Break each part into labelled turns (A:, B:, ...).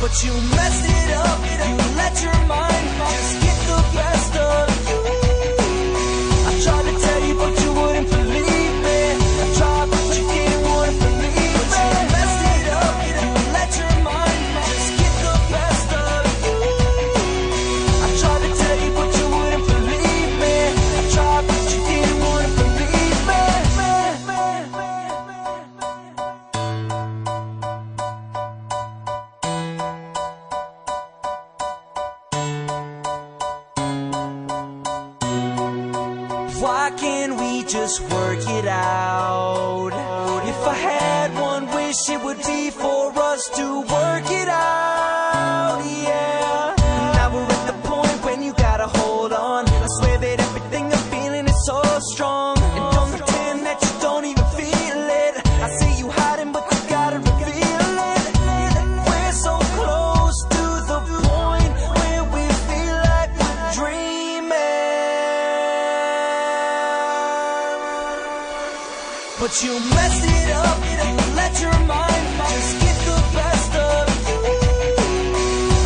A: But you messed it up, you let your mind just get the best of you. I tried to tell you, but you wouldn't believe me. I tried, but you didn't want to believe me. But you messed it up, you let your mind just get the best of you. I tried to tell you, but you wouldn't believe me. I tried, but you didn't want to believe me. Why can't we just work it out? If I had one wish, it would be for us to work it out, yeah. Now we're at the point when you gotta hold on. I swear that everything I'm feeling is so strong. And don't pretend that you don't even feel it. I see you hiding, but you gotta reveal it. We're so close to the point where we feel like we're dreaming. But you messed it up and let your mind just get the best of you.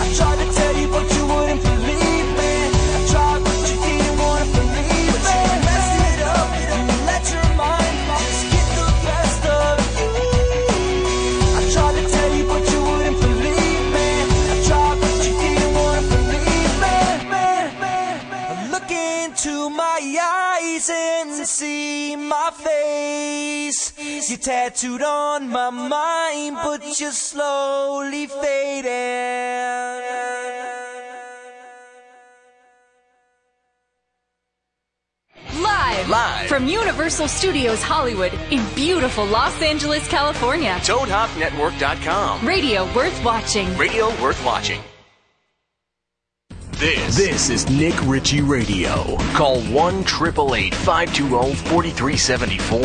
A: I tried to tell you, but you wouldn't believe me. I tried, but you didn't want to believe me. But you messed it up and let your mind just get the best of you. I tried to tell you, but you wouldn't believe me. I tried, but you didn't want to believe me. Look into my eyes and see my face. You're tattooed on my mind, but you're slowly fading.
B: Live,
C: Live.
B: from Universal Studios Hollywood in beautiful Los Angeles, California.
C: ToadHopNetwork.com.
B: Radio worth watching.
C: Radio worth watching. This,
D: This is Nick Ritchie Radio.
C: call 1 888 520 4374.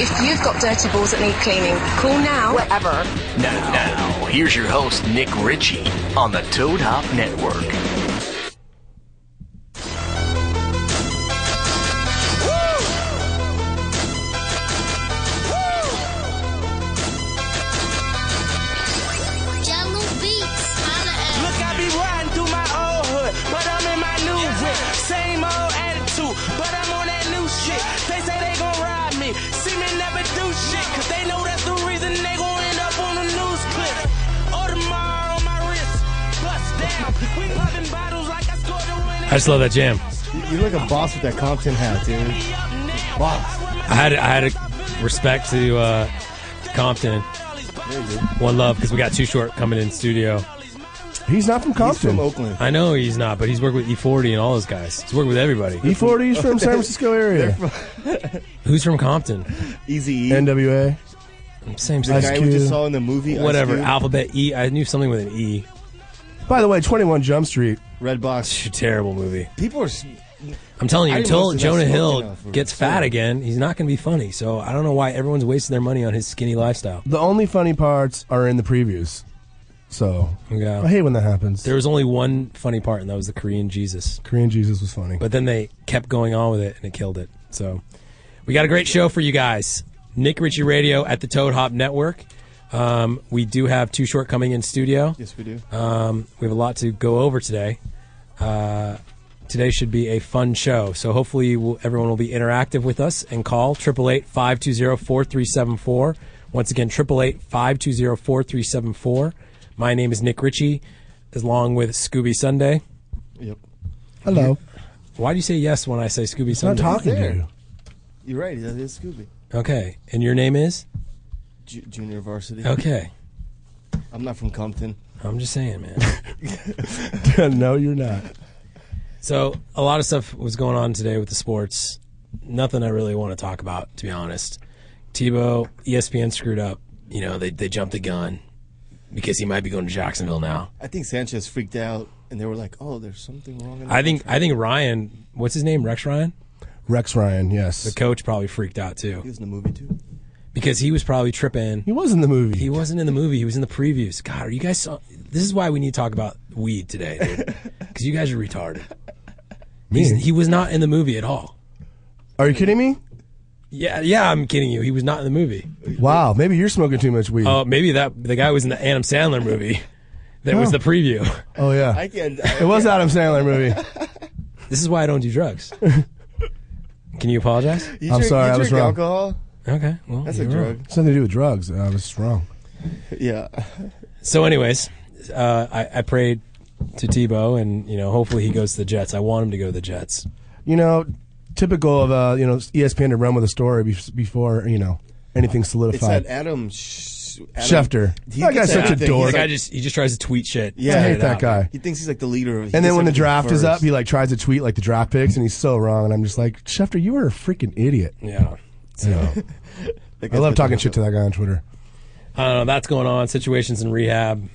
E: If you've got dirty balls that need cleaning, call now. Wherever.
C: Now, now, here's your host, Nick Ritchie, on the Toad Hop Network.
F: Jello Beats. Holla at
A: Look, I be riding through my old hood, but I'm in my new whip. Same old attitude, but I'm on that new shit. They say they gon' ride me, see me never do shit, cause they know that's the reason they gon' end up on the news clip. Audemars on my wrist, bust down. We popping bottles like I scored a winner.
G: I just love that jam.
H: You're like a boss with that Compton hat, dude. Boss.
G: I had I had a respect to uh, Compton. One love because we got Too Short coming in studio.
I: He's not from
H: He's
I: Compton.
H: from Oakland.
G: I know he's not, but he's worked with E40 and all those guys. He's worked with everybody.
I: E40, E he's from San Francisco area.
G: Who's from Compton?
H: Easy E.
I: NWA.
G: Same
H: the
G: size.
H: guy
I: Cube.
H: we just saw in the movie. Ice
G: Whatever.
H: Cube.
G: Alphabet E. I knew something with an E.
I: By the way, 21 Jump Street.
H: Red Box.
G: Terrible movie.
H: People are. s-
G: I'm telling you,
H: I didn't
G: until
H: listen to that
G: Jonah
H: smoking
G: Hill
H: enough for
G: gets
H: it,
G: fat
H: too.
G: again, he's not going to be funny. So I don't know why everyone's wasting their money on his skinny lifestyle.
I: The only funny parts are in the previews. So,
G: Yeah.
I: I hate when that happens.
G: There was only one funny part, and that was the Korean Jesus.
I: Korean Jesus was funny.
G: But then they kept going on with it, and it killed it. So we got a great show for you guys. Nick Ritchie Radio at the Toad Hop Network. Um, we do have Too Short coming in studio.
H: Yes, we do.
G: Um, we have a lot to go over today. Uh, today should be a fun show. So hopefully we'll, everyone will be interactive with us and call 888-520-4374. Once again, 888-520-4374. My name is Nick Ritchie, as along with Scooby Sunday.
H: Yep.
I: Hello.
G: Why do you say yes when I say Scooby
I: I'm not
G: Sunday?
I: talking
H: there.
I: to you.
H: You're right. That is Scooby.
G: Okay. And your name is?
H: Ju- junior varsity.
G: Okay.
H: I'm not from Compton.
G: I'm just saying, man.
I: no, you're not.
G: So a lot of stuff was going on today with the sports. Nothing I really want to talk about, to be honest. Tebow, E ESPN screwed up. You know, they they jumped the gun because he might be going to Jacksonville now.
H: I think Sanchez freaked out, and they were like, "Oh, there's something wrong." In
G: I think I think Ryan, what's his name, Rex Ryan,
I: Rex Ryan, yes.
G: the coach probably freaked out
H: he
G: too
H: was in the movie too.
G: because he was probably tripping.
I: he was in the movie.
G: He wasn't in the movie. He was in the previews. God, are you guys? So, this is why we need to talk about weed today, dude. Because you guys are retarded. He's- he was not in the movie at all.
I: Are you kidding me?
G: Yeah, Uh, yeah, I'm kidding you. He was not in the movie.
I: Wow, maybe you're smoking too much weed.
G: Oh, maybe that the guy was in the Adam Sandler movie. that was the preview.
I: Oh yeah,
H: I can.
I: it was Adam Sandler movie.
G: This is why I don't do drugs. Can you apologize?
H: You
I: I'm
H: drink,
I: sorry,
H: you
I: I was
H: drink
I: wrong.
H: Alcohol?
G: Okay, well,
H: That's
G: you
H: a
G: were
H: drug.
I: It's nothing to do with drugs. I was wrong.
H: Yeah.
G: So, anyways, uh, I, I prayed to Tebow, and you know, hopefully he goes to the Jets. I want him to go to the Jets.
I: You know, typical of uh, you know ESPN to run with a story be- before you know anything
H: It's that
I: solidified.
H: Adam, Sh- Adam
I: Schefter.
H: He
I: That
H: gets
I: guy's such a
H: thing.
I: dork.
H: He's
G: Like,
H: like-
G: I just he just tries to tweet shit.
H: Yeah.
I: I
G: Get
I: hate
G: it
I: that
G: out.
I: guy.
H: He thinks he's like the leader of. he
I: And then
H: gets
I: when the
H: everything
I: draft is
H: first.
I: up, he like tries to tweet like the draft picks, and he's so wrong. And I'm just like, Schefter, you are a freaking idiot.
G: Yeah. So
H: That
I: I
H: guy's
I: love
H: been
I: talking
H: doing
I: shit to that guy on Twitter.
G: I don't know. That's going on. Situations in rehab.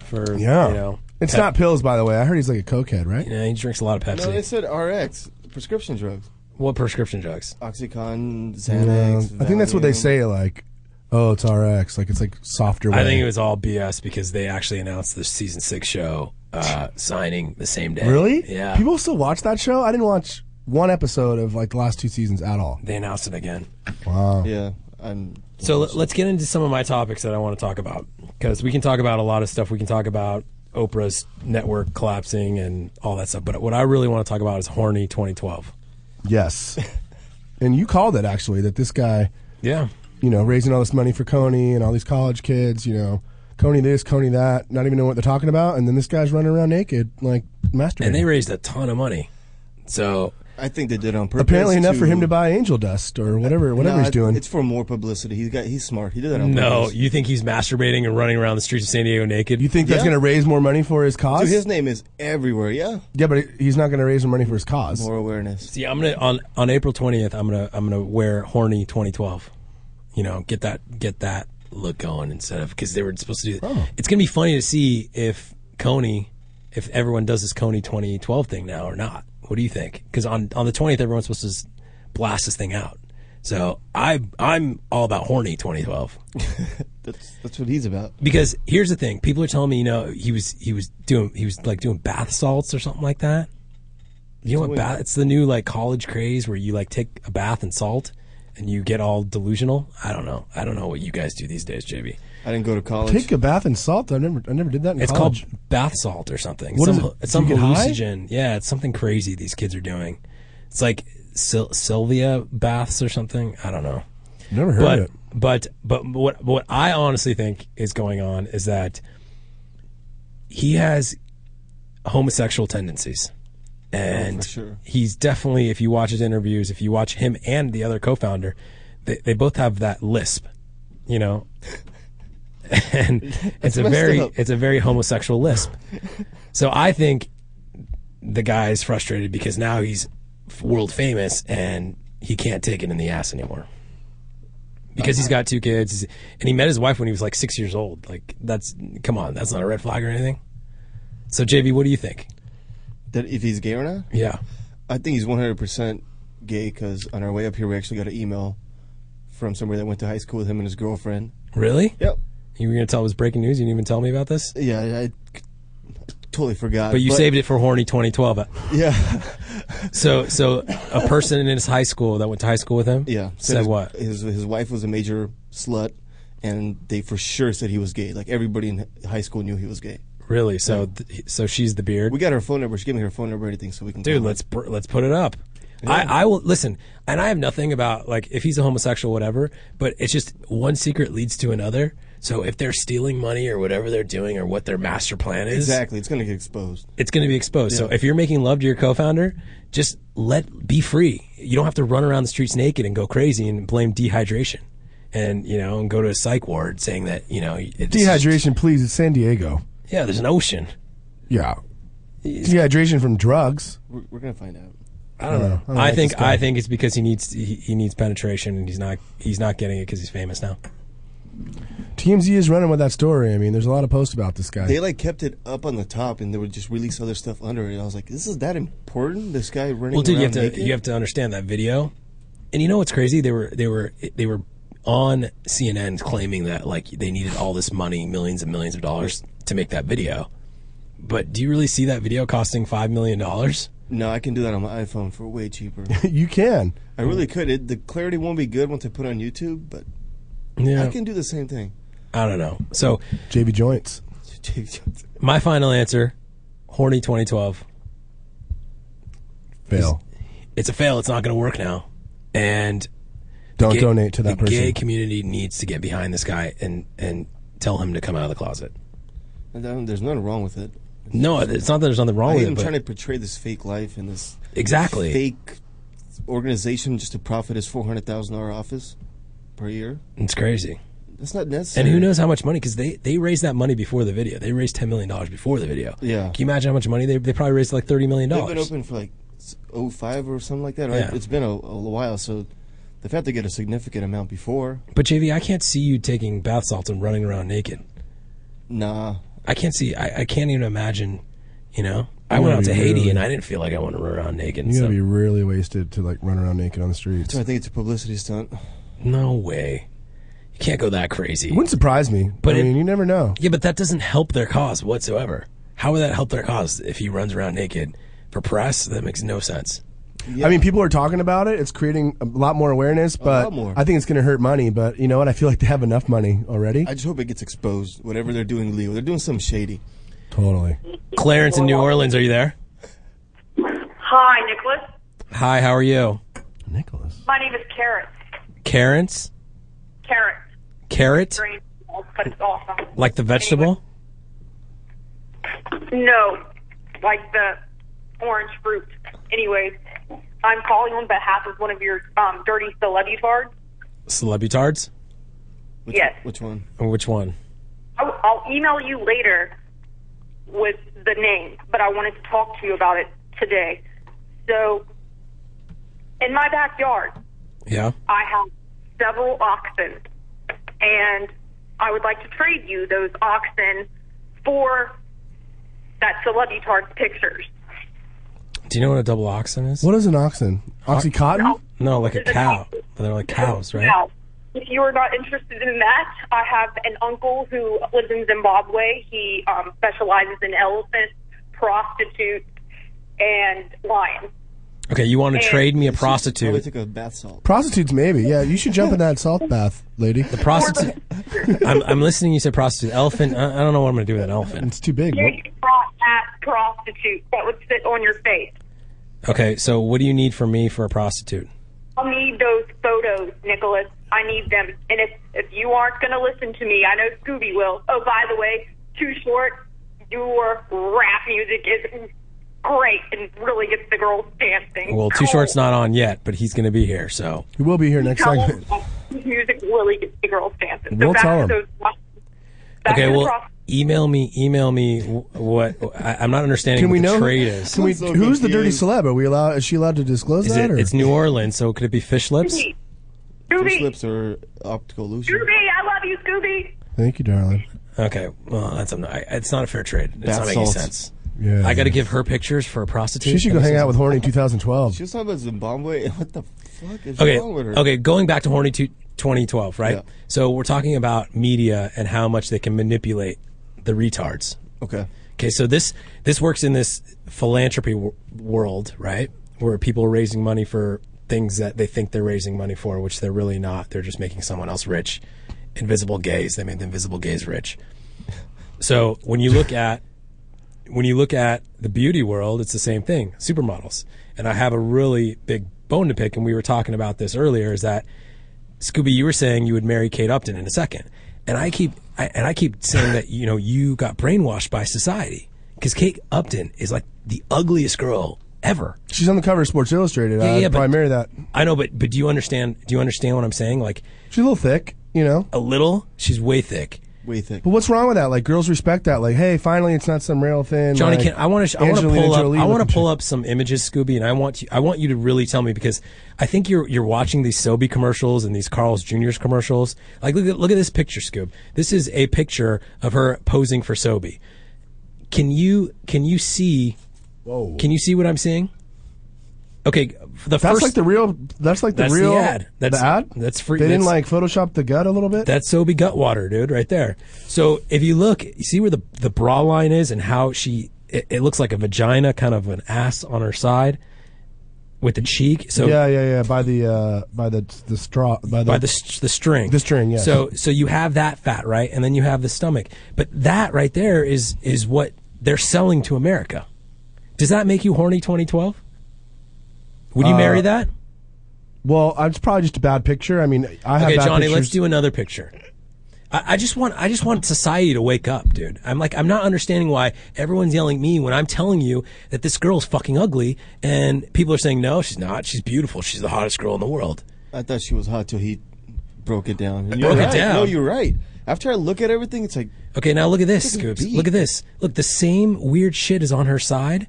G: For
I: Yeah,
G: you know,
I: it's
G: Pep-
I: not pills, by the way. I heard he's like a cokehead, right?
G: You know, he drinks a lot of
H: that. No,
G: Pepsi.
H: they said RX prescription drugs,
G: what prescription drugs?
H: OxyContin,
I: Um,
H: Xanax.
I: I think that's what they
H: Valium.
I: say. Like, oh, it's RX. Like it's like softer.
G: I think
I: way.
G: it was all BS because they actually announced the season six show uh, signing the same day.
I: really.
G: Yeah.
I: People still watch that show. I didn't watch one episode of like the last two seasons at all.
G: they announced it again.
I: Wow.
H: Yeah, I'm.
G: So l- let's get into some of my topics that I want to talk about because we can talk about a lot of stuff. We can talk about Oprah's network collapsing and all that stuff. But what I really want to talk about is horny 2012.
I: Yes. and you called it actually that this guy,
G: Yeah.
I: you know, raising all this money for Coney and all these college kids, you know, Coney this, Coney that, not even know what they're talking about, and then this guy's running around naked like masturbating.
G: And they raised a ton of money. So
H: I think they did on purpose.
I: Apparently enough for him to
H: buy.
I: buy angel dust or whatever, whatever
H: No,
I: he's
H: it-
I: doing.
H: It's for more publicity. He's got. He's smart. He did that on
G: no,
H: purpose.
G: you think he's masturbating and running around the streets of San Diego naked?
I: you think that's
H: Yeah.
I: going to raise more money for his cause?
H: Dude, his name is everywhere. Yeah,
I: yeah, but he's not going to raise more money for his cause.
H: more awareness.
G: See, I'm gonna on on April 20th. I'm gonna I'm gonna wear horny 2012. You know, get that get that look going instead of because they were supposed to do. It's gonna be funny to see if Coney, if everyone does this Coney 2012 thing now or not. What do you think? Because on on the 20th, everyone's supposed to s- blast this thing out. So I I'm all about horny 2012
H: That's that's what he's about.
G: because here's the thing: people are telling me, you know, he was he was doing he was like doing bath salts or something like that. You know what? Bath, it's the new like college craze where you like take a bath in salt and you get all delusional. I don't know. I don't know what you guys do these days, JB.
H: I didn't go to college.
I: Take a bath in salt. I never, I never did that. In
G: It's
I: college.
G: called bath salt or something.
I: What is
G: some,
I: it?
G: It's
I: Do
G: some
I: you get high?
G: hallucinogen. Yeah, it's something crazy these kids are doing. It's like Sil- Sylvia baths or something. I don't know.
I: Never heard
G: but
I: of it.
G: but but what what I honestly think is going on is that he has homosexual tendencies, and
H: sure.
G: he's definitely. If you watch his interviews, if you watch him and the other co-founder, they they both have that lisp, you know. and it's a
H: messed
G: very
H: up.
G: it's a very homosexual lisp. so I think the guy is frustrated because now he's f- world famous and he can't take it in the ass anymore because he's got two kids he's- and he met his wife when he was like six years old like that's come on that's not a red flag or anything so jb what do you think
H: that if he's gay or not.
G: yeah
H: I think he's 100% gay because on our way up here, we actually got an email from somebody that went to high school with him and his girlfriend.
G: really
H: Yep.
G: you were gonna tell it was breaking news you didn't even tell me about this
H: Yeah, I, I totally forgot.
G: but you saved it for horny 2012
H: Yeah.
G: so so a person in his high school that went to high school with him
H: Yeah.
G: said
H: his,
G: what
H: His, his wife was a major slut, and they for sure said he was gay. Like everybody in high school knew he was gay.
G: really so th- so she's the beard
H: We got her phone number. She gave me her phone number, everything, so we can.
G: dude
H: call her.
G: let's pr- let's put it up I, I will listen and i have nothing about like if he's a homosexual whatever but it's just one secret leads to another so if they're stealing money or whatever they're doing or what their master plan is
H: Exactly. It's going to get exposed.
G: it's going to be exposed so if you're making love to your co-founder just let be free you don't have to run around the streets naked and go crazy and blame dehydration and you know and go to a psych ward saying that you know it's
I: Dehydration, please. It's San Diego.
G: yeah there's an ocean
I: Yeah. Dehydration from drugs.
H: We're, we're going to find out.
G: I don't know.
I: I
G: I,
I: don't like this
G: think
I: guy.
G: I think it's because he needs he, he needs penetration and he's not he's not getting it because he's famous now.
I: TMZ is running with that story. I mean, there's a lot of posts about this guy.
H: They like kept it up on the top, and they would just release other stuff under it. I was like, "This is that important? This guy running
G: Well, dude, you have
H: around
G: to
H: naked?
G: you have to understand that video, and you know what's crazy? They were they were they were on CNN claiming that like they needed all this money, millions and millions of dollars to make that video. But do you really see that video costing five million dollars?
H: No, I can do that on my iPhone for way cheaper.
I: you can.
H: I really could. It, the clarity won't be good once I put it on YouTube, but
G: Yeah,
H: I can do the same thing.
G: I don't know. So
I: JV joints.
H: Jake Johnson.
G: My final answer, horny 2012.
I: Fail.
G: It's a fail. It's not going to work now. And
I: Don't
G: gay-
I: donate to that
G: the
I: person.
G: Gay community needs to get behind this guy and and tell him to come out of the closet.
H: And then There's nothing wrong with it.
G: No, it's not that there's nothing wrong
H: I
G: with
H: hate
G: it.
H: him
G: but-
H: trying to portray this fake life and this
G: exactly.
H: fake organization just to profit his four hundred thousand dollar office per year.
G: It's crazy.
H: That's not necessary.
G: And who knows how much money? Because they, they raised that money before the video. They raised ten million dollars before the video.
H: Yeah.
G: Can you imagine how much money they they probably raised like thirty million
H: They've been
G: dollars?
H: open for like s- 05 or something like that, right?
G: Yeah.
H: It's been a, a while, so they've had to get a significant amount before.
G: But JV, I can't see you taking bath salts and running around naked.
H: Nah,
G: I can't see. I, I can't even imagine. You know, I
I: You
G: went
I: gotta
G: out to
I: be
G: Haiti
I: really-
G: and I didn't feel like I want to run around naked.
I: You
G: So.
I: gotta be really wasted to like run around naked on the streets.
H: so I think it's a publicity stunt.
G: No way. You can't go that crazy.
I: It wouldn't surprise me.
G: But
I: But I
G: it-
I: mean, you never know.
G: Yeah, but that doesn't help their cause whatsoever. How would that help their cause if he runs around naked for press? That makes no sense.
I: I mean, people are talking about it. It's creating a lot more awareness, but
H: lot more.
I: I think it's going to hurt money. But you know what? I feel like they have enough money already.
H: I just hope it gets exposed. Whatever they're doing legal, they're doing some shady.
I: totally.
G: Clarence in New Orleans, are you there?
J: Hi, Nicholas.
G: Hi, how are you?
I: Nicholas.
J: My name is Carrot.
G: Carrots?
J: Carrot.
G: Carrot?
J: Green, but it's awesome.
G: Like the vegetable?
J: No, like the orange fruit. Anyway, I'm calling on behalf of one of your um, dirty celebutards.
G: Celebutards?
H: Which,
J: Yes.
H: Which one?
G: Or which one?
J: I'll, I'll email you later with the name, but I wanted to talk to you about it today. So, in my backyard,
G: Yeah.
J: I have several oxen, and I would like to trade you those oxen for that celebutard's pictures.
G: Do you know what a double oxen is?
I: What is an oxen? Oxycontin?
G: No, like a cow. They're like cows, right?
J: Now, if you are not interested in that, I have an uncle who lives in Zimbabwe. He um, specializes in elephants, prostitutes, and lions.
G: Okay, you want to trade me a
H: Probably
G: prostitute?
H: took a bath salt.
I: Prostitutes, maybe. Yeah, you should jump in that salt bath, lady.
G: Prostitute? I'm, I'm listening. You said prostitute. Elephant? I, I don't know what I'm going to do with an elephant.
I: It's too big.
J: You
I: What-
J: brought that prostitute that would sit on your face.
G: Okay, so what do you need from me for a prostitute?
J: I'll need those photos, Nicholas. I need them. And if if you aren't going to listen to me, I know Scooby will. Oh, by the way, too short. Your rap music is great and really gets the girls dancing.
G: Well, Too Short's not on yet, but he's going to be here. So
I: You will be here next
J: Tell
I: segment.
J: them that music really gets the girls dancing. So
I: We'll
J: back
I: tell
J: to
I: 'em.
J: those- back to
G: okay,
J: the
G: well,
J: process.
G: email me, email me wh- what I, I'm not understanding.
I: Can
G: what
I: we
G: the
I: know?
G: trade is?
I: Can we,
H: so
I: who's the dirty
H: confused.
I: celeb? Are we allowed? Is she allowed to disclose
G: Is it?
I: that? or-
G: It's New Orleans, so could it be fish lips?
J: Scooby,
H: Fish
J: Scooby,
H: lips or optical illusion.
J: Scooby, I love you, Scooby.
I: Thank you, darling.
G: Okay, well, that's I'm not- I- it's not a fair trade. It's
H: Bath
G: not making
H: salts.
G: sense.
I: Yeah.
G: I got to give her pictures for a prostitute.
I: She should go hang out with Horny 2012.
H: She was talking about Zimbabwe. What the fuck is
G: Okay,
H: wrong with her?
G: okay. Going back to horny two, 2012, right?
H: Yeah.
G: So we're talking about media and how much they can manipulate the retards.
H: Okay.
G: Okay, so this this works in this philanthropy w- world, right? Where people are raising money for things that they think they're raising money for, which they're really not. They're just making someone else rich. Invisible gays, they made the invisible gays rich. So when you look at when you look at the beauty world, it's the same thing. Supermodels, and I have a really big bone to pick. And we were talking about this earlier. Is that Scooby? You were saying you would marry Kate Upton in a second, and I keep I, and I keep saying that you know you got brainwashed by society because Kate Upton is like the ugliest girl ever.
I: She's on the cover of Sports Illustrated.
G: Yeah,
I: I'd
G: yeah, but-
I: probably marry that.
G: I know, but but do you understand? Do you understand what I'm saying? Like
I: She's a little thick, you know.
G: a little, she's way thick.
H: Way thick.
I: But what's wrong with that? Like girls respect that. Like, hey, finally, it's not some rail thin.
G: Johnny,
I: like,
G: can, I want to. I want to
I: Angelina
G: pull up.
I: Jolie
G: I want
I: looking
G: to pull
I: chick.
G: up some images, Scooby, and I want you. I want you to really tell me because I think you're you're watching these Sobe commercials and these Carl's Junior's commercials. Like, look at look at this picture, Scoob. This is a picture of her posing for Sobe. Can you can you see? Whoa! Can you see what I'm seeing? Okay, for the
I: That's
G: first
I: like the real. That's like the
G: That's the
I: real
G: ad. That's-
I: the ad.
G: that's free-
I: They didn't like
G: that's-
I: Photoshop the gut a little bit.
G: That's Sobey Gutwater, dude, right there. So if you look, you see where the the bra line is and how she it, it looks like a vagina, kind of an ass on her side. with the cheek. So
I: yeah, yeah, yeah. By the uh, by the the straw by the
G: by the st- the string.
I: The string, yes.
G: So so you have that fat, right? And then you have the stomach. But that right there is is what they're selling to America. Does that make you horny 2012? Would you
I: Uh,
G: marry that?
I: well, uh, it's probably just a bad picture. I mean, I have
G: Okay,
I: bad
G: Johnny, let's
I: pictures.
G: do another picture. I, I just want I just want society to wake up, dude. I'm like I'm not understanding why everyone's yelling at me when I'm telling you that this girl's fucking ugly and people are saying no, she's not. She's beautiful. She's the hottest girl in the world.
H: I thought she was hot till he broke it down.
G: Broke
H: And you're
G: it
H: right.
G: down.
H: No, Oh, you're right. After I look at everything, it's like
G: Okay, now look at this,
H: Take a
G: Scoops.
H: beat.
G: Look at this. Look, the same weird shit is on her side.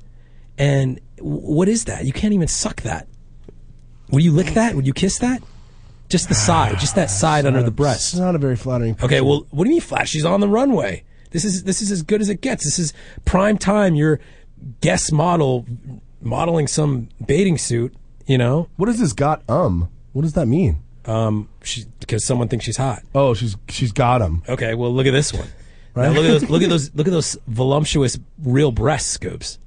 G: And w- what is that? You can't even suck that. Would you lick that? Would you kiss that? Just the side, just that side under the breast.
I: It's not a very flattering. Picture.
G: Okay, well, what do you mean flash? She's on the runway. This is this is as good as it gets. This is prime time. Your guest model modeling some bathing suit. You know,
I: what is this got um? What does that mean?
G: um, she because someone thinks she's hot.
I: Oh, she's she's got him.
G: Okay, well, look at this one. Now look at those. Look at those. Look at those voluptuous real breast scoops.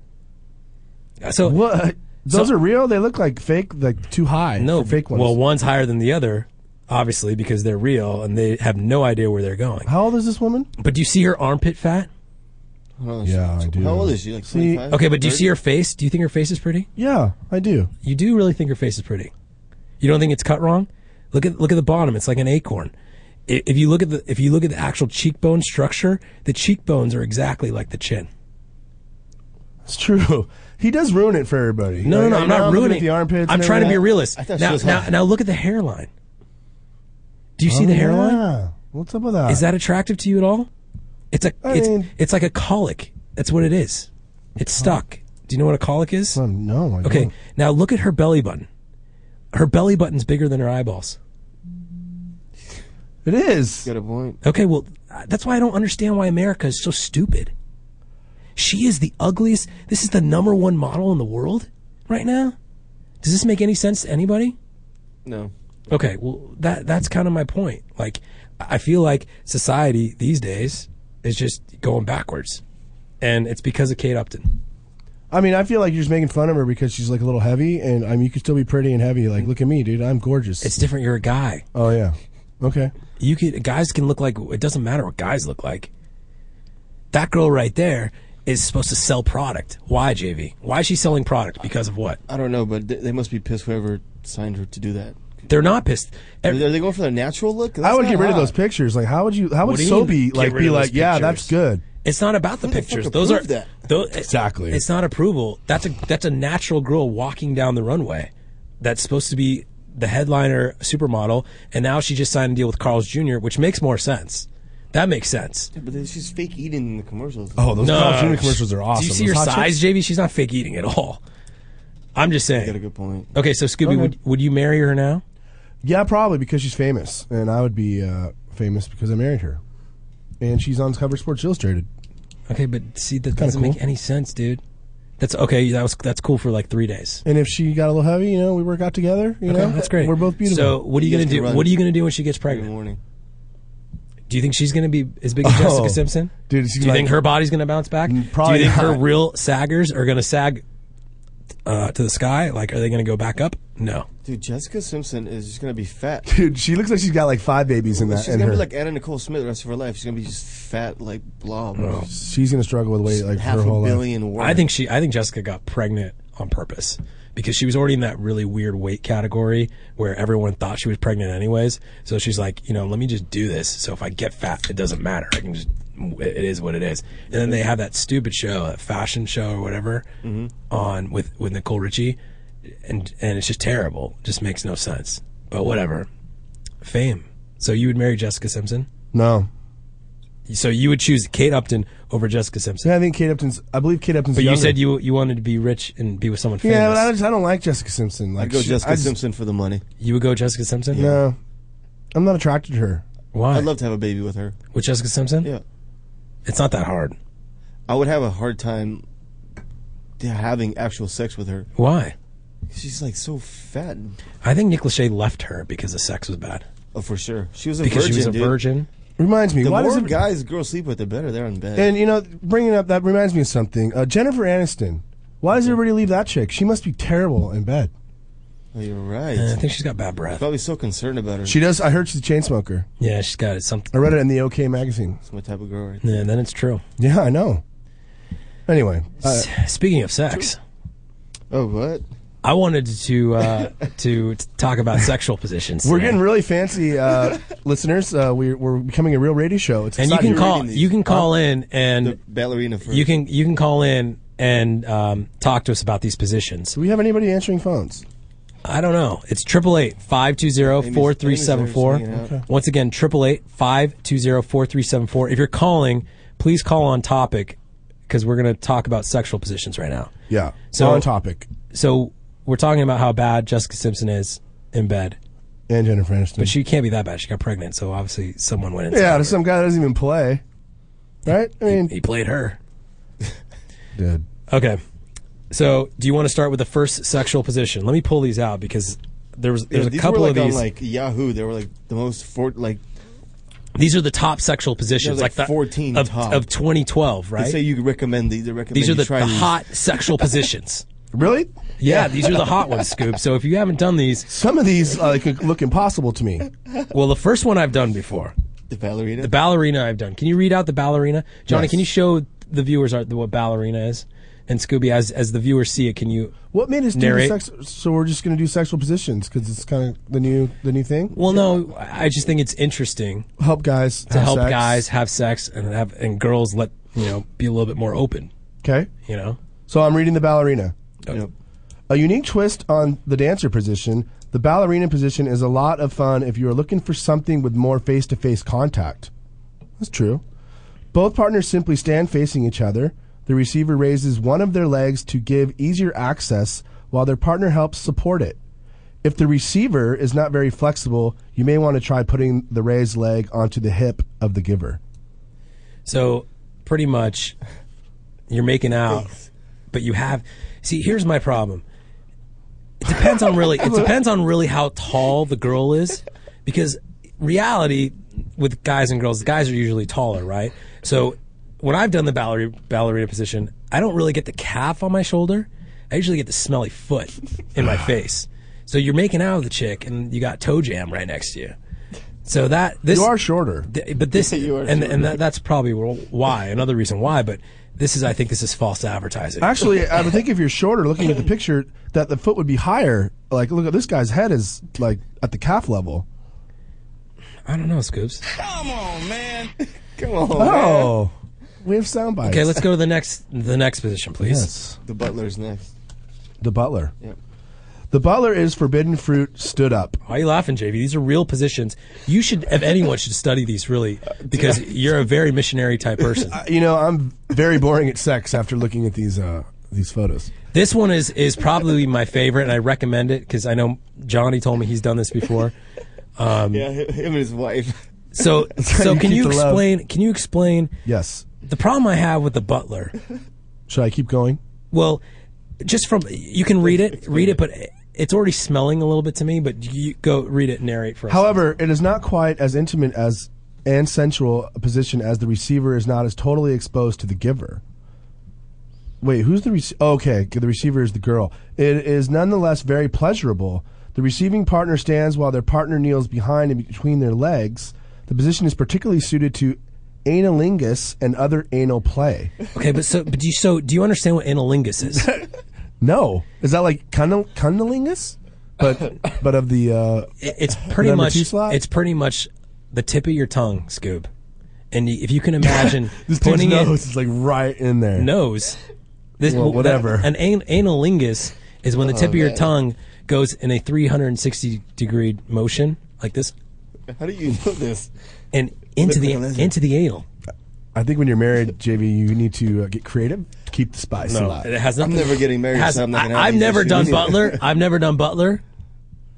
G: So
I: What? uh, Those
G: So-
I: are real. They look like fake, like too high.
G: no
I: for fake ones.
G: Well, one's higher than the other, obviously because they're real and they have no idea where they're going.
I: how old is this woman?
G: But do you see her armpit fat?
H: I don't know,
I: Yeah,
H: she-
I: I do.
H: Oh, How old is she? Like
I: See-
H: 25?
G: Okay, but do you see
H: 30?
G: her face? Do you think her face is pretty?
I: Yeah, I do.
G: You do really think her face is pretty. You don't think it's cut wrong? Look at look at the bottom. It's like an acorn. I- If you look at the if you look at the actual cheekbone structure, the cheekbones are exactly like the chin.
I: It's true. He does ruin it for everybody.
G: No, no,
I: Like,
G: no
I: right
G: I'm
I: now
G: not
I: looking
G: ruining.
I: at the armpits.
G: I'm
I: and
G: trying to be a
I: everything.
G: realist.
H: I thought she
G: now,
H: was
G: now,
H: hot.
G: now look at the hairline. Do you see
I: Oh,
G: the hairline?
I: Yeah. What's up with that?
G: Is that attractive to you at all? It's a
I: I
G: it's
I: mean-
G: it's like a colic. That's what it is. It's stuck. Do you know what a colic is?
I: Um, no. I
G: Okay,
I: don't.
G: now look at her belly button. Her belly button's bigger than her eyeballs.
I: It is.
H: Got a point.
G: Okay, well, uh, that's why I don't understand why America is so stupid. She is the ugliest. This is the number one model in the world right now. Does this make any sense to anybody?
H: No.
G: Okay, well, that that's kind of my point. Like, I I feel like society these days is just going backwards, and it's because of Kate Upton.
I: I mean, I feel like you're just making fun of her because she's like a little heavy, and I mean, you can still be pretty and heavy. Like, look at me, dude. I'm gorgeous.
G: It's different. You're a guy.
I: oh yeah. Okay.
G: You could guys can look like it doesn't matter what guys look like. That girl right there is supposed to sell product. Why, JV? Why is she selling product? Because of what?
H: I don't know, but they, they must be pissed whoever signed her to do that.
G: They're not pissed.
H: Are
G: Ev-
H: they going for their natural look?
I: I
H: That's
I: would
H: not
I: get rid of
H: hot.
I: those pictures. Like, how would you? How would
G: What do you mean,
I: Sobe
G: get
I: like
G: rid
I: be
G: of
I: like,
G: those
I: yeah,
G: pictures?
I: that's good.
G: It's not about the
H: Who the
G: pictures.
H: fuck
G: Those are
H: approved that?
G: tho-
I: Exactly.
G: It's not approval. That's a that's a natural girl walking down the runway. That's supposed to be the headliner supermodel, and now she just signed a deal with Carl's Jr., which makes more sense. That makes sense.
H: Yeah, but then she's fake eating in the commercials.
I: Oh, those Carl's Jr. commercials are awesome.
G: Do you see
I: Those
G: your
I: hot
G: size,
I: chicks-
G: JV? She's not fake eating at all. I'm just
H: You got a
G: saying.
H: good point.
G: Okay, so Scooby,
I: Okay.
G: would would you marry her now?
I: Yeah, probably because she's famous, and I would be uh, famous because I married her, and she's on Cover Sports Illustrated.
G: Okay, but see that doesn't
I: cool.
G: make any sense, dude. That's okay. That was that's cool for like three days.
I: And if she got a little heavy, you know, we work out together. You
G: Okay,
I: know,
G: that's great.
I: We're both beautiful.
G: So, what are you,
H: You
G: gonna
H: guys
G: do?
H: can run.
G: What are you gonna do when she gets
H: Good
G: pregnant?
H: morning.
G: Do you think she's gonna be as big as
I: Oh.
G: Jessica Simpson?
I: Dude,
G: do
I: she's
G: you
I: like- Mm,
G: think her body's gonna bounce back?
I: probably
G: do you think her
I: not.
G: real saggers are gonna sag uh, to the sky? Like, are they gonna go back up? No.
H: Dude, Jessica Simpson is just gonna be fat.
I: dude, she looks like she's got like five babies in that.
H: She's
I: in
H: gonna
I: her.
H: be like Anna Nicole Smith the rest of her life. She's gonna be just fat like blob.
G: Oh.
H: Just
I: she's gonna struggle with weight like
H: half
I: her whole
H: a
I: life.
H: billion words.
G: I think she. I think Jessica got pregnant on purpose because she was already in that really weird weight category where everyone thought she was pregnant anyways. So she's like, you know, let me just do this. So if I get fat, it doesn't matter. I can just. It it is what it is. And then they have that stupid show, that fashion show or whatever, on with with Nicole Richie, and and it's just terrible. Just makes no sense. But whatever. Fame. So you would marry Jessica Simpson.
I: No,
G: So you would choose Kate Upton over Jessica Simpson.
I: yeah, I think Kate Upton's. I believe Kate Upton's.
G: But you
I: younger.
G: said you you wanted to be rich and be with someone famous.
I: Yeah, but I, just, I don't like Jessica Simpson. Like
H: I'd go
I: she-
H: Jessica
I: I just-
H: Simpson for the money.
G: you would go Jessica Simpson.
I: No, I'm not attracted to her.
G: Why?
H: I'd love to have a baby with her.
G: with Jessica Simpson.
H: Yeah.
G: It's not that hard.
H: I would have a hard time to having actual sex with her.
G: Why?
H: She's like so fat.
G: I think Nick Lachey left her because the sex was bad.
H: Oh, for sure. She was a
G: Because
H: virgin.
G: she was a
H: dude.
G: virgin.
I: Reminds me,
H: The
I: why
H: more
I: does it,
H: guys girls sleep with, the better. They're in bed.
I: And you know, bringing up that reminds me of something. Uh, Jennifer Aniston. Why does everybody leave that chick? She must be terrible in bed.
H: Oh, you're right.
G: I think she's got bad breath.
H: Probably so concerned about her.
I: She does. I heard she's a chain smoker.
G: Yeah, she's got it.
I: I
G: Something.
I: read it in the OK magazine.
H: What type of girl? Right?
G: Yeah, then it's true.
I: Yeah, I know. Anyway, uh,
G: S- Speaking of sex,
H: Oh, what?
G: I wanted to uh, to t- talk about sexual positions.
I: we're
G: today.
I: getting really fancy, uh, listeners. Uh, we're, we're becoming a real radio show. It's
G: and you
I: exciting.
G: can call
H: reading these.
G: you can call in
H: The
G: and
H: ballerina first.
G: you can you can call in and um, talk to us about these positions.
I: Do we have anybody answering phones?
G: I don't know. It's triple eight five two zero four three seven four.
H: Amy's there, she's hanging out.
G: Once again, triple eight five two zero four three seven four. If you're calling, please call on topic because we're going to talk about sexual positions right now.
I: Yeah.
G: So-
I: on topic.
G: So we're talking about how bad Jessica Simpson is in bed,
I: And Jennifer Aniston.
G: but she can't be that bad. She got pregnant, so obviously someone went. and
I: yeah,
G: saw her.
I: to some guy that doesn't even play. Right? I mean,
G: he played her.
I: dude.
G: Okay. So, do you want to start with the first sexual position? Let me pull these out because there was
H: Yeah,
G: there's
H: these
G: a couple
H: were, like,
G: of these.
H: On, like Yahoo, they were like the most for like
G: these are the top sexual positions,
H: like,
G: the,
H: 14
G: of,
H: top.
G: of 2012,
H: they
G: right?
H: say you recommend these. They recommend
G: these are
H: you
G: the,
H: try
G: the
H: these.
G: hot sexual positions.
I: Really?
G: Yeah, these are the hot ones, Scoop. So if you haven't done these,
I: Some of these uh, like look impossible to me.
G: well, the first one I've done before,
H: the ballerina.
G: the ballerina I've done. Can you read out the ballerina, Johnny?
I: Yes.
G: Can you show the viewers are- what ballerina is? And Scooby, as as the viewers see it, can you?
I: What made us do
G: Narrate.
I: the sex? So we're just going to do sexual positions because it's kind of the new the new thing.
G: Well, no, I I just think it's interesting.
I: Help guys
G: to help guys have sex and have and girls let you know be a little bit more open.
I: Okay.
G: You know,
I: So I'm reading the ballerina.
H: Yep.
I: A unique twist on the dancer position. The ballerina position is a lot of fun if you are looking for something with more face to face contact. That's true. Both partners simply stand facing each other. The receiver raises one of their legs to give easier access while their partner helps support it. If the receiver is not very flexible, you may want to try putting the raised leg onto the hip of the giver.
G: so pretty much you're making out, but you have. See, here's my problem. It depends on really. It depends on really how tall the girl is, because reality with guys and girls, guys are usually taller, right? So when I've done the ballerina, ballerina position, I don't really get the calf on my shoulder. I usually get the smelly foot in my face. So you're making out with the chick, and you got toe jam right next to you. So that this
I: You are shorter.
G: Th- but this
H: You are
G: and
H: sure.
G: and that, that's probably wh- why another reason why but this is i think this is false advertising
I: Actually, I would think if you're shorter, looking at the picture, that the foot would be higher. Like, look at this guy's head is like at the calf level.
G: i don't know scoops
A: Come on, man.
H: Come on, man.
I: Oh, we have sound bites.
G: okay let's go to the next the next position please
I: Yes,
H: The butler's next.
I: the butler.
H: Yep.
I: The butler is forbidden fruit stood up.
G: why are you laughing jv these are real positions you should if anyone should study these really because you're a very missionary type person
I: You know, I'm very boring at sex after looking at these uh, these photos.
G: this one is is probably my favorite and i recommend it because i know johnny told me he's done this before Um,
H: Yeah, him and his wife.
G: so so
I: you
G: can
I: keep
G: you
I: the love.
G: explain can you explain
I: Yes.
G: the problem i have with the butler
I: Should I keep going?
G: Well, just from you can read it, read it, but it's already smelling a little bit to me. But you go read it, narrate for us.
I: However, it is not quite as intimate as and sensual a position as the receiver is not as totally exposed to the giver. Wait, who's the rec- okay? The receiver is the girl. It is nonetheless very pleasurable. The receiving partner stands while their partner kneels behind and between their legs. The position is particularly suited to analingus and other anal play.
G: okay, but so but do you so do you understand what analingus is?
I: No, is that like cunil- cunnilingus? But but of the uh,
G: It- it's pretty
I: Number
G: much
I: two slot?
G: it's pretty much the tip of your tongue, Scoob. And y- if you can imagine
I: this dude's
G: putting it
I: nose is like right in there.
G: nose, this
I: Well, whatever. Oh,
G: That, an an- analingus is when the tip of your tongue goes in a 360 degree motion like this
H: How do you know this?
G: and into the
H: Analingus.
G: into the anal.
I: I think when you're married, JV, you need to uh, get creative, keep the spice alive.
G: It has nothing.
H: I'm never getting married,
G: has-
H: so I'm not gonna have
G: I, have
H: these
G: never
H: issues
G: done
H: either.
G: Butler. I've never done Butler,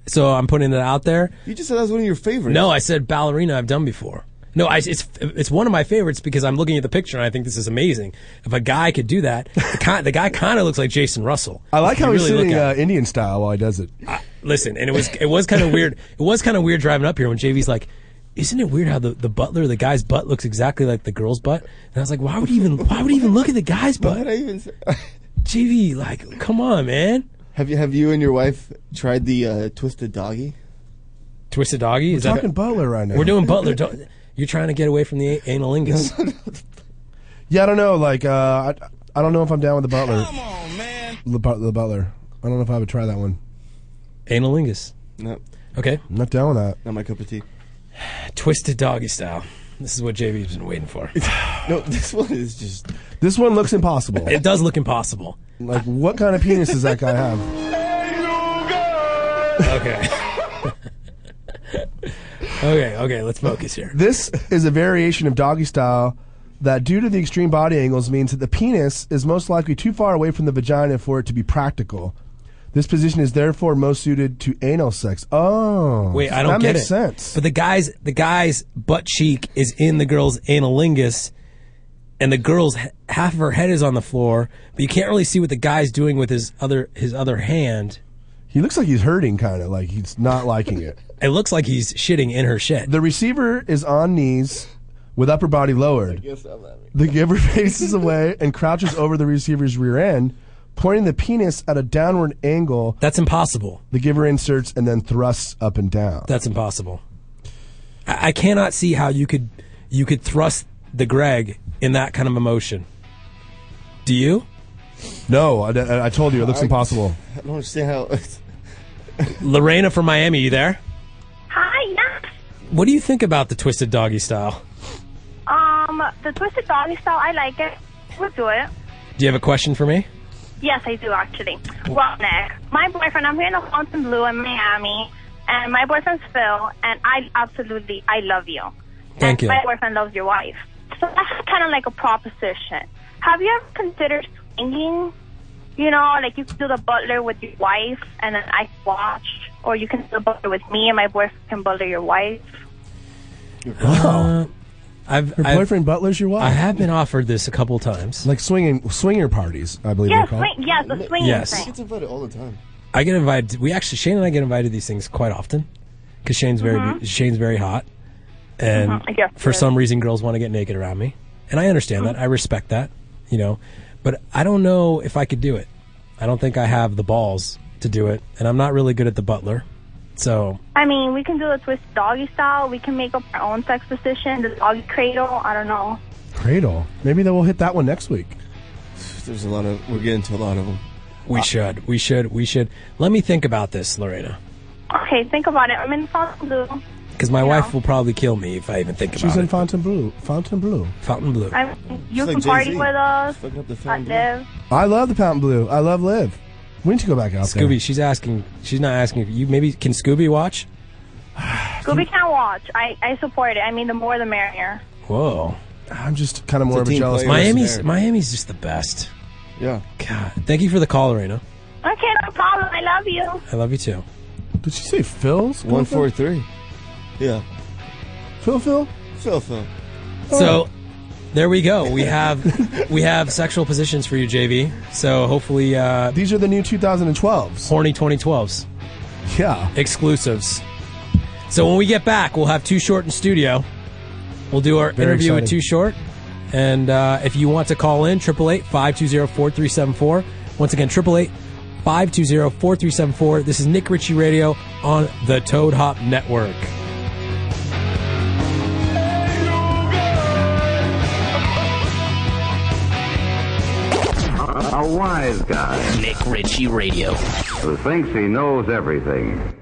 G: so I'm putting it out there.
H: You just said that was one of your favorites.
G: No, I said ballerina. I've done before. No, I, it's it's one of my favorites because I'm looking at the picture and I think this is amazing. If a guy could do that, the, ki- the guy kind of looks like Jason Russell.
I: I like
G: If you
I: how he's
G: really
I: sitting
G: look at
I: uh,
G: it.
I: Indian style while he does it.
G: Listen, and it was it was kind of weird. It was kind of weird driving up here when JV's like. Isn't it weird how the, the butler, the guy's butt looks exactly like the girl's butt? And I was like, why would he even why would he even look at the guy's
H: How
G: butt?
H: did I even say?
G: JV, like, come on, man.
H: Have you have you and your wife tried the uh, twisted doggy?
G: Twisted doggy. Is that
I: Talking Butler right now.
G: we're doing Butler? Don't, you're trying to get away from the a- analingus.
I: Yeah, I don't know. Like, uh, I, I don't know if I'm down with the Butler. Come on, man. The, Bu- the Butler. I don't know if I would try that one.
G: analingus.
H: No,
G: Okay.
I: I'm not down with that.
H: not my cup of tea.
G: Twisted doggy style. This is what JB's been waiting for.
H: No, this one is just
I: This one looks impossible.
G: It does look impossible.
I: like, what kind of penis does that guy have?
G: Okay. okay, okay, let's focus here.
I: This is a variation of doggy style that, due to the extreme body angles, means that the penis is most likely too far away from the vagina for it to be practical. This position is therefore most suited to anal sex. Oh,
G: Wait, I don't
I: that
G: get
I: makes
G: it.
I: sense.
G: But the guy's the guy's butt cheek is in the girl's analingus, and the girl's h- half of her head is on the floor, but you can't really see what the guy's doing with his other his other hand.
I: he looks like he's hurting, kind of like he's not liking it.
G: It looks like he's shitting in her shit.
I: The receiver is on knees with upper body lowered. The giver faces away and crouches over the receiver's rear end, pointing the penis at a downward angle.
G: That's impossible.
I: The giver inserts and then thrusts up and down.
G: That's impossible. I, I cannot see how you could you could thrust the Greg in that kind of emotion. Do you?
I: No, I, I- I told you, it looks impossible.
H: I don't understand how.
G: Lorena from Miami, you there?
K: Hi, yes.
G: What do you think about the twisted doggy style?
K: Um, the twisted doggy style, I like it. We'll do it.
G: Do you have a question for me?
K: Yes, I do actually. Well, Nick, my boyfriend, I'm here in the Fountain Blue in Miami, and my boyfriend's Phil, and I absolutely, I love you.
G: Thank
K: and
G: you.
K: My boyfriend loves your wife. So that's kind of like a proposition. Have you ever considered swinging? You know, like you could do the butler with your wife, and then I watch, or you can do the butler with me, and my boyfriend can butler your wife.
G: Uh, I've,
I: Your
G: I've
I: boyfriend butler's your
G: I
I: wife.
G: have been offered this a couple times.
I: like swinging swinger parties, I believe
K: Yes,
I: they call. it.
K: swing, yes, the swinging
G: Yes.
K: thing.
H: It's about it all the time.
G: I get invited. We actually Shane and I get invited to these things quite often because Shane's very Shane's very hot, and
K: Mm-hmm. I guess
G: for
K: it is. Mm-hmm.
G: some reason girls want to get naked around me, and I understand that. I respect that, you know, but I don't know if I could do it. I don't think I have the balls to do it, and I'm not really good at the butler. So
K: I mean, we can do the twist doggy style. We can make up our own sex position, the doggy cradle. I don't know.
I: Cradle. Maybe they will hit that one next week.
H: There's a lot of. We're getting to a lot of Uh, them.
G: we should, we should, we should. Let me think about this, Lorena,
K: Okay, think about it. I'm in Fontainebleau.
G: because my wife will probably kill me if I even think
I: She's
G: about
I: in
G: it.
I: Fontainebleau. Fontainebleau.
G: Fontainebleau.
K: I'm, you
H: It's like
K: can party
H: Jay-Z.
K: with us.
H: It's fucking up the
K: I
H: phone, dude.
K: live.
I: I love the Fontainebleau. I love Liv. We need to go back out there.
G: Scooby, she's asking. She's not asking. You maybe can Scooby watch?
K: Scooby can't watch. I, I support it. I mean, the more the merrier.
G: Whoa,
I: I'm just kind of more of a
H: team
I: jealous.
H: player.
I: person.
G: Miami's
H: there.
G: Miami's just the best.
H: Yeah.
G: God, thank you for the call, Arena.
K: Okay, no problem. I love you.
G: I love you too.
I: Did she say Phil's?
H: One four three. Yeah.
I: Phil, Phil.
H: Phil, Phil.
G: So there we go. We have we have sexual positions for you, JV. So hopefully, uh,
I: These are the new 2012s.
G: horny 2012s
I: Yeah.
G: exclusives. So when we get back, we'll have Too Short in studio. We'll do our
I: Very
G: interview with
I: exciting.
G: Too Short. And uh, if you want to call in, 888-520-4374. Once again, 888-520-4374. This is Nick Ritchie Radio on the Toad Hop Network.
L: A wise guy
C: Nick Ritchie Radio.
L: who thinks he knows everything.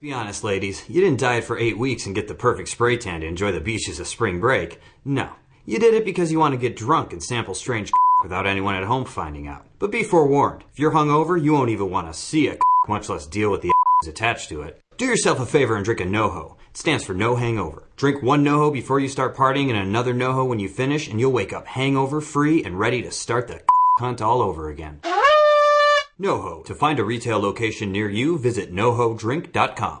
M: Be honest, ladies, you didn't diet for eight weeks and get the perfect spray tan to enjoy the beaches of spring break. No. You did it because you want to get drunk and sample strange without anyone at home finding out. But be forewarned, if you're hungover, you won't even want to see a much less deal with the attached to it. Do yourself a favor and drink a NoHo. It stands for no hangover. Drink one NoHo before you start partying and another NoHo when you finish, and you'll wake up hangover free and ready to start the hunt all over again. NoHo. To find a retail location near you, visit nohodrink.com.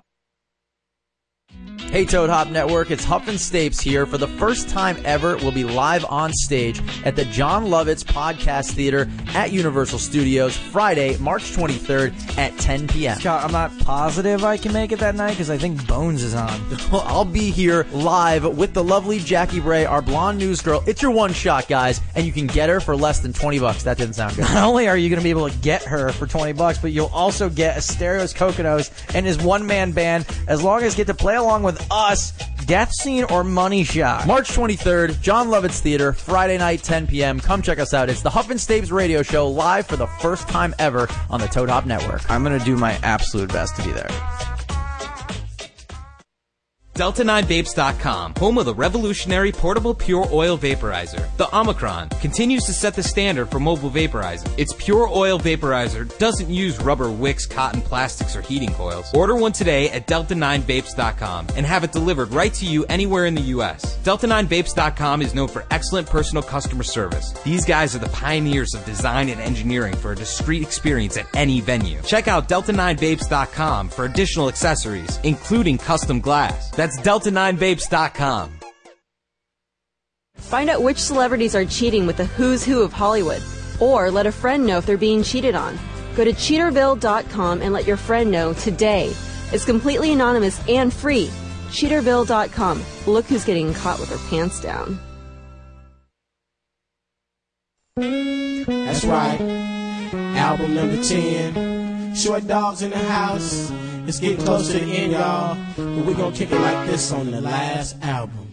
A: Hey Toad Hop Network, it's Huff and Stapes here. For the first time ever, we'll be live on stage at the John Lovitz Podcast Theater at Universal Studios Friday, March 23rd at 10 p.m. Scott, I'm not positive I can make it that night because I think Bones is on. I'll be here live with the lovely Jackie Bray, our blonde news girl. It's your one shot, guys,
N: and you can get her for less than 20 bucks. That didn't sound good. Not only are you going to be able to get her for 20 bucks, but you'll also get Asterios Coconos and his one man band as long as you get to play along with us, Death Scene or Money Shot. March 23rd, John Lovitz Theater, Friday night, 10 p.m. Come check us out. It's the Huff and Staves radio show live for the first time ever on the Toad Hop Network. I'm going to do my absolute best to be there.
O: Delta9Vapes.com, home of the revolutionary portable pure oil vaporizer. The Omicron continues to set the standard for mobile vaporizing. Its pure oil vaporizer doesn't use rubber wicks, cotton plastics, or heating coils. Order one today at Delta9Vapes.com and have it delivered right to you anywhere in the U.S. Delta9Vapes.com is known for excellent personal customer service. These guys are the pioneers of design and engineering for a discreet experience at any venue. Check out Delta9Vapes.com for additional accessories, including custom glass. That's Delta9Vapes.com.
P: Find out which celebrities are cheating with the who's who of Hollywood, or let a friend know if they're being cheated on. Go to cheaterville.com and let your friend know today. It's completely anonymous and free. Cheaterville.com. Look who's getting caught with her pants down.
Q: That's right. Album number 10. Short dogs in the house. It's getting close to the end, y'all. But we're gonna kick it like this on the last album.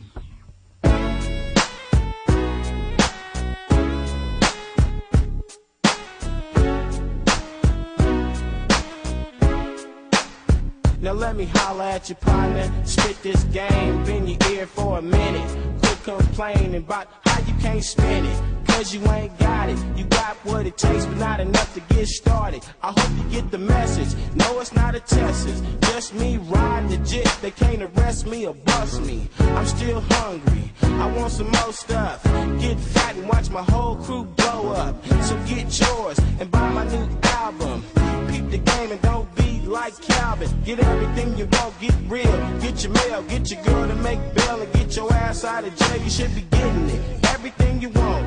Q: Now let me holler at your partner. Spit this game, bend your ear for a minute. Quit complaining about how you can't spin it. Cause you ain't got it. You got what it takes, but not enough to get started. I hope you get the message. No, it's not a test. It's just me riding the jit. They can't arrest me or bust me. I'm still hungry. I want some more stuff. Get fat and watch my whole crew blow up. So get yours and buy my new album. Peep the game and don't be like Calvin. Get everything you want, get real. Get your mail, get your girl to make bail, and get your ass out of jail. You should be getting it. Everything you want,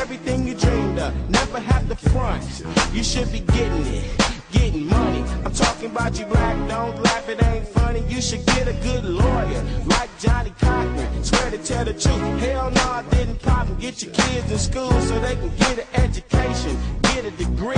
Q: everything you dreamed of. Never have to front. You should be getting it. Getting money. I'm talking about you black, don't laugh, it ain't funny. You should get a good lawyer, like Johnny Cochran. Swear to tell the truth. Hell no, I didn't pop and get your kids in school so they can get an education, get a degree,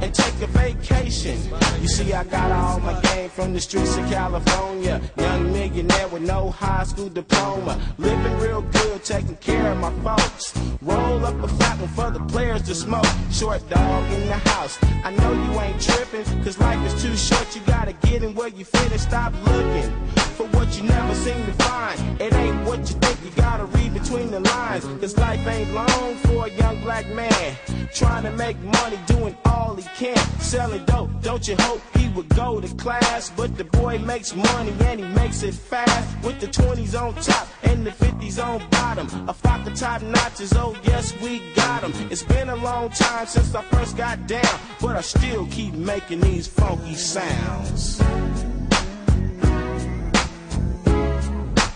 Q: and take a vacation. You see, I got all my game from the streets of California. Young millionaire with no high school diploma. Living real good, taking care of my folks. Roll up a fat one for the players to smoke. Short dog in the house. I know you ain't tripping, cause life is too short. You gotta get in where you fit and stop looking for what you never seem to find. It ain't what you think, you gotta read between the lines. Cause life ain't long for a young black man. Trying to make money, doing all he can. Selling dope, don't you hope he would go to class? But the boy makes money and he makes it fast. With the 20s on top and the 50s on bottom. A flock of top notches, oh yes, we got 'em. It's been a long time since I first got down. But I still keep making these funky sounds.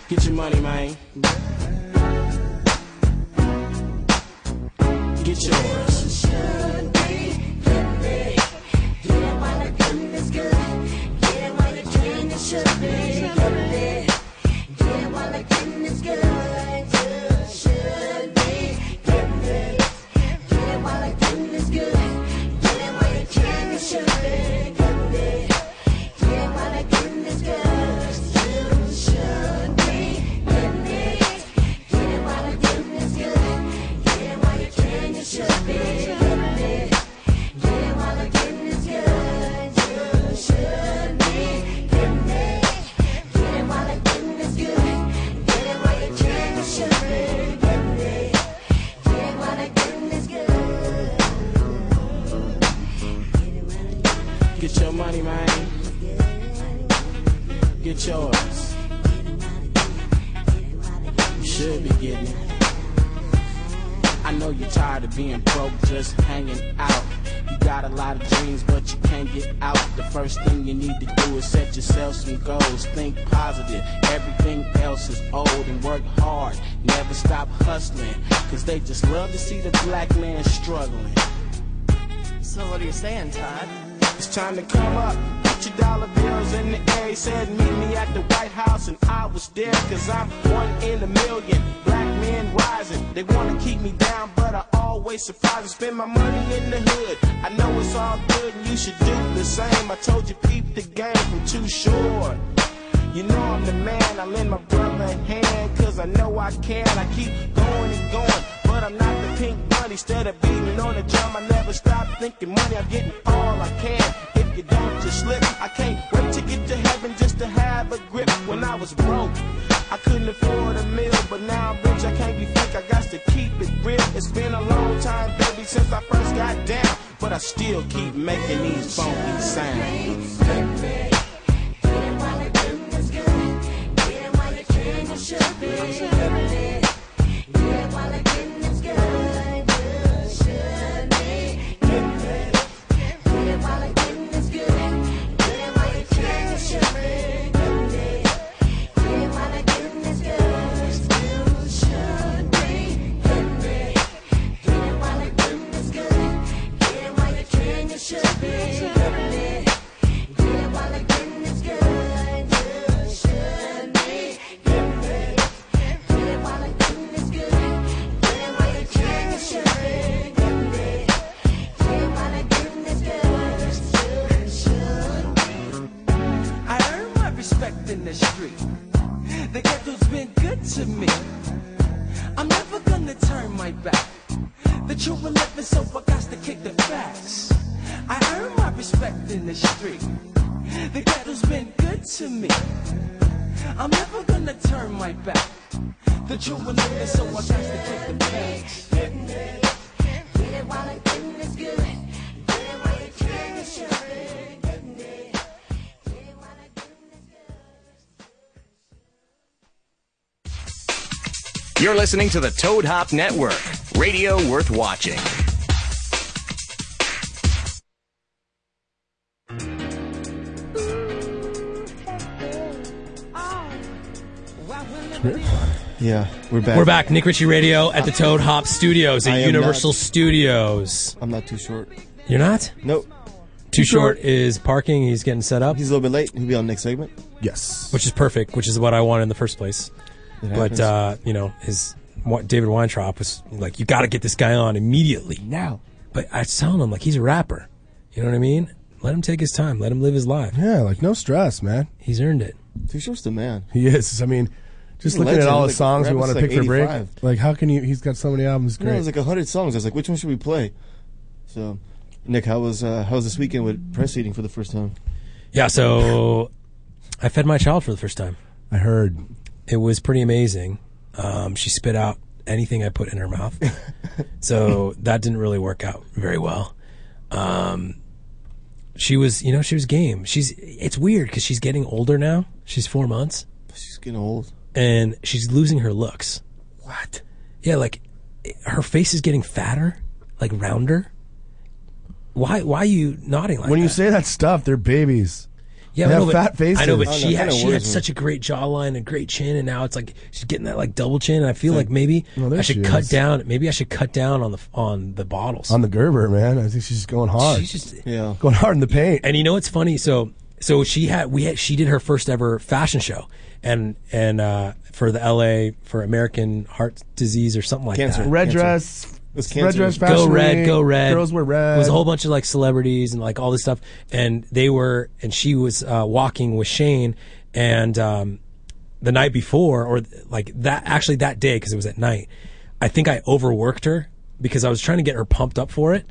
Q: Get your money, man. Get yours. Get your money, man. Get yours. You should be getting it. I know you're tired of being broke, just hanging out. You got a lot of dreams, but you can't get out. The first thing you need to do is set yourself some goals. Think positive. Everything else is old and work hard. Never stop hustling. Cause they just love to see the black man struggling.
J: So what are you saying, Todd?
Q: It's time to come up. Put your dollar bills in the air. He said, Meet me at the White House, and I was there. Cause I'm one in a million. Black men rising. They wanna keep me down, but I always surprised and spend my money in the hood. I know it's all good and you should do the same. I told you peep the game from too short. You know I'm the man, I lend my brother a hand, cause I know I can. I keep going and going, but I'm not the pink bunny. Instead of beating on the drum, I never stop thinking money. I'm getting all I can. If you don't just slip, I can't wait to get to heaven just to have a grip. When I was broke, I couldn't afford a meal, but now I'm rich, I can't be fake. I got to keep it real. It's been a long time, baby, since I first got down, but I still keep making these funky sounds.
R: I earn my respect in the street. The ghetto's been good to me. I'm never gonna turn my back. The truth will live so I got to kick the facts. I earn my respect in the street. The ghetto's been good to me. I'm never gonna turn my back. The truth will live so I got to kick the facts.
C: You're listening to the Toad Hop Network, radio worth watching.
H: Yeah, we're back.
G: We're back, Nick Ritchie Radio at the Toad Hop Studios
H: I
G: at
H: am
G: Universal
H: not-
G: Studios.
H: I'm not too short.
G: You're not?
H: Nope.
G: Too short is parking. He's getting set up. He's
H: a little bit late. He'll be on next segment.
I: Yes.
G: Which is perfect, which is what I wanted in the first place. But,
H: It happens.
G: uh, you know, his what David Weintraub was like, you got to get this guy on immediately. Now. But I was telling him, like, he's a rapper. You know what I mean? Let him take his time. Let him live his life.
I: Yeah, like no stress, man.
G: He's earned it.
H: Too short's the man.
I: He is. I mean,
H: He's
I: just
H: a
I: looking at
H: legend.
I: all the
H: Like,
I: songs we
H: Rabbit's
I: want to
H: like
I: pick for break.
H: 85.
I: Like, how can you? He's got so many albums.
H: No,
I: Great.
H: it was like hundred songs. I was like, which one should we play? So, Nick, how was uh, how was this weekend with press eating for the first time?
G: Yeah, so I fed my child for the first time.
I: I heard.
G: It was pretty amazing. Um, she spit out anything I put in her mouth. so that didn't really work out very well. Um, she was, you know, she was game. She's, it's weird because she's getting older now. She's four months.
H: She's getting old.
G: And she's losing her looks. What? Yeah, like her face is getting fatter, like rounder. Why, why are you nodding like
I: when
G: that?
I: you say that stuff, they're babies.
G: Yeah,
I: they
G: I
I: have
G: know, but-
I: fat faces.
G: I know, but she had, she had such a great jawline, a great chin, and now it's like she's getting that like double chin. And I feel
I: It's
G: like,
I: like-
G: maybe
I: Well, there
G: I should
I: she
G: cut
I: is.
G: down. Maybe I should cut down on the on the bottles.
I: on the Gerber, man. I think she's just going hard.
G: She's just-
H: yeah,
I: going hard in the paint.
G: and you know what's funny? So so she had we had, she did her first ever fashion show, and and uh, for the L.A. for American Heart Disease or something like
I: Cancer.
G: that.
I: Red dress. It was Red cancer. dress
G: Go
I: fashion
G: red.
I: week.
G: Go red.
I: Girls wear red.
G: It was a whole bunch of like celebrities and like all this stuff, and they were and she was uh, walking with Shane, and um, the night before or like that actually that day because it was at night, I think I overworked her because I was trying to get her pumped up for it,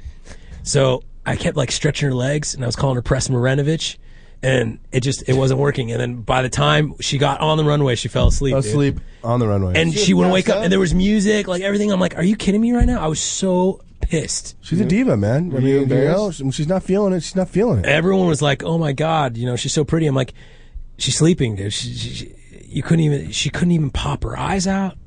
G: so I kept like stretching her legs and I was calling her Press Marenovic. And it just it wasn't working. And then by the time she got on the runway, she fell asleep. dude.
I: Asleep on the runway.
G: And she wouldn't wake up. And there was music, like everything. I'm like, are you kidding me right now? I was so pissed.
I: She's a diva, man.
G: Were
I: I mean,
G: you
I: you know,
G: embarrassed?
I: she- she's not feeling it. She's not feeling it.
G: Everyone was like, oh my God, you know, she's so pretty. I'm like, she's sleeping, dude. She, she, she, you couldn't even, she couldn't even pop her eyes out.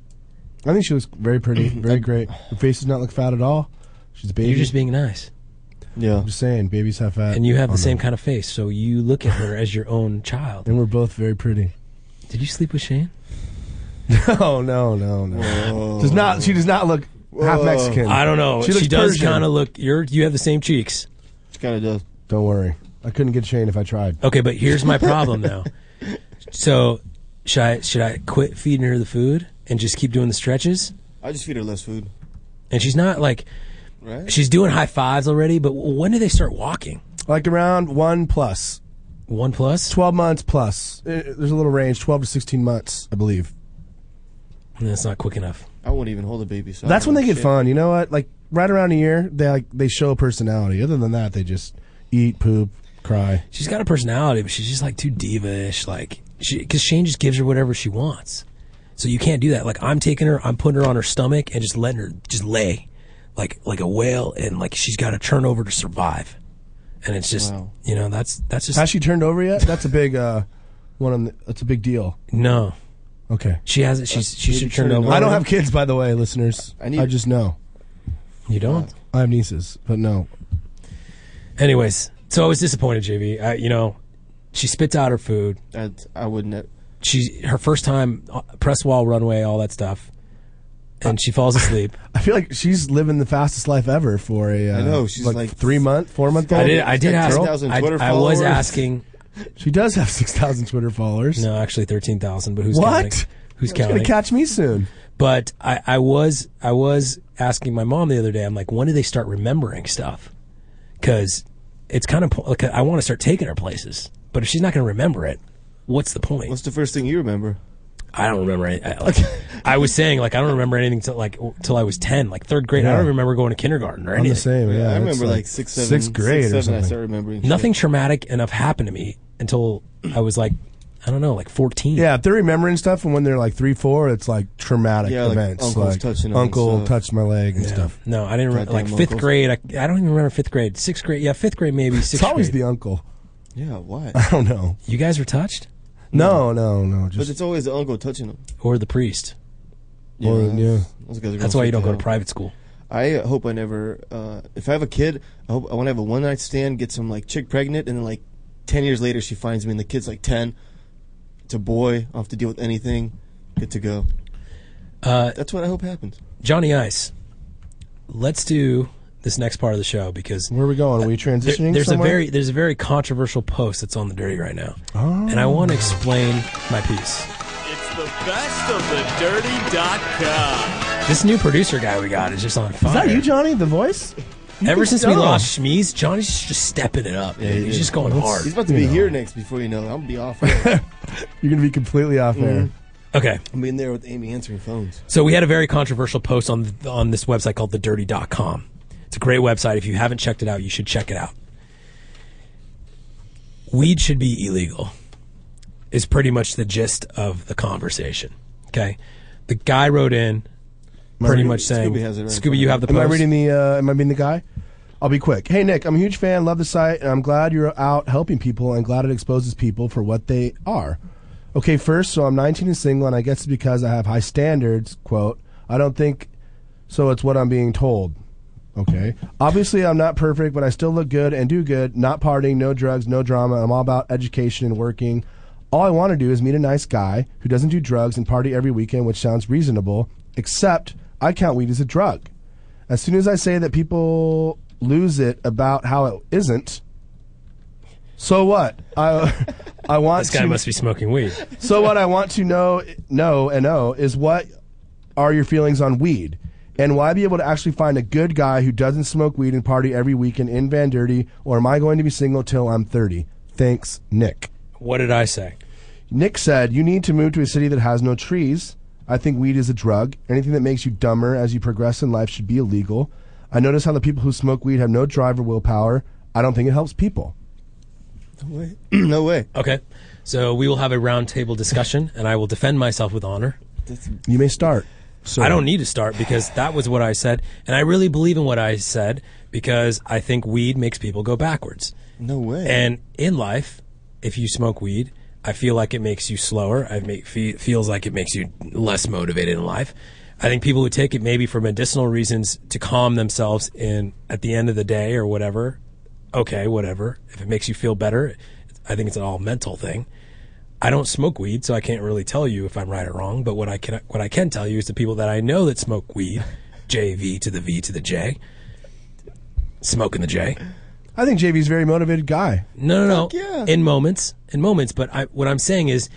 I: I think she looks very pretty, very great. Her face does not look fat at all. She's a baby.
G: You're just being nice.
H: Yeah,
I: I'm just saying, babies have fat.
G: And you have
I: on
G: the same
I: them.
G: kind of face. So you look at her as your own child.
I: And we're both very pretty.
G: Did you sleep with Shane?
I: No, no, no, no. Does not. She does not look half Mexican.
G: I don't know. She,
I: looks
G: does
I: Persian.
G: kind of look, you're, you have the same cheeks.
H: She kind of does.
I: Don't worry. I couldn't get Shane if I tried.
G: Okay, but here's my problem though. so should I, should I quit feeding her the food and just keep doing the stretches?
H: I just feed her less food.
G: And she's not like
H: Right.
G: She's doing high fives already, but when do they start walking?
I: Like around one plus.
G: One plus?
I: 12 months plus. Uh, There's a little range, 12 to 16 months, I believe.
G: That's not quick enough.
H: I won't even hold a baby. So I
I: That's
H: don't
I: when
H: know
I: they get
H: shit.
I: fun. You know what? Like right around a year, they like they show personality. Other than that, they just eat, poop, cry.
G: She's got a personality, but she's just like too diva-ish. Like she, because Shane just gives her whatever she wants. So you can't do that. Like I'm taking her, I'm putting her on her stomach and just letting her just lay, like like a whale, and like she's got to turn over to survive. And it's just
I: Wow.
G: you know that's that's just
I: Has she turned over yet? That's a big uh, one. On the, that's a big deal.
G: no.
I: Okay.
G: She hasn't. She's she should turn over.
I: I don't have kids, by the way, listeners. I,
G: need-
I: just know.
G: You don't.
I: I have nieces, but no.
G: Anyways, so I was disappointed, JV. I, you know, she spits out her food.
H: I wouldn't.
G: She her first time uh, press wall runway, all that stuff, and she falls asleep.
I: I feel like she's living the fastest life ever for a. Uh,
G: I know, she's
I: like, three month, four month.
G: I did. I did ask. I, I was asking.
I: She does have six thousand Twitter followers.
G: No, actually thirteen thousand. But who's
I: what?
G: counting? Who's
I: She's
G: counting?
I: Gonna catch me soon.
G: but I, I was I was asking my mom the other day. I'm like, when do they start remembering stuff? Because it's kind of like I want to start taking her places, but if she's not going to remember it, what's the point? What's
H: the first thing you remember?
G: I don't remember. it. I, like, I was saying like I don't remember anything till like w- till I was ten, like third grade. I
H: Yeah.
G: don't remember going to kindergarten or
I: I'm
G: anything.
I: the same. Yeah,
H: I
I: it's
H: remember like six, seven,
I: sixth grade
H: six,
I: or
H: seven,
I: something.
H: I start remembering. shit.
G: Nothing traumatic enough happened to me until I was like, I don't know, like fourteen.
I: Yeah, if they're remembering stuff and when they're like three, four, it's like traumatic
G: Yeah, like
I: events.
G: uncle's touching on
I: uncle
G: stuff.
I: touched my leg and
G: Yeah.
I: stuff.
G: No, I didn't remember. Like
I: Goddamn
G: fifth
I: uncles.
G: grade, I, I don't even remember fifth grade. Sixth grade, yeah, fifth grade maybe. Sixth
I: It's always
G: grade.
I: the uncle.
H: Yeah, why?
I: I don't know.
G: You guys were touched,
I: Oh, No, no, no.
H: But
I: Just
H: it's always the uncle touching them.
G: or the priest?
H: Yeah,
I: Well,
H: that's-
I: yeah.
H: those guys are
G: That's
H: gonna
G: why you
H: freak
G: don't
H: the
G: go to
H: hell.
G: private school.
H: I uh, hope I never. Uh, if I have a kid, I hope I want to have a one night stand, get some like chick pregnant, and then like ten years later she finds me, and the kid's like ten. It's a boy. I don't have to deal with anything. Good to go.
G: Uh,
H: That's what I hope happens.
G: Johnny Ice. Let's do this next part of the show because
I: where are we going? Are we
G: there-
I: transitioning?
G: there's
I: somewhere?
G: a very there's a very controversial post that's on the dirty right now,
I: Oh.
G: and I want to explain my piece.
S: It's the best of the dirty.com.
G: This new producer guy we got is just on
I: Is
G: fire.
I: that you, Johnny? The voice?
G: Ever
I: You
G: since
I: think-
G: we
I: oh.
G: lost Schmeez, Johnny's just stepping it up. dude. he's just going hard.
H: He's about to be here next before you know. it. I'm gonna be off. air.
I: You're gonna be completely
G: Mm-hmm.
I: off air.
H: Mhm.
G: Okay.
H: I'm in there with Amy answering phones.
G: So we had a very controversial post on on this website called thedirty.com. It's a great website. If you haven't checked it out, you should check it out. Weed should be illegal is pretty much the gist of the conversation. Okay. The guy wrote in
I: Am I
G: pretty
I: reading-
G: much saying
I: Scooby has it right in
G: Scooby, you have
I: front
G: the
I: of me.
G: post.
I: Am I reading the? Uh, am I being the guy? I'll be quick. Hey Nick, I'm a huge fan. Love the site, and I'm glad you're out helping people. and glad it exposes people for what they are. Okay, first, so I'm 19 and single, and I guess it's because I have high standards. Quote. I don't think so. It's what I'm being told. Okay. Obviously, I'm not perfect, but I still look good and do good. Not partying, no drugs, no drama. I'm all about education and working. All I want to do is meet a nice guy who doesn't do drugs and party every weekend, which sounds reasonable, except I count weed as a drug. As soon as I say that people lose it about how it isn't, so what? I, I want
G: This guy
I: to-
G: must be smoking weed.
I: so what I want to know, know and know is what are your feelings on weed, and will I be able to actually find a good guy who doesn't smoke weed and party every weekend in Van Dirty, or am I going to be single till I'm 30? Thanks, Nick.
G: What did I say?
I: Nick said, "You need to move to a city that has no trees. I think weed is a drug. Anything that makes you dumber as you progress in life should be illegal. I notice how the people who smoke weed have no drive or willpower. I don't think it helps people."
H: No way. no way.
G: Okay. So we will have a roundtable discussion and I will defend myself with honor.
I: You may start. So
G: I don't need to start because that was what I said, and I really believe in what I said because I think weed makes people go backwards.
H: No way.
G: And in life, if you smoke weed, I feel like it makes you slower. I make fe- feels like it makes you less motivated in life. I think people who take it maybe for medicinal reasons to calm themselves in at the end of the day or whatever. Okay, whatever. If it makes you feel better, I think it's an all mental thing. I don't smoke weed, so I can't really tell you if I'm right or wrong. But what I can what I can tell you is the people that I know that smoke weed, JV to the V to the J, smoking the J.
I: I think JV's a very motivated guy.
G: No, no, no.
I: Fuck yeah.
G: In moments, in moments. But I, what I'm saying is,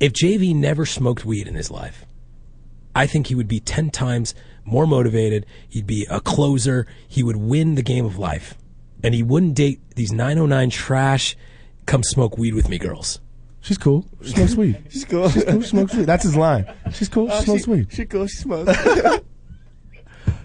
G: if JV never smoked weed in his life, I think he would be ten times more motivated. He'd be a closer. He would win the game of life. And he wouldn't date these 909 trash, come smoke weed with me girls.
I: She's cool. She smokes weed.
H: She's cool.
I: She's cool. She smokes weed. That's his line. She's cool.
H: Oh,
I: she smokes
H: she,
I: weed.
H: She cool. She smokes.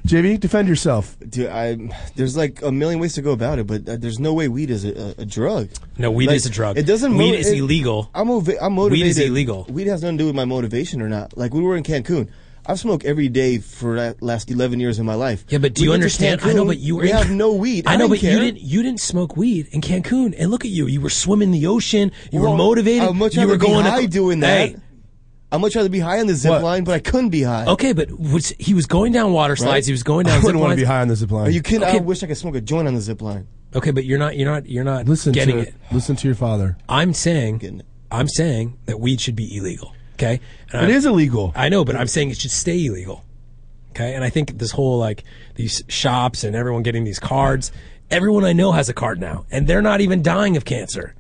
I: JV, defend yourself.
H: Dude, I there's like a million ways to go about it, but uh, there's no way weed is a, a, a drug.
G: No, weed
H: Like,
G: is a drug.
H: It doesn't.
G: Weed
H: motiv-
G: is
H: it-
G: illegal.
H: I'm, mova- I'm motivated.
G: Weed is illegal.
H: Weed has nothing to do with my motivation or not. Like we were in Cancun. I've smoked every day for the last 11 years of my life.
G: Yeah, but do
H: We
G: you
H: went to
G: understand? I know,
H: Cancun,
G: but you were.
H: We
G: in-
H: have no weed.
G: I know,
H: didn't
G: but
H: care.
G: you didn't. You didn't smoke weed in Cancun, and look at you. You were swimming in the ocean. You were
H: Well,
G: motivated.
H: I'd much
G: you
H: rather
G: were going
H: be
G: to-
H: high doing that.
G: Hey,
H: I'd much rather be high on the zip line, but I couldn't be high.
G: okay, but was, he was going down water slides. He was going down.
H: I wouldn't
G: zip
H: wanna
G: lines.
H: be high on the zip line. Are you kidding? I
G: Okay,
H: wish I could smoke a joint on the zip line.
G: okay, but you're not. You're not. You're not
I: Listen
G: getting
I: to
G: it.
I: listen to your father.
G: I'm saying. I'm saying that weed should be illegal. Okay, and
I: It
G: I'm-
I: is illegal.
G: I know, but I'm saying it should stay illegal. Okay, and I think this whole like these shops and everyone getting these cards. Everyone I know has a card now, and they're not even dying of cancer.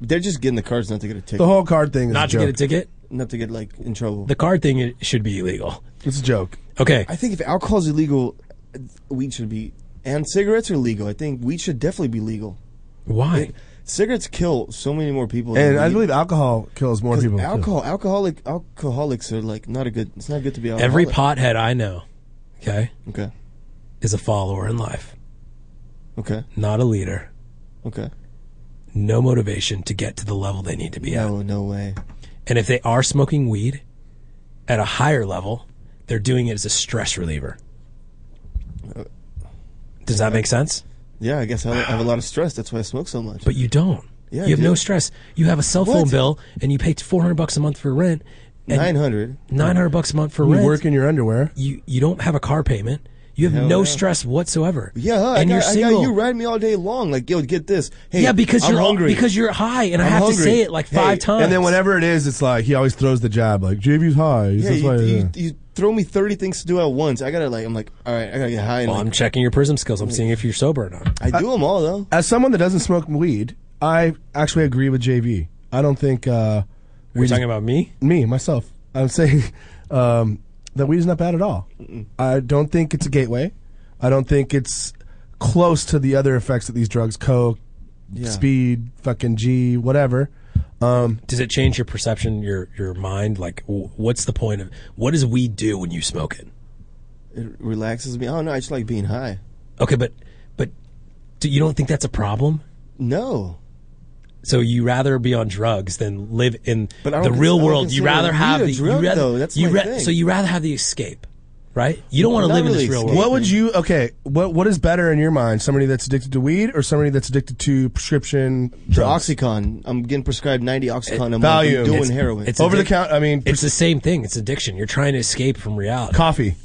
H: They're just getting the cards not to get a ticket.
G: The whole
I: card thing
G: Not to get a ticket.
H: Not to get like in trouble.
G: The card thing it should be illegal.
I: It's a joke.
G: Okay.
H: I think if alcohol's illegal, uh, weed should be, and cigarettes are legal. I think weed should definitely be legal.
G: Why?
H: cigarettes kill so many more people. than
I: And I
H: weed.
I: believe alcohol kills more
H: 'Cause
I: people. too.
H: Alcohol, alcoholic, alcoholics are like not a good. It's not good to be. Alcoholic.
G: Every pothead I know, okay,
H: okay,
G: is a follower in life.
H: Okay.
G: Not a leader.
H: Okay.
G: No motivation to get to the level they need to be at.
H: No, no way.
G: And if they are smoking weed at a higher level, they're doing it as a stress reliever.
H: Uh,
G: Does that make sense?
H: Yeah, I guess I have a lot of stress. That's why I smoke so much.
G: But you don't.
H: Yeah, I
G: you have no
H: do.
G: stress. You have a cell phone
H: What?
G: bill and you pay 400 bucks a month for rent. and-
H: 900.
G: 900 bucks a month for
I: You
G: rent.
I: work in your underwear.
G: You you don't have a car payment. You have
H: Hell
G: no
H: yeah.
G: stress whatsoever.
H: Yeah, huh,
G: and
H: I,
G: you're
H: got,
G: single.
H: I got you riding me all day long. Like, yo, get this. Hey,
G: yeah, because
H: I'm
G: you're
H: hungry.
G: because you're high, and I
H: I'm
G: have to
H: hungry.
G: say it like five times.
I: And then whenever it is, it's like he always throws the jab. Like JV's high. He's
H: Yeah,
I: just
H: you,
I: like, uh,
H: you,
I: yeah.
H: you throw me thirty things to do at once. I gotta like, I'm like, all right, I gotta get high. And
G: Well,
H: like,
G: I'm checking your prism skills. I'm seeing if you're sober or not.
H: I do them all though.
I: As someone that doesn't smoke weed, I actually agree with JV. I don't think. Uh,
G: Are you talking about me?
I: Me, myself. I'm saying um, that weed is not bad at all. I don't think it's a gateway. I don't think it's close to the other effects of these drugs coke,
G: Yeah.
I: speed, fucking G, whatever. Um,
G: Does it change your perception, your your mind? Like, w- what's the point of what does weed do when you smoke it?
H: It relaxes me. I don't know. I just like being high.
G: Okay, but but do you don't think that's a problem?
H: No.
G: So you rather be on drugs than live in the
H: I don't
G: real
H: cons- I don't
G: world. You
H: consider
G: rather
H: weed
G: have
H: a
G: the
H: drug,
G: you rather
H: though. That's
G: you
H: my thing.
G: so you rather have the escape, right? You don't want to live in this real world.
I: What would you? Okay, what what is better in your mind? Somebody that's addicted to weed or somebody that's addicted to prescription drugs?
H: Oxycontin. I'm getting prescribed ninety Oxycontin a month.
I: Valium.
H: I'm doing
I: It's-
H: heroin.
I: it's Over addic- the count- I mean,
G: it's the same thing. It's addiction. You're trying to escape from reality.
I: Coffee.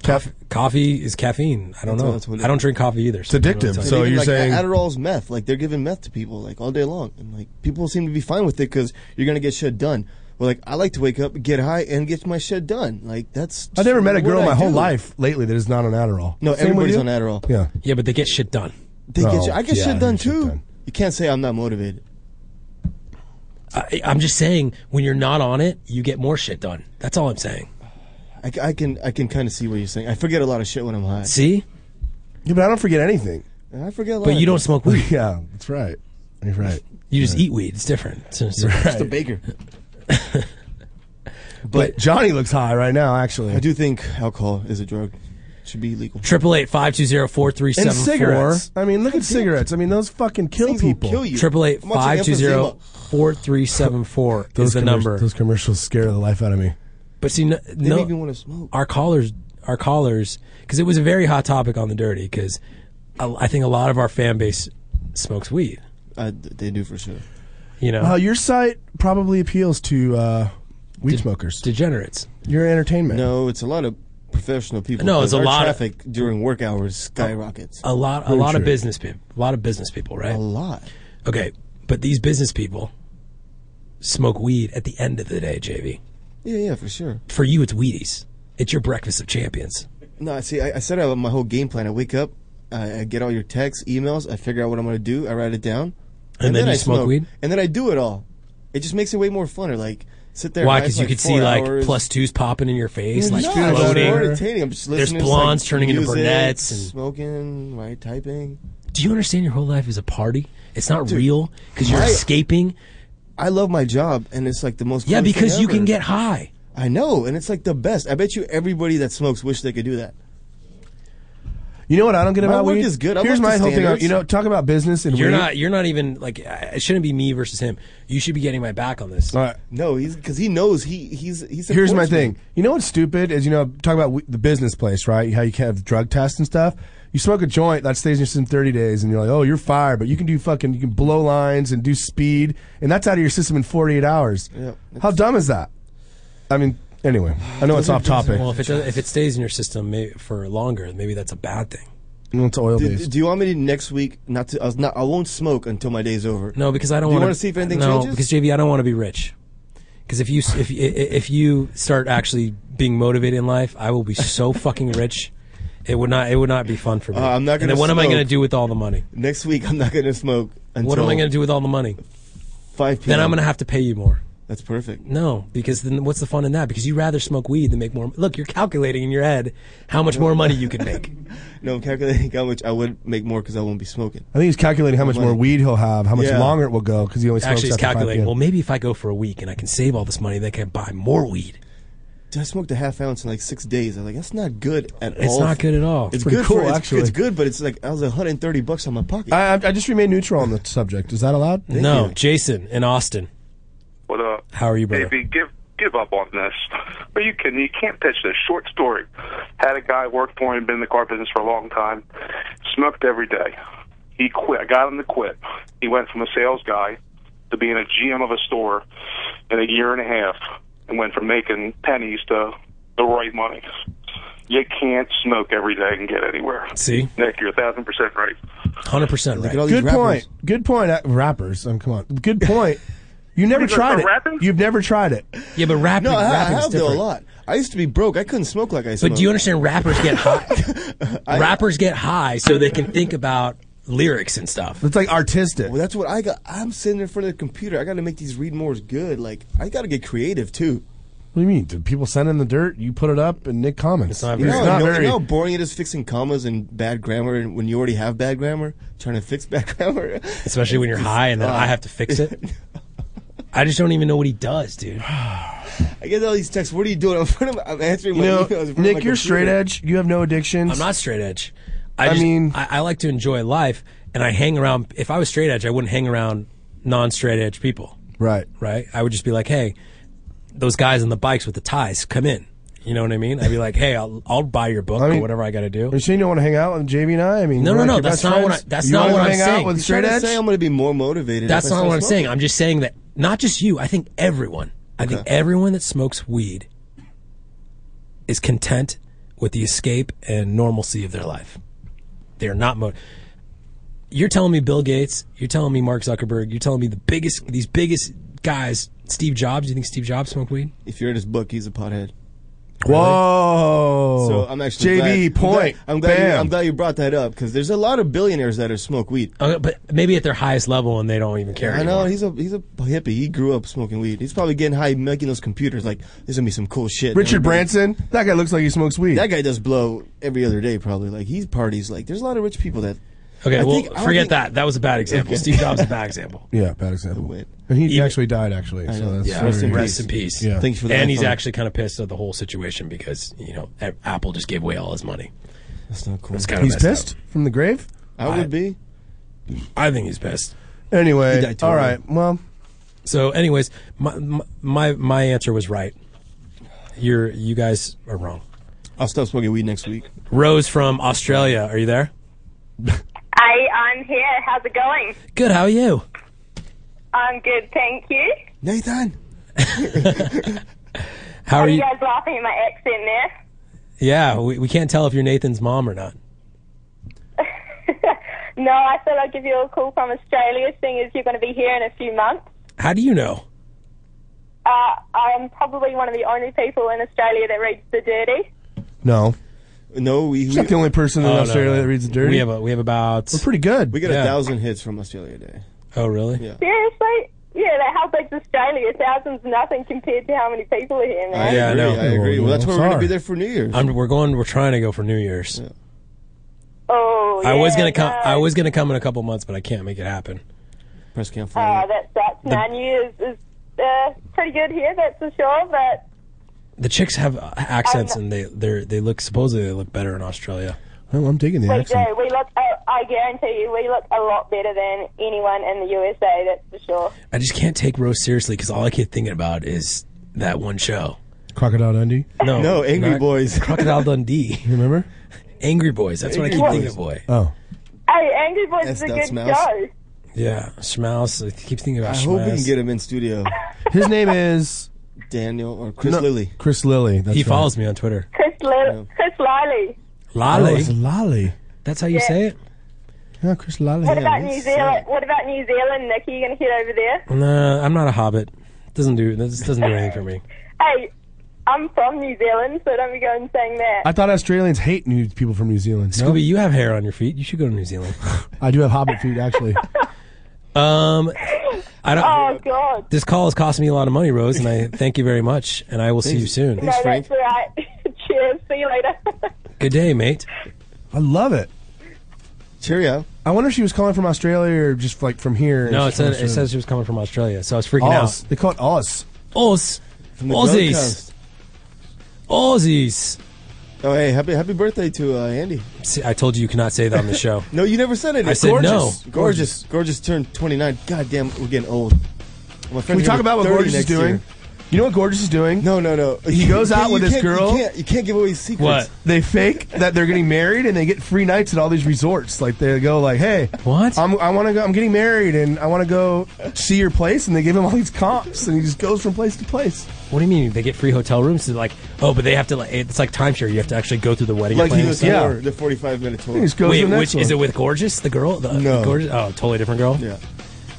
G: Coffee, coffee is caffeine. I don't
H: That's what-
G: know.
H: that's what it-
G: I don't drink coffee either. so I don't know what to tell
H: They're
G: you.
H: giving, like, Adderall's meth? Like they're giving meth to people like all day long, and like people seem to be fine with it because you're gonna get shit done. Well, like I like to wake up, get high, and get my shit done. Like that's.
I: I've never met a
H: what
I: girl
H: I
I: my whole
H: do.
I: life lately that is not on Adderall.
H: No,
I: Same with
H: everybody's
I: you?
H: on Adderall.
I: Yeah, Oh,
G: yeah, but they get shit done.
H: They get shit- I get
G: yeah,
H: shit done
G: I get shit
H: too. You can't say I'm not motivated.
G: I, I'm just saying, when you're not on it, you get more shit done. That's all I'm saying.
H: I, I can I can kind of see what you're saying. I forget a lot of shit when I'm high.
G: See?
I: Yeah, but I don't forget anything.
H: I forget a lot.
G: But you don't smoke weed.
I: yeah, that's right. You're right.
G: You just eat weed. It's different. It's, it's
I: Right.
H: Just a baker.
I: But Johnny looks high right now. Actually,
H: I do think alcohol is a drug. Should be legal.
G: Triple eight five two zero four three
I: and
G: seven four.
I: cigarettes. I mean, look at cigarettes. I mean, those fucking kill people.
G: Triple eight five two zero four three seven four
I: Those
G: is the
I: commer-
G: number.
I: Those commercials scare the life out of me.
G: But see, no, no
H: make me wanna smoke.
G: our callers, our callers, because it was a very hot topic on the dirty. Because I, I think a lot of our fan base smokes weed.
H: Uh, they do for sure.
G: You know,
I: Uh, your site probably appeals to uh, weed smokers,
G: degenerates.
I: Your entertainment.
H: No, it's a lot of professional people.
G: No, it's
H: 'cause
G: a
H: our
G: lot of-
H: traffic during work hours skyrockets.
G: a lot, a lot of business people, a lot of business people, right? A
H: lot.
G: Okay, but these business people smoke weed at the end of the day, JV.
H: Yeah, yeah, for sure.
G: For you, it's Wheaties. It's your breakfast of champions.
H: No, I see, I, I set out my whole game plan. I wake up, I, I get all your texts, emails, I figure out what I'm going to do, I write it down,
G: And then you
H: I
G: smoke weed?
H: and then I do it all. It just makes it way more funner. Like sit there.
G: Why?
H: and
G: Because
H: ice,
G: you could
H: four
G: see like
H: hours.
G: plus twos popping in your face,
H: Yeah,
G: like
H: just feel it's
G: floating.
H: more entertaining. I'm just
G: There's
H: listening to,
G: blondes
H: like,
G: turning into
H: music,
G: brunettes. And
H: smoking, right? Typing.
G: do you understand your whole life is a party? It's not
H: Dude,
G: real because you're
H: my-
G: escaping.
H: I love my job, and it's like the most.
G: Yeah,
H: fun thing
G: because you can
H: ever.
G: get high.
H: I know, and it's like the best. I bet you everybody that smokes wish they could do that.
I: You know what I don't get
H: My
I: about
H: work
I: weed?
H: is good. I
I: Here's
H: work
I: my
H: to
I: whole thing.
H: standards.
I: You know, talk about business and
G: You're
I: weed.
G: not. You're not even like. I- It shouldn't be me versus him. You should be getting my back on this.
H: No, he's because he knows he he's he's. a
I: Here's my
H: sportsman.
I: thing. You know what's stupid is you know talk about we- the business place, right? How you can have drug tests and stuff. You smoke a joint that stays in your system 30 days, and you're like, oh, you're fired. But you can do fucking, you can blow lines and do speed, and that's out of your system in 48 hours.
H: Yeah.
I: How dumb is that? I mean, anyway, I know it's off topic.
G: Well, if it does, if it stays in your system may for longer, maybe that's a bad thing.
I: No, it's oil
H: Do,
I: based.
H: do you want me to next week not to? I, was not, I won't smoke until my day's over.
G: No, because I don't
H: Do you
G: want
H: wanna see if anything
G: no,
H: changes?
G: Because JV, I don't want to be rich. Because if you if if you start actually being motivated in life, I will be so fucking rich. It would not. It would not be fun for me.
H: Uh, I'm not
G: And
H: gonna
G: then what am I
H: smoke.
G: going to do with all the money?
H: next week I'm not going to smoke. Until
G: what am I going to do with all the money?
H: Five. PM.
G: Then I'm going to have to pay you more.
H: That's perfect.
G: No, because then what's the fun in that? Because you rather smoke weed than make more. Look, you're calculating in your head how much more money you could make.
H: No, I'm calculating how much I would make more because I won't be smoking.
I: I think he's calculating how much more weed he'll have, how much
H: Yeah.
I: longer it will go, because he only smokes
G: Actually, it's
I: after 5
G: calculating.
I: p.m.
G: Well, maybe if I go for a week and I can save all this money, then I can buy more weed.
H: Dude, I smoked a half ounce in like six days. I was like, that's not good at all.
G: It's not good at all.
H: It's
I: Pretty
H: good
I: cool,
H: for, it's-
I: actually.
H: It's, good, but it's like I was 130 bucks on my pocket.
I: I, I- I just remain neutral on the subject. Is that allowed?
G: no, Jason in Austin.
T: What up?
G: How are you, brother?
T: Baby, give give up on this. Are you kidding? me? You can't pitch this. Short story. Had a guy work for him, been in the car business for a long time, smoked every day. He quit. I got him to quit. He went from a sales guy to being a GM of a store in a year and a half, and went from making pennies to the right money. You can't smoke every day and get anywhere.
G: See?
T: Nick, you're a thousand percent right.
G: Hundred percent right.
I: Good point. Good point. Uh, rappers. Um, come on. Good point. You never
H: guys
I: tried
H: are
I: it. You've never tried it.
G: Yeah, but rap,
H: no, I, I
G: rapping's
H: have though a
G: different.
H: lot. I used to be broke. I couldn't smoke like I smoked.
G: But do you understand? Rappers get high. rappers get high so they can think about lyrics and stuff.
I: It's like artistic.
H: Well, that's what I got. I'm sitting in front of the computer. I got to make these read mores good. Like I got to get creative too.
I: What do you mean? Did people send in the dirt? You put it up and Nick comments. It's not
H: You know,
I: It's
H: you
I: not
H: know- you
I: very.
H: know how boring it is fixing commas and bad grammar, and when you already have bad grammar, trying to fix bad grammar.
G: Especially when you're high and then I have to fix it. I just don't even know what he does, dude.
H: I get all these texts. What are you doing? I'm, front of, I'm answering
I: You
H: my
I: know,
H: emails. in front of my
I: Nick, you're
H: computer.
I: straight edge. You have no addictions.
G: I'm not straight edge. I,
I: I
G: mean, I, I like to enjoy life, and I hang around. If I was straight edge, I wouldn't hang around non-straight edge people,
I: Right.
G: right? I would just be like, hey, those guys on the bikes with the ties, come in. You know what I mean? I'd be like, hey, I'll, I'll buy your book
I: I
G: or
I: mean-
G: whatever I got to do.
I: You're saying you don't want to hang out with JV and I? I mean,
G: No,
I: we're
G: no,
I: like
G: no,
I: your
G: that's
I: best
G: not what
I: friends.
G: I- that's
I: You
G: not
I: wanna
G: what I'm
I: hang out
G: saying.
I: with
G: You're
I: straight
H: trying to
I: edge?
H: say I'm going to be more motivated.
G: That's
H: if I
G: not
H: start
G: what I'm saying.
H: smoking.
G: I'm just saying that not just you. I think everyone. I think everyone that smokes weed is content with the escape and normalcy of their life. They are not. Mo- you're telling me Bill Gates. You're telling me Mark Zuckerberg. You're telling me the biggest these biggest guys. Steve Jobs. You think Steve Jobs smoked weed?
H: If you're in his book, he's a pothead.
I: Whoa.
H: So I'm actually
I: JV
H: glad-
I: point.
H: I'm glad, I'm glad, you,
I: Bam.
H: I'm glad you brought that up because there's a lot of billionaires that are smoke weed.
G: Uh, but maybe at their highest level, and they don't even care.
H: I know
G: anymore.
H: he's a he's a hippie. He grew up smoking weed. He's probably getting high, making those computers. Like there's gonna be some cool shit.
I: Richard
H: Everybody-
I: Branson. That guy looks like he smokes weed.
H: That guy does blow every other day, probably. Like he parties. Like there's a lot of rich people that.
G: Okay,
H: I
G: well,
H: think- I don't
G: forget
H: think-
G: that. That was a bad example.
H: Okay.
G: Steve Jobs is a bad example.
I: Yeah, bad example. And he actually died, actually.
H: I
I: So
H: know.
I: that's
G: Yeah,
I: very-
G: rest, in, peace.
I: Yeah.
G: and he's actually kind of pissed at the whole situation because you know A- Apple just gave away all his money.
H: That's not cool.
G: That's kind of
I: He's pissed from the grave?
H: I would be.
G: I think he's pissed.
I: Anyway,
G: He died too
I: all
G: early.
I: right. Well,
G: So, anyways, my my- my my answer was right. You're you guys are wrong.
H: I'll stop smoking weed next week.
G: Rose from Australia, are you there?
U: Hey, I'm here. How's it going?
G: Good. How are you?
U: I'm good, thank you.
H: Nathan.
G: How are you?
U: guys laughing at my accent there?
G: Yeah, we, we can't tell if you're Nathan's mom or not.
U: No, I thought I'd give you a call from Australia, seeing as you're going to be here in a few months.
G: How do you know?
U: Uh, I'm probably one of the only people in Australia that reads The Dirty.
I: no.
H: No, we.
I: He's not the only person in
G: Oh, no,
I: Australia
G: no.
I: that reads the dirty.
G: We have a, we have about
I: We're pretty good.
H: We got
G: Yeah.
H: a thousand hits from Australia Day.
G: Oh really?
H: Yeah.
U: Seriously? Yeah, like how big's Australia? A thousand's nothing compared to how many people are here, man.
G: yeah, I know.
H: I agree. Well, that's where we're gonna be
G: there
H: for New Year's.
G: I'm, we're going. We're trying to go for New Year's.
U: Oh,
G: I was
U: yeah,
G: gonna come.
U: no.
G: I was gonna come in a couple months, but I can't make it happen.
H: Press can't
U: Oh, that sucks.
G: The-
U: Nine years is uh, pretty good here, that's for sure. But
G: The chicks have uh, accents, and they they they look supposedly they look better in Australia.
I: Well, I'm digging
G: the
U: we do. We look. Uh, I guarantee you, we look a lot better than anyone in the USA. That's for sure.
G: I just can't take Rose seriously because all I keep thinking about is that one show.
I: Crocodile Dundee.
G: No,
I: No, Angry
G: Boys, Crocodile Dundee.
I: You remember?
G: Angry Boys. That's what I
I: Angry
G: keep
I: Boys.
G: thinking, boy.
I: Oh,
U: Hey, Angry Boys
H: That's
U: is a
H: Dutch
U: good
H: Mouse.
U: show.
G: yeah, Schmaus. I keep thinking
H: I
G: about.
H: hope we can
G: Schmaus.
H: get him in studio.
I: His name is
H: Daniel or Chris
I: No,
H: Lilly.
I: Chris Lilly. That's
G: He
I: right.
G: follows me on Twitter.
U: Chris, Lil- Chris Liley.
G: Lolly.
I: Oh, it's Lolly.
G: That's how you
U: Yeah.
G: say it.
I: Yeah, Chris Lolly.
U: What about New Zealand? What about New Zealand, Nick? Are you going to head over there?
G: Nah, I'm not a hobbit. Doesn't do this doesn't do anything for me.
U: Hey, I'm from New Zealand, so don't be going saying that.
I: I thought Australians hate new people from New Zealand. No?
G: Scooby, you have hair on your feet. You should go to New Zealand.
I: I do have hobbit feet, actually.
G: Um, I don't.
U: Oh God.
G: This call is costing me a lot of money, Rose, and I thank you very much. And I will see you soon.
U: no, that's all right. Cheers. See you later.
G: Good day, mate.
I: I love it.
H: Cheerio.
I: I wonder if she was calling from Australia or just like from here.
G: No, it
I: It's
G: said
I: from-
G: it says she was coming from Australia, so I was freaking
I: Oz. They call it Oz.
G: out. Oz,
H: From the Gold
G: Aussies,
H: Coast.
G: Aussies.
H: Oh, hey, happy happy birthday to uh, Andy.
G: See, I told you you cannot say that on the show.
H: No, you never said it.
G: I
H: It's
G: said
H: gorgeous.
G: no.
H: Gorgeous. Gorgeous turned 29. God damn, we're getting old. My friend's
I: Can we
H: gonna
I: talk
H: be
I: about what
H: 30
I: Gorgeous is
H: next
I: doing?
H: year.
I: You know what Gorgeous is doing?
H: No, no, no.
I: He
H: You
I: goes
H: can't-
I: out with
H: you
I: this
H: can't-
I: girl.
H: You can't, you can't give away secrets.
I: They fake that they're getting married and they get free nights at all these resorts. Like they go like, "Hey,
G: what?
I: I'm, I want to go. I'm getting married and I want to go see your place." And they give him all these comps, and he just goes from place to place.
G: What do you mean they get free hotel rooms? They're like, oh, but they have to like it's like timeshare. You have to actually go through the wedding.
H: Like
G: planning
H: the
G: stuff.
H: tour, the 45 minute tour.
G: Wait, which is it with gorgeous the girl? The,
H: No.
G: the gorgeous. Oh, totally different girl.
H: Yeah.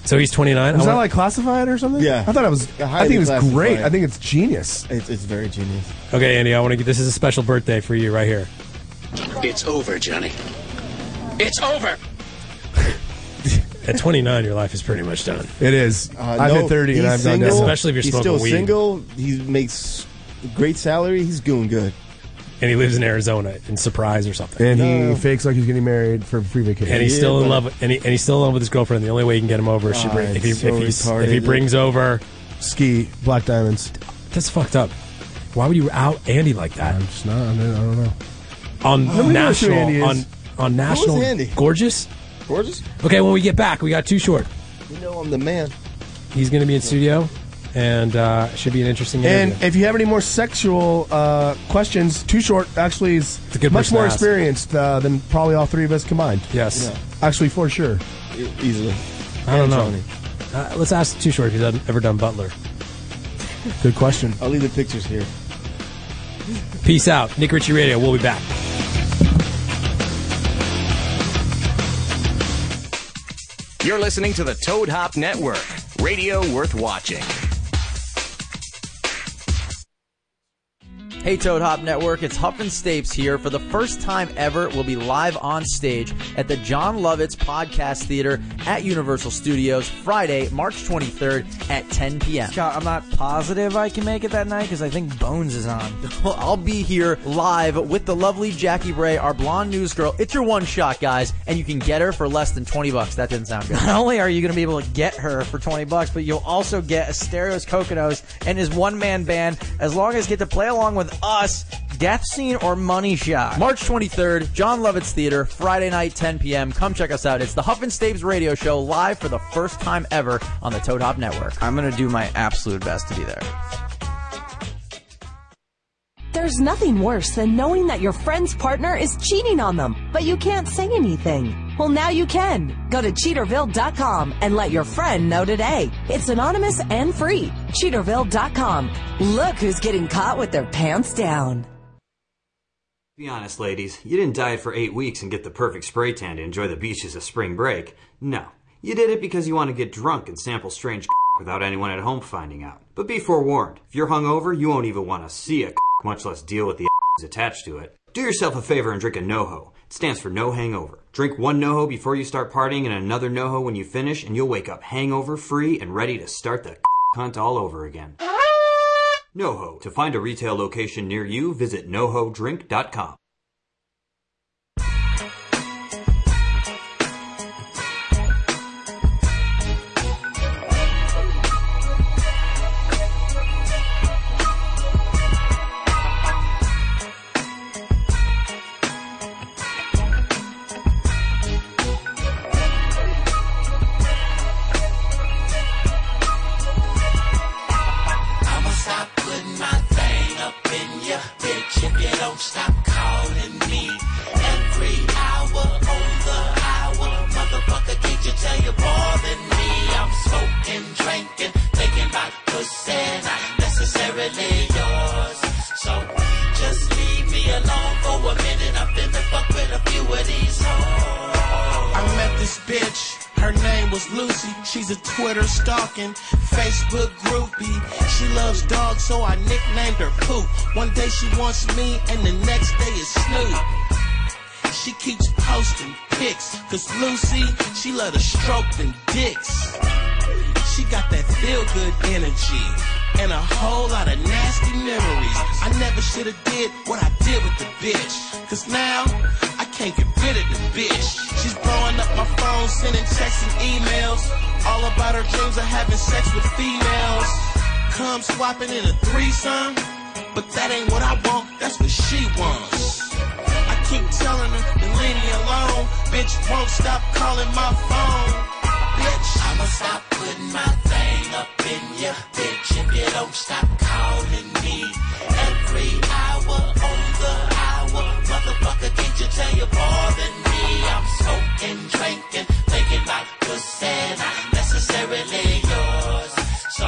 G: So he's 29.
I: Was
G: I
I: that
G: want-
I: like classified or something?
G: Yeah.
I: I thought it was. I
G: Highly
I: think it was
G: classified.
I: great. I think it's genius.
H: It's, it's very genius.
G: okay, Andy, I want to get this is a special birthday for you right here.
B: It's over, Johnny. It's over.
G: At 29, your life is pretty much done.
I: It is. I've hit 30 and
H: Uh, he's
I: I've gone down.
G: Especially if you're
H: he's
G: smoking
H: still
G: weed.
H: single. He makes great salary. He's doing good.
G: And he lives in Arizona in Surprise or something.
I: And he fakes like he's getting married for free vacation.
G: And he's still in love. With, and, he, and he's still in love with his girlfriend. The only way he can get him over is she
I: Ah,
G: bring, if he
I: it's so
G: if, he's, if he
I: retarded.
G: brings over
I: ski black diamonds.
G: That's fucked up. Why would you out Andy like that? I'm
I: just not. I don't, I don't know.
G: On
I: Nobody knows who Andy
G: national
I: is.
G: on on
I: Who is
G: national
I: Andy?
G: gorgeous.
H: Gorgeous.
G: Okay, when we get back, we got too short.
H: You know I'm the man.
G: He's going to be in studio, and uh, should be an interesting interview.
I: And if you have any more sexual uh, questions, Too Short actually is
G: a good
I: much
G: person
I: more
G: to ask.
I: experienced uh, than probably all three of us combined.
G: Yes.
I: Actually, for sure.
H: E- easily.
G: I don't
H: And
G: know.
H: Tony.
G: Uh, let's ask Too Short if he's done- ever done Butler.
I: Good question.
H: I'll leave the pictures here.
G: Peace out, Nick Ritchie Radio. We'll be back.
C: You're listening to the Toad Hop Network, radio worth watching.
N: Hey Toad Hop Network, it's Huff and Stapes here. For the first time ever, we'll be live on stage at the John Lovitz Podcast Theater at Universal Studios Friday, March 23rd at 10 p.m. Scott, I'm not positive I can make it that night because I think Bones is on. I'll be here live with the lovely Jackie Bray, our blonde news girl. It's your one shot, guys, and you can get her for less than 20 bucks. That didn't sound good. Not only are you going to be able to get her for 20 bucks, but you'll also get Asterios Kokonos and his one man band as long as you get to play along with us, Death Scene or Money Shot. March 23rd, John Lovitz Theater, Friday night, 10 p.m. Come check us out. It's the Huff and Staves radio show live for the first time ever on the Toad Hop Network. I'm going to do my absolute best to be there.
V: There's nothing worse than knowing that your friend's partner is cheating on them, but you can't say anything. Well, now you can. Go to cheaterville.com and let your friend know today. It's anonymous and free. Cheaterville.com. Look who's getting caught with their pants down.
M: Be honest, ladies, you didn't diet for eight weeks and get the perfect spray tan to enjoy the beaches of spring break. No, you did it because you want to get drunk and sample strange without anyone at home finding out. But be forewarned, if you're hungover, you won't even want to see a much less deal with the attached to it. Do yourself a favor and drink a NoHo. It stands for no hangover. Drink one NoHo before you start partying and another NoHo when you finish, and you'll wake up hangover free and ready to start the hunt all over again. NoHo. To find a retail location near you, visit nohodrink.com.
D: I'ma stop putting my thing up in your bitch if you don't stop calling me every hour on the hour. Motherfucker, can't you tell you're bothering me? I'm smoking, drinking, thinking about pussy, not necessarily yours. So just leave me alone for a minute. I'm finna fuck with a few of these hoes.
Q: I met this bitch. Her name was Lucy. She's a Twitter stalking, Facebook groupie. She loves dogs, so I nicknamed her Poop. One day she wants me, and the next day is Snoop. She keeps posting pics, cause Lucy, she love to stroke them dicks. She got that feel good energy and a whole lot of nasty memories. I never should have did what I did with the bitch. Cause now I can't get rid of the bitch. She's blowing up my phone, sending texts and emails. All about her dreams of having sex with females. Come swapping in a threesome. But that ain't what I want, that's what she wants. I keep telling her to leave me alone. Bitch won't stop calling my phone.
D: bitch. I'ma stop putting my thing up in ya, bitch. If you don't stop calling me every hour on the hour, motherfucker, can't you tell you're bothering me? I'm smoking, drinking, thinking about pussy, not necessarily yours. So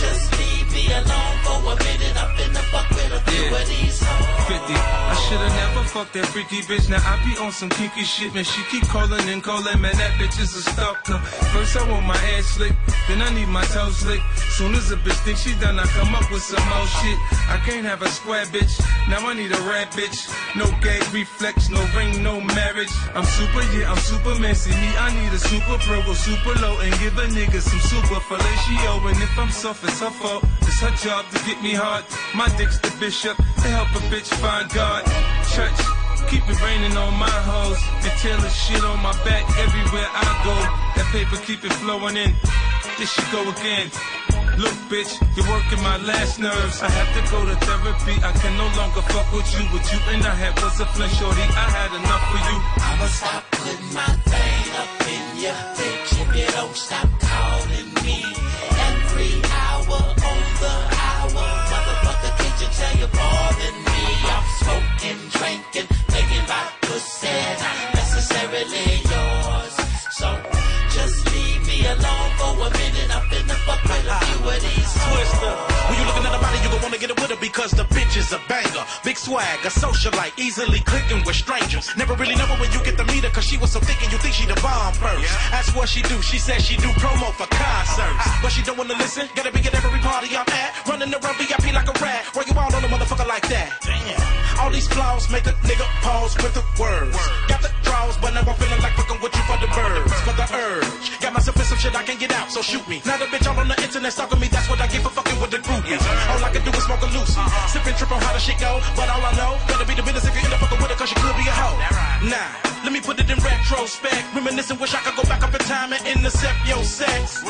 D: just leave me alone for a minute. I'm finna fuck with a few of these hoes.
E: 50. I should've never fucked that freaky bitch. Now I be on some kinky shit, man. She keep calling and calling, man. That bitch is a stalker. First I want my ass slick, then I need my toes licked. Soon as a bitch think she done, I come up with some more shit. I can't have a square bitch. Now I need a rat bitch. No gag reflex, no ring, no marriage. I'm super, yeah, I'm Superman. See me, I need a super pro, go super low, and give a nigga some super fellatio. And if I'm soft, it's her fault. It's her job to get me hard. My dick's the bishop to help a bitch find God. Church, keep it raining on my hoes. And tail of shit on my back everywhere I go. That paper keep it flowing in. This shit go again. Look, bitch, you're working my last nerves. I have to go to therapy. I can no longer fuck with you. What you and I had was a fling, shorty. I had enough for you.
D: I'ma stop putting my thing up in ya, bitch. If you don't stop calling me every hour on the hour, motherfucker, can't you tell you're bothering me? I'm smoking, drinking, thinking about pussy, not necessarily yours. So just leave me alone for a minute. I'm finna fuck with a few of these.
W: Twister. When you looking at a body, you gon' wanna get it with her because the bitch is a banger. Big swag, a socialite, easily clicking with strangers. Never really know her when you get to meet her cause she was so thick and you think she the bomb first. That's what she do. She says she do promo for concerts.
D: Ah.
W: But she don't wanna listen, gotta be at every party I'm at. Running around VIP like a rat. Roll you out on a motherfucker like that. Damn. All these flaws make a nigga pause with the words. Got the draws, but now I'm feeling like fucking with you for the birds. For the urge. Got myself in some shit I can't get out, so shoot me. Now the bitch all on the internet stalking me, that's what I get for fucking with the groupies. all I can do is smoke a loose. Sipping, tripping, how the shit go. But all I know, better be the business if you end up fucking with her, cause she could be a hoe. Nah, let me put it in retrospect. Reminiscing, wish I could go back up in time and intercept your sex.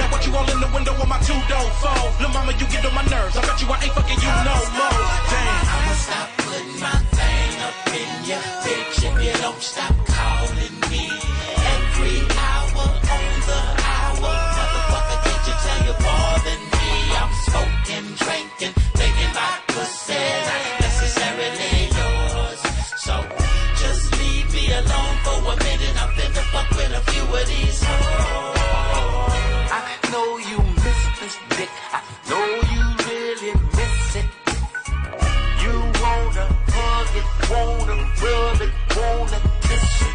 W: Now what you all in the window with my two don't fold. Lil' mama, you get on my nerves. I bet you I ain't fucking you no more. Damn.
D: I'ma stop putting my thing up in ya, bitch. If you don't stop calling me every hour on the hour, motherfucker, can't you tell you're bothering me? I'm smoking, drinking, thinking about pussy, not necessarily yours. So just leave me alone for a minute. I'm finna fuck with a few of these hoes.
E: I know you miss this dick. I
D: know you really miss it. You wanna hug it, wanna rub it, wanna kiss it.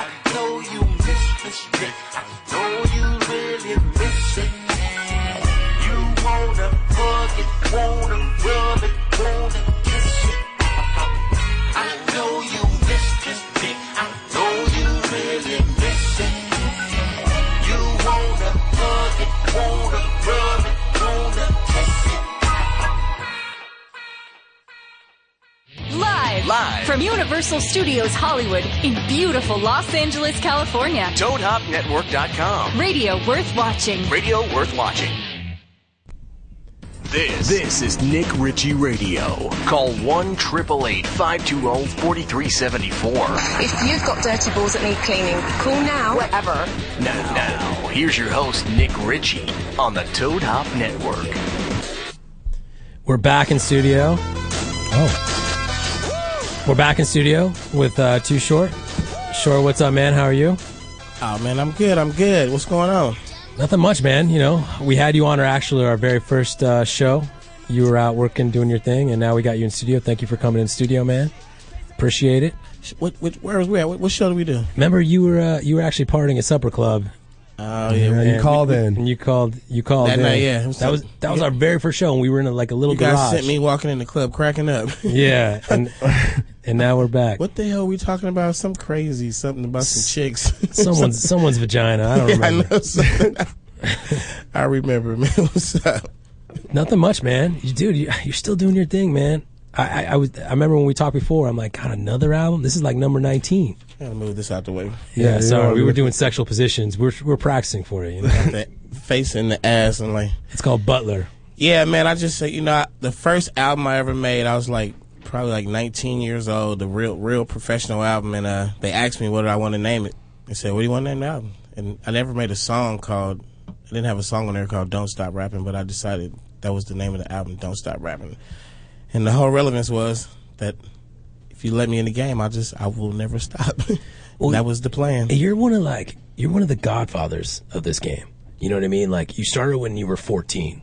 D: I know you miss this dick. I know you really miss it. You wanna hug it, wanna rub it, wanna kiss it.
C: live
F: From Universal Studios Hollywood in beautiful Los Angeles, California.
C: ToadHopNetwork.com.
F: Radio worth watching.
C: Radio worth watching. This, this is Nick Ritchie Radio. Call 1 888 520 4374.
K: If you've got dirty balls that need cleaning, call now. Whatever.
C: Now, now, here's your host, Nick Ritchie, on the Toad Hop Network.
G: We're back in studio. Oh.
I: Oh.
G: We're back in studio with uh, Too Short. Short, what's up, man? How are you?
L: Oh man, I'm good. I'm good. What's going on?
G: Nothing much, man. You know, we had you on our actually our very first uh, show. You were out working, doing your thing, and now we got you in studio. Thank you for coming in studio, man. Appreciate it.
L: What, what where was we at? What, what show did we do?
G: Remember, you were uh, you were actually partying at Supper Club.
L: Oh yeah,
G: and
L: we-
G: you called in. And you called. You called.
L: That
G: in.
L: night, yeah. It was
G: That was that was our very first show, and we were in a, like a little
L: You guys
G: garage.
L: sent me walking in the club, cracking up.
G: Yeah, and and now we're back.
L: what the hell are we talking about? Some crazy something about some chicks.
G: Someone's someone's vagina. I don't
L: Yeah,
G: remember.
L: I, know something. I remember, man. What's up?
G: Nothing much, man. You, dude, you, you're still doing your thing, man. I, I, I was. I remember when we talked before. I'm like, God, another album. This is like number 19.
L: Gotta move this out the way.
G: Yeah, sorry. We were doing sexual positions. We're we're practicing for it. You know?
L: that face in the ass and like.
G: It's called Butler.
L: Yeah, man. I just say, you know, I, the first album I ever made, I was like probably like 19 years old, the real, real professional album, and uh, they asked me what did I want to name it. They said, "What do you want to name the album?" And I never made a song called. I didn't have a song on there called "Don't Stop Rapping," but I decided that was the name of the album, "Don't Stop Rapping," and the whole relevance was that if you let me in the game, I just I will never stop.
G: Well,
L: that was the plan.
G: You're one of like you're one of the godfathers of this game. You know what I mean? Like you started when you were 14,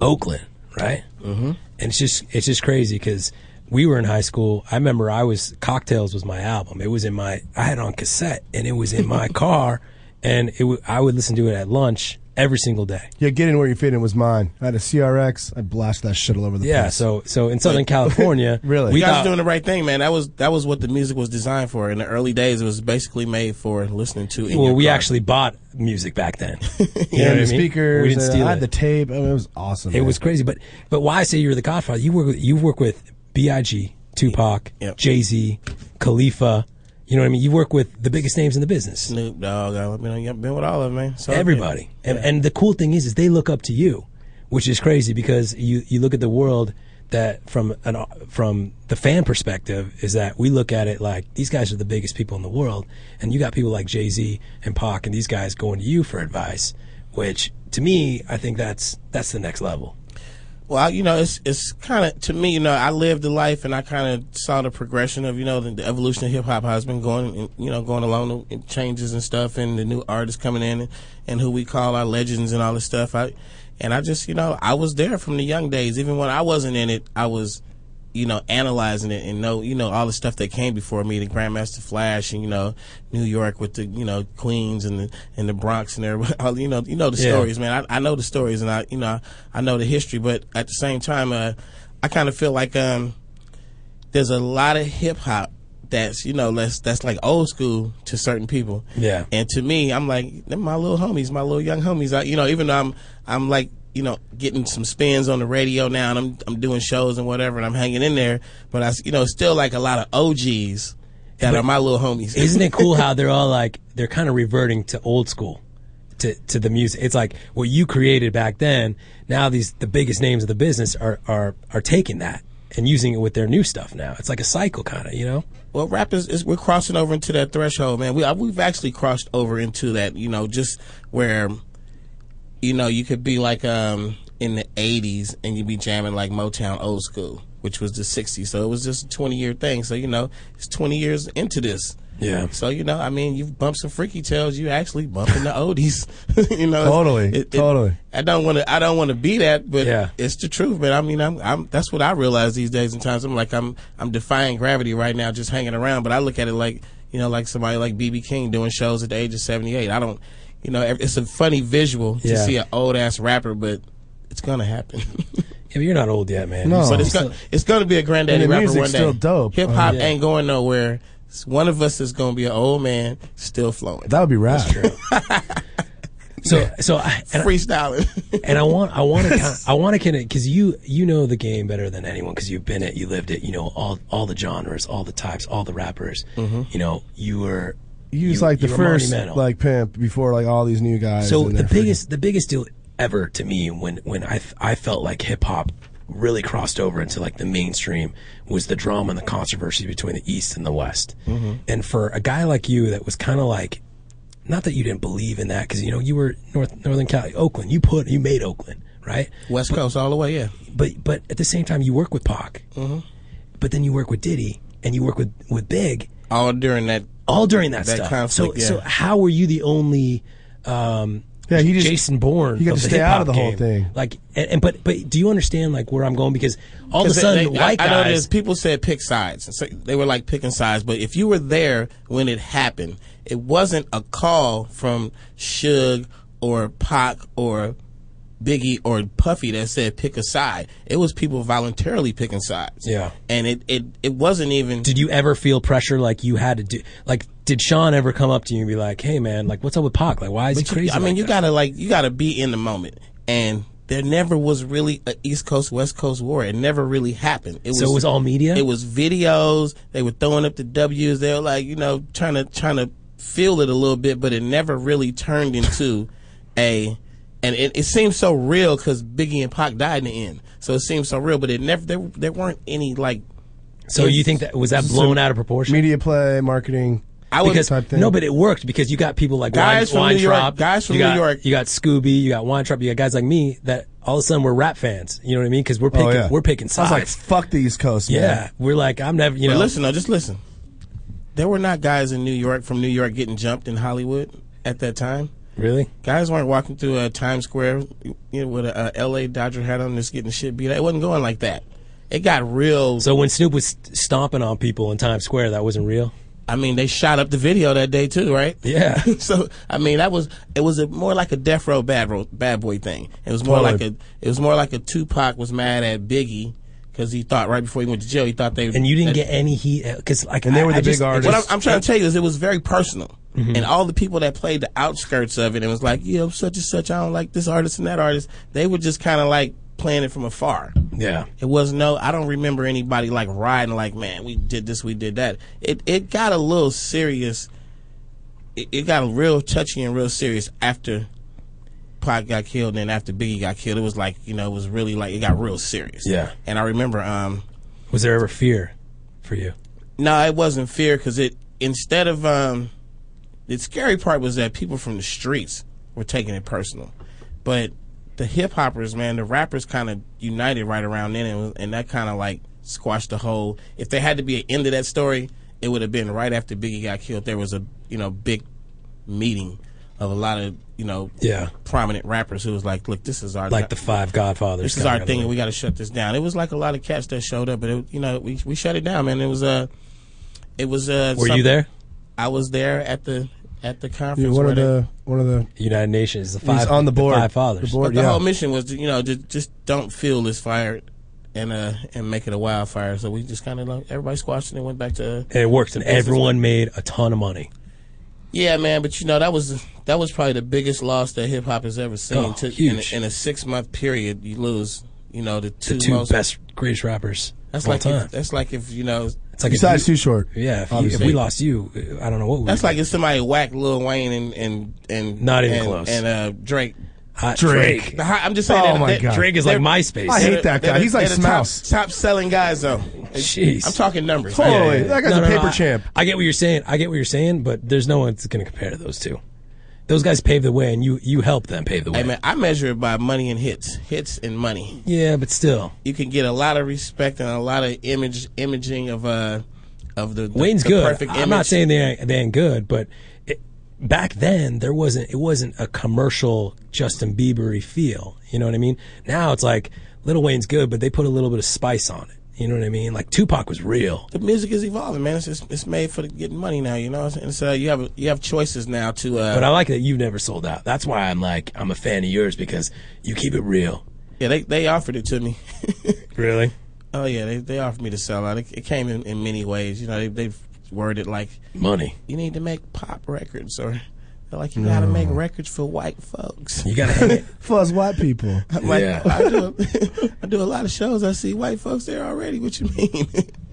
G: Oakland, right?
L: Mm-hmm.
G: And it's just it's just crazy because we were in high school. I remember I was Cocktails was my album. It was in my I had it on cassette and it was in my car, and it w- I would listen to it at lunch every single day.
I: Yeah, get in where you fit in was mine. I had a CRX. I blasted that shit all over the
G: Yeah,
I: place.
G: so so in Southern California,
I: Really?
G: we
L: you guys
G: thought,
L: doing the right thing, man. That was that was what the music was designed for. In the early days, it was basically made for listening to. In
G: well,
L: your
G: we
L: car.
G: actually bought music back then. You
L: Yeah,
G: know what I
L: the
G: mean?
L: speakers,
G: We didn't
L: uh,
G: steal
L: I
G: it.
L: had
I: the tape. I mean, it was awesome.
G: It
I: man.
G: was crazy, but but why I say you're the Godfather? You work with, you work with B.I.G., Tupac, Jay Z, Khalifa. You know what I mean? You work with the biggest names in the business.
L: Snoop Dogg. I've been, I've been with all of them, man. So,
G: Everybody,
L: yeah.
G: and, and the cool thing is, is they look up to you, which is crazy because you you look at the world that from an from the fan perspective is that we look at it like these guys are the biggest people in the world, and you got people like Jay Z and Pac and these guys going to you for advice, which to me, I think that's that's the next level.
L: Well, I- you know, it's it's kind of to me, you know, I lived the life and I kind of saw the progression of you know the, the evolution of hip hop how it's been going, and, you know, going along the changes and stuff, and the new artists coming in, and, and who we call our legends and all this stuff. I and I just you know I was there from the young days, even when I wasn't in it, I was. You know, analyzing it and know, you know, all the stuff that came before me, the Grandmaster Flash and, you know, New York with the, you know, Queens and the, and the Bronx and everybody, all, you know, you know, the
X: Yeah.
L: stories, man. I, I know the stories and I, you know, I know the history, but at the same time, uh, I kind of feel like, um, there's a lot of hip hop that's, you know, that's, that's like old school to certain people.
G: Yeah.
L: And to me, I'm like, they're my little homies, my little young homies. I, you know, even though I'm, I'm like, you know, getting some spins on the radio now, and I'm, I'm doing shows and whatever, and I'm hanging in there. But I, s- you know, it's still like a lot of OGs that
G: But
L: are my little homies.
G: Isn't it cool how they're all like they're kind of reverting to old school, to to the music. It's like what you created back then. Now these the biggest names of the business are are are taking that and using it with their new stuff. Now it's like a cycle, kind of. You know,
L: Well, rap is, is we're crossing over into that threshold, man. We I- we've actually crossed over into that, you know, just where, you know, you could be like um in the '80s and you'd be jamming like Motown old school, which was the '60s. So it was just a 20 year thing. So you know, it's 20 years into this.
G: Yeah.
L: So you know, I mean, you've bumped some freaky tails. You actually bumping the oldies. you know,
I: Totally, totally.
L: I don't want to. I don't want to be that, but
I: Yeah.
L: it's the truth. But I mean, I'm, I'm. That's what I realize these days. And times I'm like, I'm, I'm defying gravity right now, just hanging around. But I look at it like, you know, like somebody like BB King doing shows at the age of 78. I don't, you know, it's a funny visual to
G: Yeah.
L: see an old ass rapper, but it's gonna happen.
G: Yeah, but you're not old yet, man.
L: No,
G: You
L: but it's
G: still-
L: gonna, it's gonna be a granddaddy
G: And the
L: rapper
G: music's
L: one day.
G: still dope.
L: Hip hop
G: Oh, yeah.
L: ain't going nowhere. It's One of us is gonna be an old man still flowing.
I: That would be rap.
G: So so I, and
L: freestyling,
G: and I want I want to I want to kind of because you you know the game better than anyone because you've been it, you lived it, you know all all the genres, all the types, all the rappers.
L: Mm-hmm.
I: Mhm.
G: You know you were
I: You was like the
G: you were
I: first
G: monumental.
I: like pimp before like all these new guys.
G: So
I: and
G: the
I: their
G: biggest the biggest deal ever to me when when I I felt like hip hop really crossed over into like the mainstream was the drama and the controversy between the East and the West.
D: Mhm.
L: Mm-hmm.
G: And for a guy like you that was kind of like not that you didn't believe in that because you know you were North Northern Cali, Oakland. You put you made Oakland right,
L: West Coast all the way. Yeah, Mm-hmm.
G: but but at the same time you work with Pac, but then you work with Diddy and you work with with Big
L: all during that
G: all during that, stuff. so
L: conflict. yeah.
G: so how were you the only? Um,
I: yeah, he
L: just-
G: Jason Bourne.
I: he got
G: of
I: to
G: the
I: stay out
G: hip-hop
I: of the whole
G: game.
I: thing.
G: Like, and, and but but do you understand like where I'm going? Because all of a
L: 'Cause they-
G: sudden,
L: they-
G: white
L: I, I know
G: guys.
L: this. People said pick sides. So they were like picking sides. But if you were there when it happened, it wasn't a call from Suge or Pac or Biggie or Puffy that said pick a side. It was people voluntarily picking sides.
G: Yeah.
L: And it it, it wasn't even.
G: Did you ever feel pressure like you had to do? Like, did Sean ever come up to you and be like, "Hey, man, like, what's up with Pac? Like, why is he
L: But you-
G: crazy?"
L: I mean,
G: like
L: you
G: that?"
L: gotta like you gotta be in the moment, and there never was really a East Coast West Coast war. It never really happened.
G: So it was all media?
L: It was videos. They were throwing up the W's. They were like you know trying to trying to feel it a little bit, but it never really turned into a. And it, it seems so real because Biggie and Pac died in the end, so it seems so real. But it never there there weren't any like.
G: So you think that- was that blown out of proportion?
I: Media play, marketing,
L: I would-
I: because, type thing.
G: No, but it worked because you got people like
L: Guys
G: Wein-
L: from New York-
G: Weintraub,
L: guys from
G: you got,
L: New York.
G: You got Scooby, you got Weintraub, you got guys like me that all of a sudden we're rap fans. You know what I mean? Because we're picking,
I: oh, yeah.
G: we're picking sides.
I: I was like, fuck the East Coast.
G: yeah,
I: man.
G: we're like, I'm never. You
L: But
G: know,
L: listen though, just listen. There were not guys in New York from New York getting jumped in Hollywood at that time.
G: Really?
L: Guys weren't walking through uh, Times Square you know, with a, uh L.A. Dodger hat on, just getting shit beat. out. It wasn't going like that. It got real.
G: So when Snoop was stomping on people in Times Square, that wasn't real.
L: I mean, they shot up the video that day too, right?
G: Yeah.
L: so I mean, that was it was a, more like a death row bad ro bad boy thing. It was more
G: Totally.
L: like a it was more like a Tupac was mad at Biggie because he thought right before he went to jail he thought they
G: and you didn't
L: that-
G: get any heat because like I- I just-
L: What I'm, I'm trying to tell you is it was very personal,
G: Mhm.
L: and all the people that played the outskirts of it and was like, "Yeah, I'm such and such. I don't like this artist and that artist." They were just kind of like playing it from afar.
G: Yeah.
L: It was no. I don't remember anybody like riding like, "Man, we did this, we did that." It it got a little serious. It, it got real touchy and real serious after. Pac got killed, and then after Biggie got killed, it was like you know, it was really like it got real serious.
G: Yeah.
L: and I remember um,
G: Was there ever fear for you?
L: no, it wasn't fear because it instead of um, the scary part was that people from the streets were taking it personal, but the hip hoppers, man, the rappers kind of united right around then, and, and that kind of like squashed the whole. If there had to be an end to that story, it would have been right after Biggie got killed. There was a you know big meeting of a lot of you know
G: Yeah.
L: prominent rappers who was like, look, this is our
G: Like the five Godfathers.
L: this is our
G: kinda
L: thing, and
G: like-
L: we got to shut this down. It was like a lot of cats that showed up, but it, you know, we we shut it down, man. It was uh, it was uh.
G: Were you
L: something-
G: there?
L: I was there at the at the conference.
I: You're one
L: where
I: of
L: they-
I: the one of the
G: United Nations. The
I: He's
G: five
I: on the board.
G: five fathers.
I: The board,
L: but the whole mission was, to, you know, just just don't fuel this fire, and uh, and make it a wildfire. So we just kind of like everybody squashed it and went back to.
G: And it worked, and
L: business.
G: everyone made a ton of money.
L: Yeah, man, but you know that was that was probably the biggest loss that hip hop has ever seen.
G: Oh,
L: To-
G: huge.
L: In, a, in a six month period, you lose, you know, the two,
G: the two
L: most
G: best, greatest rappers
L: That's
G: of all
L: like
G: time.
L: If, that's like if you know.
G: It's like if
I: Besides
G: you-
I: Too Short,
G: Yeah, if, you- if
I: obviously.
G: we lost you, uh, I don't know what. we
L: That's
G: would
L: like if somebody whacked Lil Wayne and and and
G: Not even
L: and-
G: close.
L: And uh, Drake.
G: Hot Drake. Drake.
L: The hi- I'm just saying.
G: Oh
L: that-
G: my
L: that-
G: God. Drake is like
L: they're-
G: MySpace. I
L: they're
G: hate
L: the-
G: that guy.
L: they're the-
G: He's like
L: they're the top-
G: Smouse.
L: Top selling guys though.
G: Jeez.
L: I'm talking numbers.
G: do.
L: Yeah, yeah, yeah.
G: No, no, no, I- I get what you're saying. I get what you're saying, but there's no one that's going to compare to those two. Those guys paved the way, and you you helped them pave the way.
L: Hey man, I measure it by money and hits, hits and money.
G: Yeah, but still.
L: You can get a lot of respect and a lot of image imaging of uh of the, the
G: Wayne's
L: the
G: good.
L: Perfect
G: I'm
L: image.
G: not saying they ain't, they ain't good, but it, back then there wasn't it wasn't a commercial Justin Biebery feel. You know what I mean? Now it's like Little Wayne's good, but they put a little bit of spice on it. You know what I mean? Like Tupac was real.
L: the music is evolving, man. It's it's, it's made for the, getting money now, you know. And so you have you have choices now to. Uh,
G: But I like that you've never sold out. That's why I'm like I'm a fan of yours because you keep it real.
L: Yeah, they they offered it to me.
G: Really?
L: Oh yeah, they they offered me to sell out. It, it came in, in many ways. You know, they they've worded like
G: Money.
L: You need to make pop records or They're like, you gotta
I: No.
L: make records for white folks.
G: You gotta hang it.
I: for us white people.
L: I'm like, I, do a, I do a lot of shows. I see white folks there already. What you mean?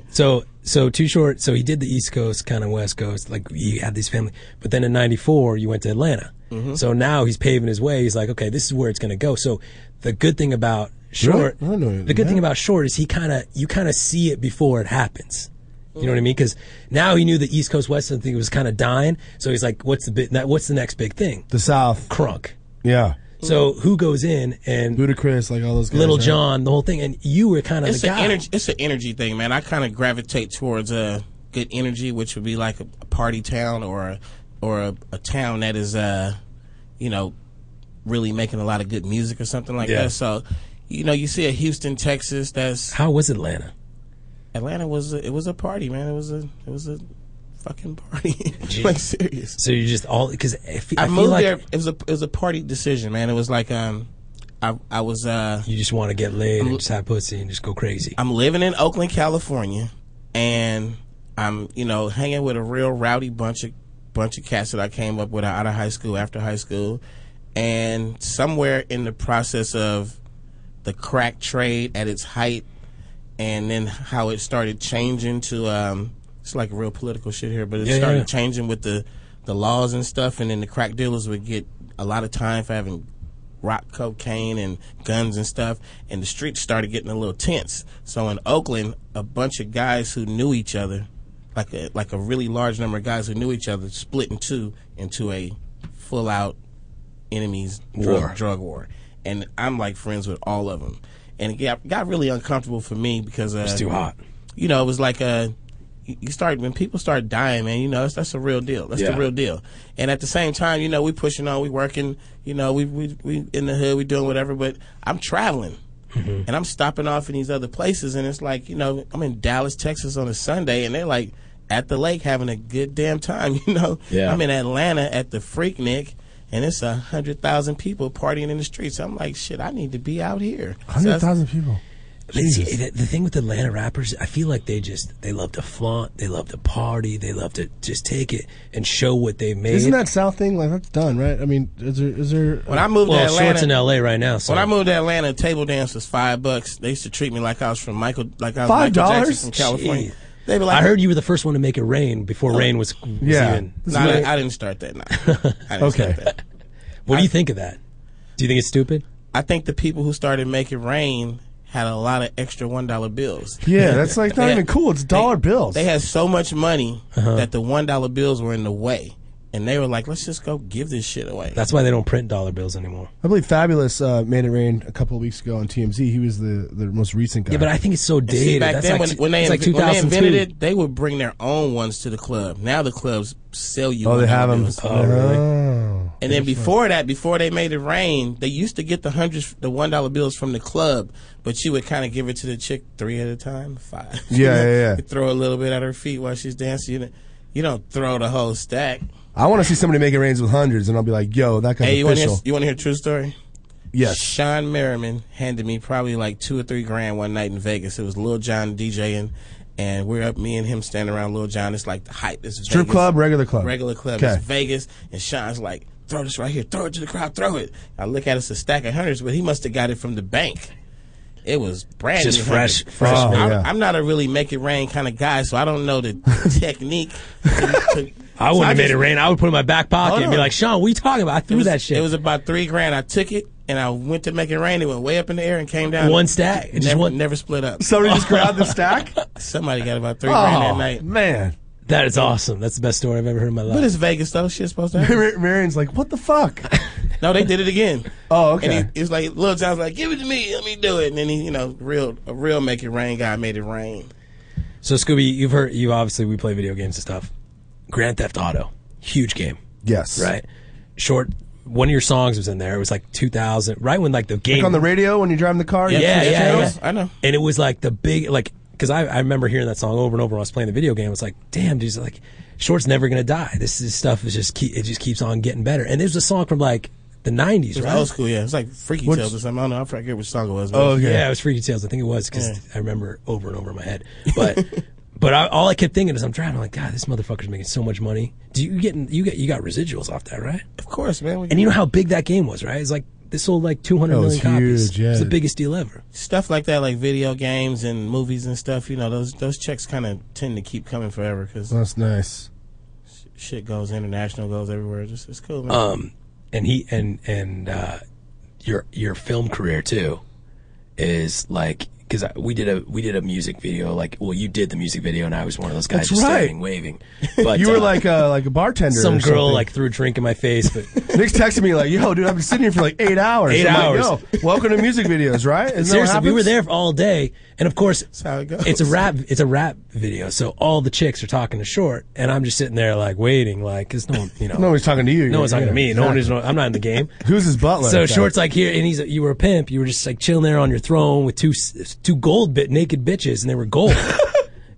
G: So so too short. So he did the East Coast, kind of West Coast. Like he had this family, but then in '94 you went to Atlanta.
I: Mhm.
G: So now he's paving his way. He's like, okay, this is where it's going to go. So the good thing about short,
I: Really? I don't know
G: the good
I: that.
G: thing about short is he kind of you kind of see it before it happens. You know what I mean? Because now he knew the East Coast West thing was kind of dying. So he's like, what's the bit, what's the next big thing?
I: The South.
G: Crunk.
I: Yeah.
G: So who goes in and
I: Mm-hmm. Ludacris, like all those guys,
G: Little
I: right?
G: John, the whole thing, and you were kind of
L: it's
G: the
L: an
G: guy.
L: energy. It's an energy thing, man. I kind of gravitate towards uh, good energy, which would be like a, a party town or a, or a, a town that is, uh, you know, really making a lot of good music or something like
G: Yeah.
L: that. So, you know, you see a Houston, Texas. That's
G: How was Atlanta?
L: Atlanta was a, it was a party, man. It was a it was a fucking party.
G: Jeez.
L: like serious.
G: So you just all because I, fe-
L: I,
G: I feel
L: moved
G: like
L: there. It was a it was a party decision, man. It was like um, I I was uh.
G: You just want to get laid and just have pussy and just go crazy.
L: I'm living in Oakland, California, and I'm you know hanging with a real rowdy bunch of bunch of cats that I came up with out of high school, after high school, and somewhere in the process of the crack trade at its height, and then how it started changing to um, it's like real political shit here, but it
G: Yeah, yeah,
L: started
G: yeah.
L: changing with the the laws and stuff, and then the crack dealers would get a lot of time for having rock cocaine and guns and stuff, and the streets started getting a little tense. So in Oakland, a bunch of guys who knew each other, like a like a really large number of guys who knew each other, split in two into a full out enemies drug,
G: War.
L: drug war, and I'm like friends with all of them, and it got, got really uncomfortable for me because uh,
G: It's too hot.
L: You know, it was like a you you start when people start dying, man. You know, that's, that's a real deal. That's
G: Yeah.
L: the real deal. And at the same time, you know, we pushing on, we working. You know, we we we in the hood, we doing whatever. But I'm traveling, and I'm stopping off in these other places, and it's like you know, I'm in Dallas, Texas on a Sunday, and they're like at the lake having a good damn time. You know,
G: Yeah.
L: I'm in Atlanta at the Freaknik. And it's a hundred thousand people partying in the streets. I'm like, shit, I need to be out here. So
I: Hundred
L: that's-
I: thousand people.
G: Lindsay, the, the thing with Atlanta rappers, I feel like they just they love to flaunt, they love to party, they love to just take it and show what they made.
I: Isn't that South thing like that's done, right? I mean, is there is there
L: When I moved
G: well,
L: to Atlanta,
G: shorts in L.A. right now. So
L: When I moved to Atlanta, table dance was five bucks. They used to treat me like I was from Michael, like I was
G: Five
L: Michael
G: dollars?
L: Jackson from California.
G: Jeez.
L: They were like,
G: I heard you were the first one to make it rain before rain was, was even.
L: No, I, didn't- I didn't start that. No. I didn't
G: Okay.
L: Start that.
G: What do you think of that? Do you think it's stupid?
L: I think the people who started making rain had a lot of extra one dollar bills.
I: Yeah, that's like not
L: They-
I: even cool. It's dollar bills.
L: They had so much money
G: Uh-huh.
L: that the one dollar bills were in the way, and they were like, "Let's just go give this shit away."
G: That's why they don't print dollar bills anymore.
I: I believe Fabulous uh, made it rain a couple of weeks ago on TMZ. He was the, the most recent guy.
G: Yeah, but I think it's so
L: And see,
G: dated.
L: back
G: That's
L: then,
G: like
L: when,
G: t-
L: when, they
G: it's like
L: inv- when they
G: 2002.
L: invented it, they would bring their own ones to the club. Now the clubs sell you.
I: oh, they
L: $1
I: have him.
L: bills.
G: Oh.
I: really?
L: And then before that, before they made it rain, they used to get the hundreds, the one dollar bills from the club, but you would kind of give it to the chick three at a time, five.
I: Yeah, yeah, yeah.
L: You throw a little bit at her feet while she's dancing. You don't, you don't throw the whole stack.
I: I want to see somebody make it rains with hundreds, and I'll be like, "Yo, that guy's
L: Hey, you want to hear?
I: official."
L: You want to hear a true story?
I: Yes.
L: Sean Merriman handed me probably like two or three grand one night in Vegas. It was Lil John DJing, and we're up, me and him standing around Lil John. It's like the hype. It's
I: Strip
L: Vegas.
I: club, regular club?
L: regular club.
I: Okay.
L: It's Vegas, and Sean's like, throw this right here, throw it to the crowd, throw it. I look at it, it's a stack of hundreds, but he must have got it from the bank. It was brand
G: Just
L: new.
G: fresh-
L: hundred.
G: fresh
I: Oh,
L: I'm,
G: mint.
L: I'm not a really make it rain kind of guy, so I don't know the technique.
G: I
L: So
G: wouldn't
L: I
G: have made
L: just-
G: it rain. I would put it in my back pocket
L: Hold
G: and be
L: on.
G: like, Sean, what are you Oh, talking about? I
L: It
G: threw
L: was,
G: that shit.
L: It was about three grand. I took it and I went to make it rain. It went way up in the air and came down.
G: One stack? It
L: Never,
G: just one-
L: never split up.
I: Somebody just grabbed the stack.
L: Somebody got about three
I: Oh,
L: grand that night.
I: man.
G: that is awesome. That's the best story I've ever heard in my life.
L: But it's Vegas though. Shit's supposed to happen.
I: Marion's like, "What the fuck?"
L: no, they did it again.
I: Oh,
L: And he, it's like Lil John's like, give it to me, let me do it. And then he, you know, real a real make it rain guy made it rain.
G: So Scooby, you've heard you obviously we play video games and stuff. Grand Theft Auto, huge game.
I: Yes.
G: Right. Short. One of your songs was in there. It was like 2000, right when like the game
I: Like on the radio when you're driving the car.
G: Yeah,
I: you
G: yeah,
I: have
G: yeah,
I: channels?
G: I know. And it was like the big like because I, I remember hearing that song over and over when I was playing the video game. It's like, damn, dude, it's like Short's never gonna die. This is stuff is just keep, it just keeps on getting better. And there's a song from like the 90s,
L: It's
G: right?
L: old school, yeah. It's like Freaky
G: What's-
L: Tales or something. I don't know. I forget which song it was. but-
G: Oh, yeah, it was Freaky Tales. I think it was because
L: Yeah.
G: I remember over and over in my head. But but I, all I kept thinking is I'm driving. I'm like, God, this motherfucker's making so much money. do you get you get you got residuals off that, right? Of
L: course, man.
G: And you know how big that game was, right? It's like they sold like two hundred
L: That
G: million
L: was
G: copies.
L: Oh, huge, yeah.
G: It's the biggest deal ever.
L: Stuff like that, like video games and movies and stuff. You know, those those checks kind of tend to keep coming forever because
I: That's nice.
L: shit goes international, goes everywhere. It's, it's cool, man.
G: Um, and he and and uh, your your film career too is like because we did a we did a music video. Like, well, you did the music video, and I was one of those guys
I: That's
G: just
I: right.
G: standing waving. But
I: you were
G: uh,
I: like a like a bartender.
G: some
I: or
G: girl
I: something.
G: like threw a drink in my face, but
I: Nick's texting me like, "Yo, dude, I've been sitting here for like eight hours.
G: Eight
I: I'm like,
G: hours.
I: Yo, welcome to music videos, right? Isn't that what
G: seriously, we
I: happens?
G: were there for all day, and of course,
L: how it goes.
G: it's a rap. It's a rap video, so all the chicks are talking to Short, and I'm just sitting there like waiting, like because no one, you know,
I: No one's talking to you.
G: no one's talking to me. No one is.
I: Exactly.
G: I'm not in the game.
I: Who's his butler?
G: So shorts like here, and he's you were a pimp. You were just like chilling there on your throne with two s- two gold bit naked bitches, and they were gold,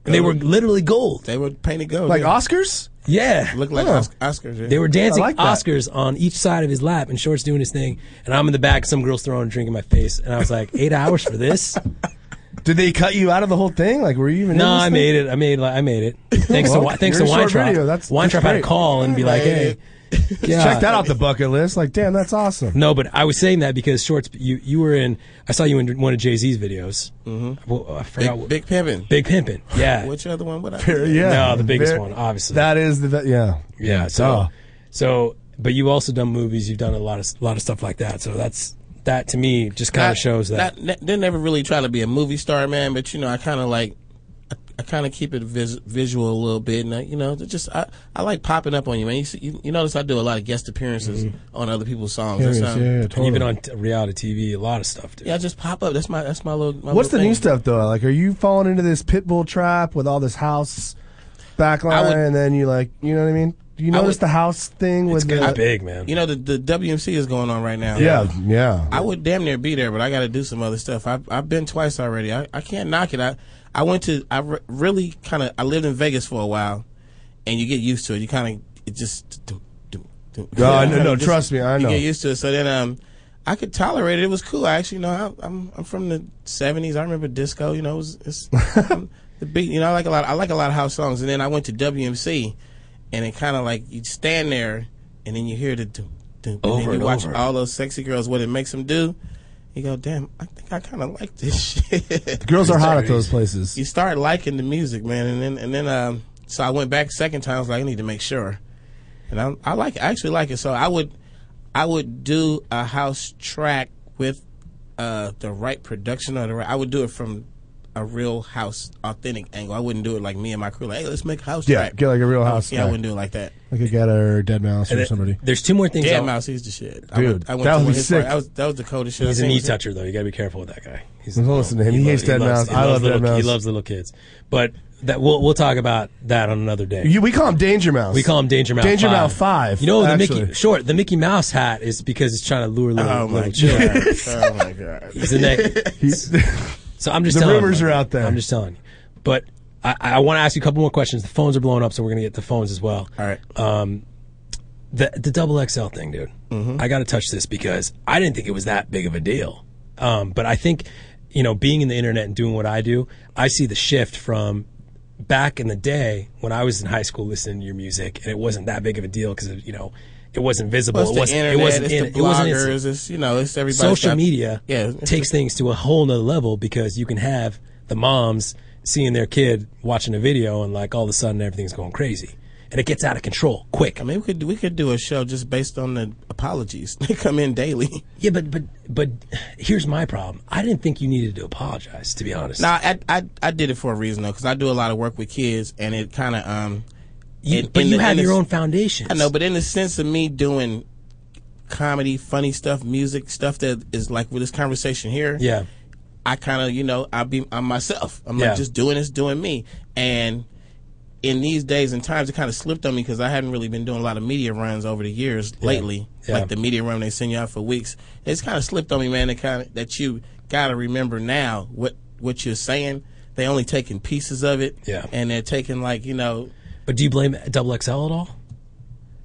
G: and they were literally gold.
L: They were painted gold,
I: Like Oscars.
G: Yeah,
L: look like
G: Huh.
L: Osc- Oscars. Yeah.
G: They were dancing
L: I like that.
G: Oscars on each side of his lap, and shorts doing his thing, and I'm in the back. Some girls throwing a drink in my face, and I was like, eight hours for this?
I: Did they cut you out of the whole thing? Like, were you even?
G: No,
I: in this
G: I
I: thing?
G: made it. I made. I made it. Thanks
I: Well,
G: to Wi- thanks to
I: you're a short
G: Weintraub.
I: video. That's-
G: Weintraub
I: that's
G: had to
I: great.
G: call and be like, hey. yeah.
I: Check that off the bucket list. Like, damn, that's awesome.
G: No, but I was saying that because shorts. You you were in. I saw you in one of Jay Z's videos. Mm-hmm. Well, I forgot.
L: Big,
G: what-
L: big pimpin'.
G: Big pimpin'. Yeah.
L: Which other one would I?
I: Very- yeah.
G: No, the biggest
I: Very-
G: one, obviously.
I: That is the yeah.
G: yeah. So
I: Duh.
G: so, but you've also done movies. You've done a lot of a lot of stuff like that. So that's that to me just kind of shows that.
L: Not, ne- didn't ever really try to be a movie star, man. But you know, I kind of like, I, I kind of keep it vis- visual a little bit, and I, you know, it's just I, I like popping up on you, man. You, see, you, you notice I do a lot of guest appearances
I: Mm-hmm.
L: on other people's songs. That's how-
G: And even on t- reality TV, a lot of stuff. Dude.
L: yeah, I just pop up. That's my that's my little. My
I: What's the
L: little
I: new
L: thing.
I: stuff though? Like, are you falling into this pit bull trap with all this house backline,
L: would-
I: and then you like, you know what I mean? Do you
L: I
I: notice
L: would-
I: the house thing with the,
L: You know, the, the WMC is going on right now.
I: Yeah, yeah.
L: I would damn near be there, but I got to do some other stuff. I've, I've been twice already. I, I can't knock it. I, I went to, I re- really kind of, I lived in Vegas for a while, and you get used to it. You kind of, it just. do- do- do-
I: No, I-
L: you
I: no, no,
L: just-
I: trust me, I know.
L: You get used to it. So then, um, I could tolerate it. It was cool. I actually, you know, I, I'm, I'm from the 70s. I remember disco, you know, it was, it's, I'm the beat, you know, I like a lot, I like a lot of house songs. And then I went to WMC, and it kind of like, you stand there, and then you hear the. do- do- and
G: Over
L: then you
G: and
L: watch
G: over.
L: all those sexy girls, what it makes them do. You go, damn, I think I kind of like this shit. The
I: girls are hot at those places.
L: You start liking the music, man, and then and then um, so I went back second time. I was like, I need to make sure, and I I like it. I actually like it. So I would I would do a house track with uh the right production or the right. I would do it from a real house authentic angle. I wouldn't do it like me and my crew. Like, hey, let's make a house
I: Yeah,
L: track.
I: get like a real house.
L: Yeah, I
I: guy.
L: wouldn't do it like that.
I: Like a Getter or Dead Mouse
G: And
I: or
G: it-
I: somebody.
G: There's two more things.
L: Dead
G: I'll-
L: Mouse, he's the shit. I
I: Dude,
L: went, I went
I: that
L: to
I: would
L: one
I: be
L: of his parties.
I: sick.
L: That was, that was the coldest shit. I
G: He's a
L: seen.
G: knee toucher, though. You got to be careful with that guy. He's
I: Don't listen to him. He hates Dead
G: loves-
I: Mouse. I love
G: little,
I: Dead
G: He
I: Mouse.
G: loves little kids. But that we'll we'll talk about that on another day.
I: You, we call him Danger Mouse.
G: we call him Danger Mouse.
I: Danger
G: five.
I: Mouse Five.
G: You know the
I: actually.
G: Mickey short. The Mickey Mouse hat is because it's trying to lure little,
I: Oh, my
G: little children.
I: God.
L: Oh my god.
G: He's the neck. so I'm just
I: The
G: telling
I: rumors
G: you,
I: are out there.
G: I'm just telling you. But I, I want to ask you a couple more questions. The phones are blowing up, so we're gonna get to phones as well. All
L: right.
G: Um, the the double XL thing, dude. I got to touch this because I didn't think it was that big of a deal. Um, but I think, you know, being in the internet and doing what I do, I see the shift from back in the day when I was in high school listening to your music, and it wasn't that big of a deal because you know it wasn't visible.
L: Well, it's the internet,
G: it wasn't. it wasn't.
L: it's
G: in-
L: the
G: it wasn't.
L: bloggers, it's, you know, it's everybody.
G: Social media
L: yeah, it's
G: takes things to a whole nother level because you can have the moms seeing their kid watching a video and like all of a sudden everything's going crazy and it gets out of control quick.
L: I mean, we could we could do a show just based on the apologies. They come in daily.
G: Yeah, but but but here's my problem. I didn't think you needed to apologize, to be honest.
L: Now, I, I I did it for a reason though, because I do a lot of work with kids, and it kind of um.
G: You- but you have your own foundation.
L: I know, but in the sense of me doing comedy, funny stuff, music stuff that is like with this conversation here.
G: Yeah.
L: I kind of you know I be I'm myself. I'm
G: Yeah.
L: like just doing this, doing me, and in these days and times, it kind of slipped on me because I hadn't really been doing a lot of media runs over the years lately.
G: Yeah.
L: Like the media run they send you out for weeks. It's kind of slipped on me, man. It kind of that you gotta remember now what what you're saying. They only taking pieces of it.
G: Yeah.
L: and they're taking like you know.
G: But do you blame Double XL at all?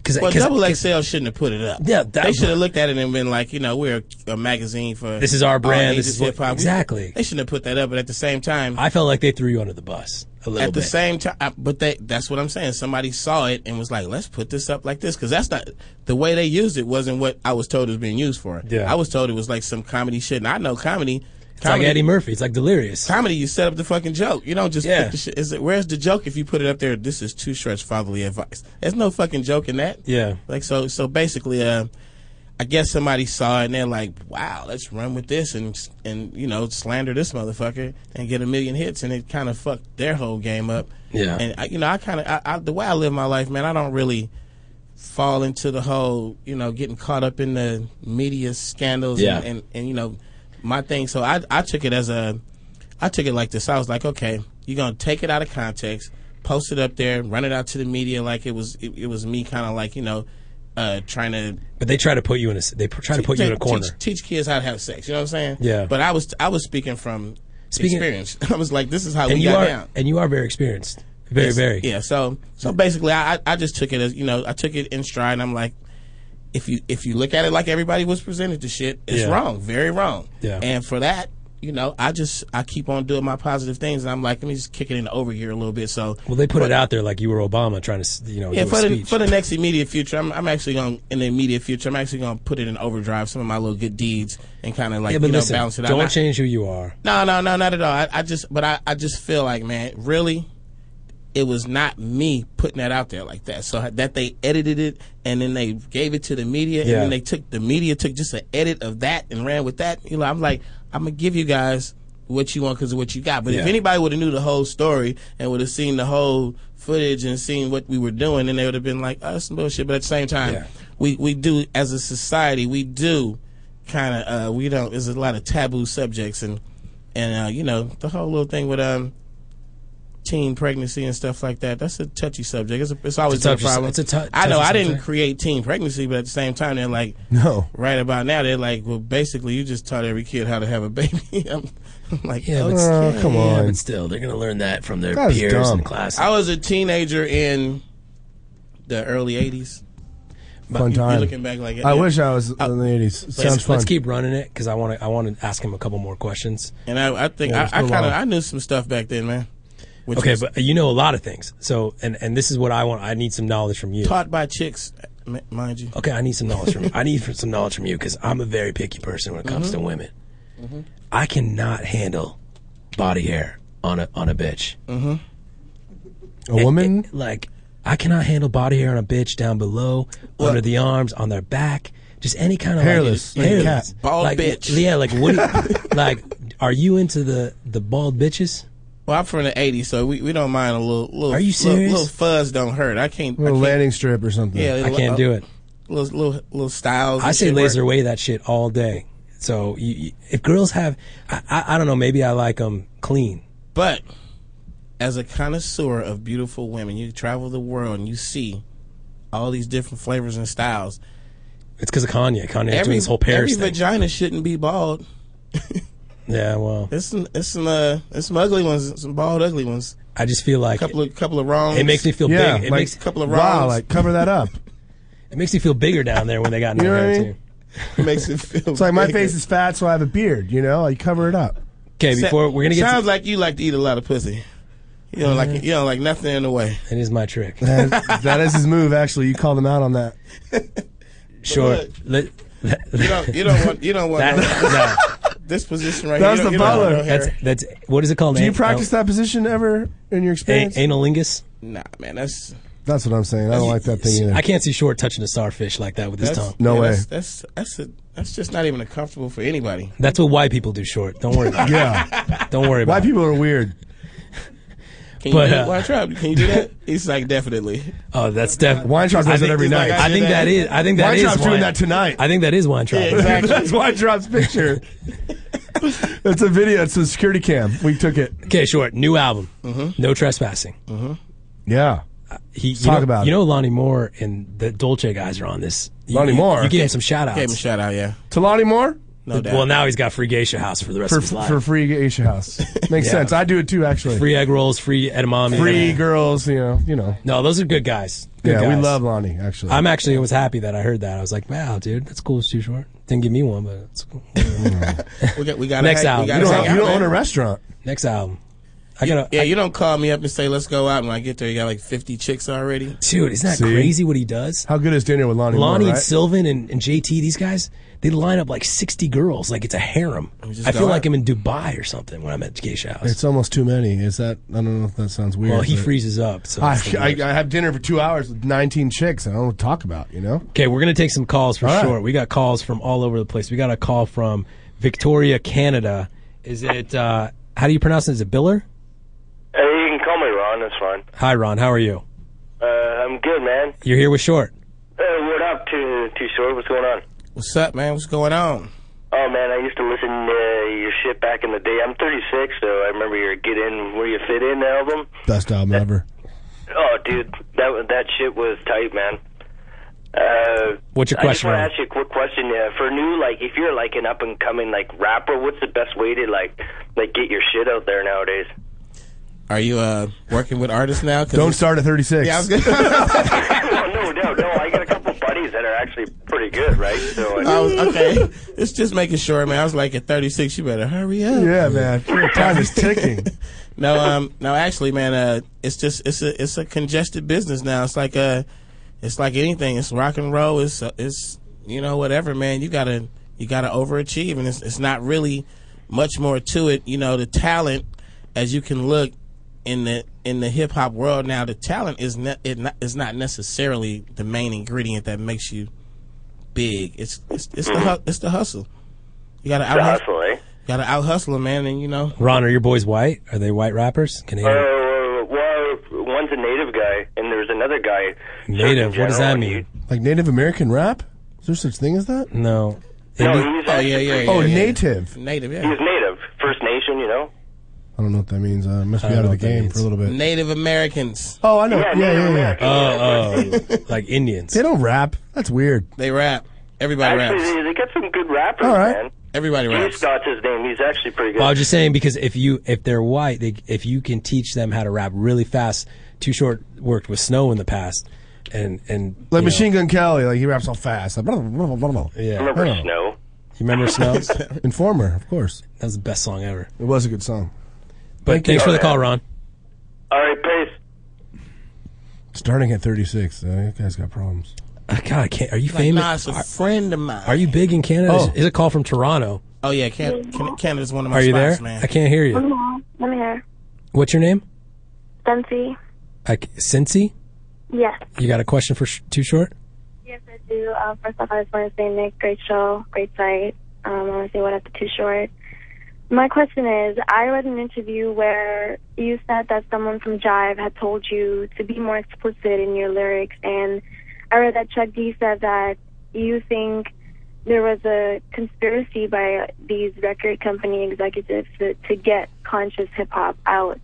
G: 'Cause-
L: well,
G: 'cause-
L: Double
G: 'cause-
L: XL shouldn't have put it up.
G: Yeah, that-
L: they should have looked at it and been like, you know, we're a, a magazine for
G: This is our
L: all
G: brand, this
L: ages
G: is what-
L: hip-hop. We-
G: exactly.
L: They shouldn't have put that up, but at the same time,
G: I felt like they threw you under the bus a little
L: at the
G: bit.
L: same time, but they, that's what I'm saying. Somebody saw it and was like, let's put this up like this. Cause that's not, the way they used it wasn't what I was told it was being used for.
G: Yeah.
L: I was told it was like some comedy shit. And I know comedy.
G: it's like Eddie Murphy. It's like delirious.
L: Comedy, you set up the fucking joke. You don't just
G: Yeah.
L: put the shit. Is it, where's the joke if you put it up there? This is two shirts fatherly advice. There's no fucking joke in that.
G: Yeah.
L: Like so, so basically, uh, I guess somebody saw it and they're like, "Wow, let's run with this and and you know slander this motherfucker and get a million hits," and it kind of fucked their whole game up.
G: Yeah.
L: And I, you know, I kind of I, I, the way I live my life, man, I don't really fall into the whole you know getting caught up in the media scandals
G: Yeah.
L: and, and and you know my thing. So I I took it as a I took it like this. I was like, okay, you're gonna take it out of context, post it up there, run it out to the media like it was it, it was me kind of like you know uh trying to
G: But they try to put you in a. s- They pr- try to put you in a
L: teach-
G: corner.
L: Teach, teach kids how to have sex. You know what I'm saying?
G: Yeah.
L: But I was I was speaking from
G: Speaking-
L: experience. I was like, this is how
G: and
L: we
G: you
L: got
G: are,
L: down.
G: and you are very experienced. Very,
L: Yes.
G: very.
L: Yeah. So so basically, I I- I just took it as you know I took it in stride. and I'm like, if you if you look at it like everybody was presented to shit, it's
G: Yeah.
L: wrong, very wrong.
G: Yeah.
L: And for that, you know, I just I keep on doing my positive things, and I'm like, let me just kick it in the over here a little bit. So
G: Well, they put
L: But-
G: it out there like you were Obama trying to, s- you know,
L: yeah,
G: do a
L: for the,
G: speech.
L: for the next immediate future, I'm, I'm actually going in the immediate future. I'm actually going to put it in overdrive some of my little good deeds and kind of like
G: yeah, but
L: you know
G: listen,
L: balance it out.
G: don't
L: And I-
G: change who you are.
L: no, no, no, not at all. I, I just, but I, I just feel like, man, really, it was not me putting that out there like that. So that they edited it and then they gave it to the media
G: Yeah.
L: and then they took the media took just an edit of that and ran with that. You know, I'm like, I'm gonna give you guys what you want because of what you got. But if
G: Yeah.
L: anybody would have knew the whole story and would have seen the whole footage and seen what we were doing, then they would have been like, oh, that's some bullshit. But at the same time,
G: Yeah.
L: we we do as a society, we do kind of uh, we don't. There's a lot of taboo subjects and and uh, you know the whole little thing with um teen pregnancy and stuff like that. That's a touchy subject. It's, a, it's always
G: It's a touchy
L: been a problem.
G: su- it's a tou-
L: I know
G: touchy
L: I didn't
G: subject.
L: create teen pregnancy, but at the same time they're like
I: no.
L: Right about now they're like, well, basically you just taught every kid how to have a baby. I'm, I'm like,
G: Yeah, but
L: okay.
I: Oh,
G: yeah, but still, they're gonna learn that from their
L: That's
G: peers
L: dumb.
G: and classes.
L: I was a teenager in the early '80s. But
I: Fun
L: you-
I: time.
L: You're looking back like
I: I
L: yeah.
I: wish I was in the 80s.
G: Uh, Let's,
I: Sounds fun.
G: let's keep running it because I want to. I want to ask him a couple more questions.
L: And I, I think
G: Yeah,
L: I, I
G: let's go
L: kind of
G: on.
L: I knew some stuff back then, man. Which
G: okay,
L: was
G: but you know a lot of things. So, and and this is what I want. I need some knowledge from you.
L: taught by chicks, m- mind you.
G: Okay, I need some knowledge from. I need some knowledge from you because I'm a very picky person when it comes to
L: Mhm.
G: women. I cannot handle body hair on a on a bitch.
L: Mm-hmm.
I: A woman?
G: like I cannot handle body hair on a bitch down below, under the arms, on their back, just any kind of
I: Hairless,
G: like,
I: like a
G: hairless,
I: cat. Bald
G: Like,
L: bitch.
G: Yeah, like what? do you- like, are you into the the bald bitches?
L: Well, I'm from the '80s, so we, we don't mind a little. little
G: Are you serious?
L: Little, little fuzz don't hurt. I can't. I
I: Little
L: can't
I: landing strip or something.
L: yeah, uh,
G: I can't do it.
L: Little little little styles.
G: I
L: and
G: say
L: shit
G: laser
L: work.
G: away that shit all day. So you, you, if girls have, I, I, I don't know, maybe I like them clean.
L: But as a connoisseur of beautiful women, you travel the world and you see all these different flavors and styles.
G: It's because of Kanye. Kanye's doing this whole Paris
L: every
G: thing.
L: vagina shouldn't be bald.
G: yeah, well,
L: It's some it's some uh it's some ugly ones, some bald ugly ones.
G: I just feel
L: A
G: like
L: couple of couple of wrongs.
G: it makes me feel
I: Yeah,
G: big. It
I: like,
G: makes
L: couple of
I: wow,
L: rounds.
I: like cover that up.
G: it makes me feel bigger down there when they got no
I: You know
G: hair
I: what I
G: too.
I: mean?
L: makes it feel.
I: It's like my
L: bigger.
I: face is fat, so I have a beard. You know, like cover it up.
G: Okay, before we're gonna get
L: sounds
G: to,
L: like you like to eat a lot of pussy. You don't like you don't like nothing in the way.
G: it is my trick.
I: That- that is his move. Actually, you called him out on that.
G: Sure. Let,
L: You don't you don't want you don't want
G: That-
L: no- this position right
I: That's
L: here.
I: the
L: you don't- you don't
I: butler.
L: want no hair.
G: that's that's what is it called?
I: Do you
G: An-
I: practice that position ever in your
G: an-
I: experience?
G: analingus?
L: Nah, man, that's
I: That's what I'm saying. I don't like that thing either.
G: I can't see short touching a starfish like that with his
L: that's
G: tongue.
I: No
L: yeah,
I: way.
L: That's that's that's, a, that's just not even a comfortable for anybody.
G: That's what white people do short. Don't worry about
I: Yeah.
G: it. Don't worry about
I: White people are weird.
L: Can
G: But,
L: you do,
G: uh,
L: why try? Can you do that? He's like definitely.
G: it. Oh, that's definitely
I: Weintraub does it every night.
G: I think that is. I think that is.
I: Weintraub's doing
G: wine-
I: that tonight.
G: I think that is Weintraub.
L: Yeah, exactly.
I: That's Weintraub's picture. it's a video. It's a security cam. We took it.
G: Okay, short. New album.
L: Mm-hmm.
G: No trespassing.
I: Yeah.
G: Uh, He, you
I: talk
G: know,
I: about
G: You
I: it.
G: know, Lonnie Moore and the Dolce guys are on this. You-
I: Lonnie
G: you-
I: Moore?
G: You gave him some shout outs.
L: Gave him a shout out. Yeah.
I: Talani Moore?
L: No doubt.
G: Well, now he's got free geisha house for the rest
I: for,
G: of his life.
I: for free geisha house. Makes
G: Yeah.
I: sense. I do it too, actually.
G: free egg rolls, free edamame.
I: Free girls, you know, you know.
G: No, those are good guys. Good
I: yeah, we
G: guys.
I: love Lonnie. Actually,
G: I'm actually was happy that I heard that. I was like, wow, dude, that's cool. It's too short. Didn't give me one, but it's cool.
L: We got we got
G: Next album.
L: We
G: You
L: gotta
G: don't-
L: hang
G: you
L: out,
G: don't
L: man.
G: own a restaurant. Next album. I gotta.
L: Yeah, you don't call me up and say let's go out. and When I get there, you got like fifty chicks already.
G: Dude, isn't that crazy what he does?
I: How good is dinner with Lonnie?
G: Lonnie
I: Moore,
G: and
I: right?
G: Sylvan and, and JT, these guys, they line up like 60 girls. Like it's a harem.
I: just
G: I
I: go
G: feel
I: out.
G: like I'm in Dubai or something when I'm at Geisha House.
I: It's almost too many. Is that? I don't know if that sounds weird.
G: well, he
I: but-
G: freezes up. So
I: I,
G: it's the
I: I,
G: worst.
I: I have dinner for two hours with 19 chicks. and I don't know what to talk about. You know.
G: Okay, we're gonna take some calls for
I: All right.
G: sure. We got calls from all over the place. We got a call from Victoria, Canada. Is it uh, how do you pronounce it? Is it Biller?
A: Hey, you can call me Ron. That's fine.
G: Hi, Ron. How are you?
A: Uh, I'm good, man.
G: You're here with Short.
A: Uh, what up, Too Too Short? What's going on?
L: What's up, man? What's going on?
A: Oh man, I used to listen to your shit back in the day. I'm 36, so I remember your "Get In Where You Fit In" album.
I: Best album ever.
A: Oh, dude, that that shit was tight, man. Uh,
G: What's your
A: I just
G: question,
A: want to
G: Ron?
A: ask you a quick question. Uh, for new, like, if you're like an up and coming like rapper, what's the best way to like like get your shit out there nowadays?
L: Are you uh working with artists now? 'Cause
I: Don't
L: it's-
I: start at 36.
L: Yeah, I was gonna.
A: Oh, no, no, no. I got a couple buddies that are actually pretty good, right? So
L: I was okay. It's just making sure, man. I was like at 36. You better hurry up.
I: Yeah, man. Your time is ticking.
L: no, um, no. Actually, man, uh, it's just it's a it's a congested business now. It's like uh, it's like anything. It's rock and roll. It's uh, it's you know whatever, man. You gotta you gotta overachieve, and it's it's not really much more to it. You know, the talent as you can look in the in the hip hop world now, the talent is ne- it not is not necessarily the main ingredient that makes you big. It's it's, it's the hu- it's the hustle. You gotta out hustle,
A: eh?
L: Gotta out hustle, man, and you know.
G: Ron, are your boys white? Are they white rappers? Canadian
A: Uh, well, one's a native guy, and there's another guy.
G: native? What does that mean?
I: Like Native American rap? Is there such thing as that?
G: No.
A: No, he's oh, yeah, yeah,
I: oh, native.
L: Native, yeah.
A: He's native, First Nation, you know.
I: I don't know what that means. I must
G: I
I: be
G: don't
I: out
G: know
I: of the
G: what that
I: game
G: means.
I: for a little bit.
L: Native Americans. Uh,
I: Oh, I know. Yeah, yeah, yeah.
G: Oh, oh, like Indians.
I: They don't rap. That's weird.
L: They rap. Everybody
A: Actually,
L: raps.
A: they, they got some good rappers, man.
L: Everybody
A: G
L: raps.
A: Scott's his name. He's actually pretty good.
G: Well, I was just saying because if you if they're white, they, if you can teach them how to rap really fast. Too short worked with Snow in the past, and and you
I: Like
G: know,
I: Machine Gun Kelly, like he raps all fast. Like, blah, blah, blah, blah, blah.
G: Yeah.
A: Remember
I: Oh.
A: Snow?
G: You remember Snow?
I: Informer, of course.
G: That was the best song ever.
I: It was a good song.
G: But
I: Thank you.
G: thanks for
L: Oh,
G: the call, Ron.
A: All right, peace.
I: Starting at 36, uh, that guy's got problems.
G: God, I can't. Are you
L: Like,
G: famous?
L: nah, it's a friend of mine.
G: Are you big in Canada?
L: Oh.
G: Is it a call from Toronto?
L: Oh yeah, Can- Can- Canada's one of my
G: Are you
L: spots,
G: there?
L: man.
G: I can't hear you.
O: I'm here.
G: What's your name?
O: Duncy.
G: I, c- Cincy.
O: Yes.
G: You got a question for sh- Too Short?
O: Yes, I do. Uh, first off, I just want to say, Nick, great show, great site. Um, I want to say what up to Too Short. My question is, I read an interview where you said that someone from Jive had told you to be more explicit in your lyrics, and I read that Chuck D said that you think there was a conspiracy by these record company executives to, to get conscious hip hop out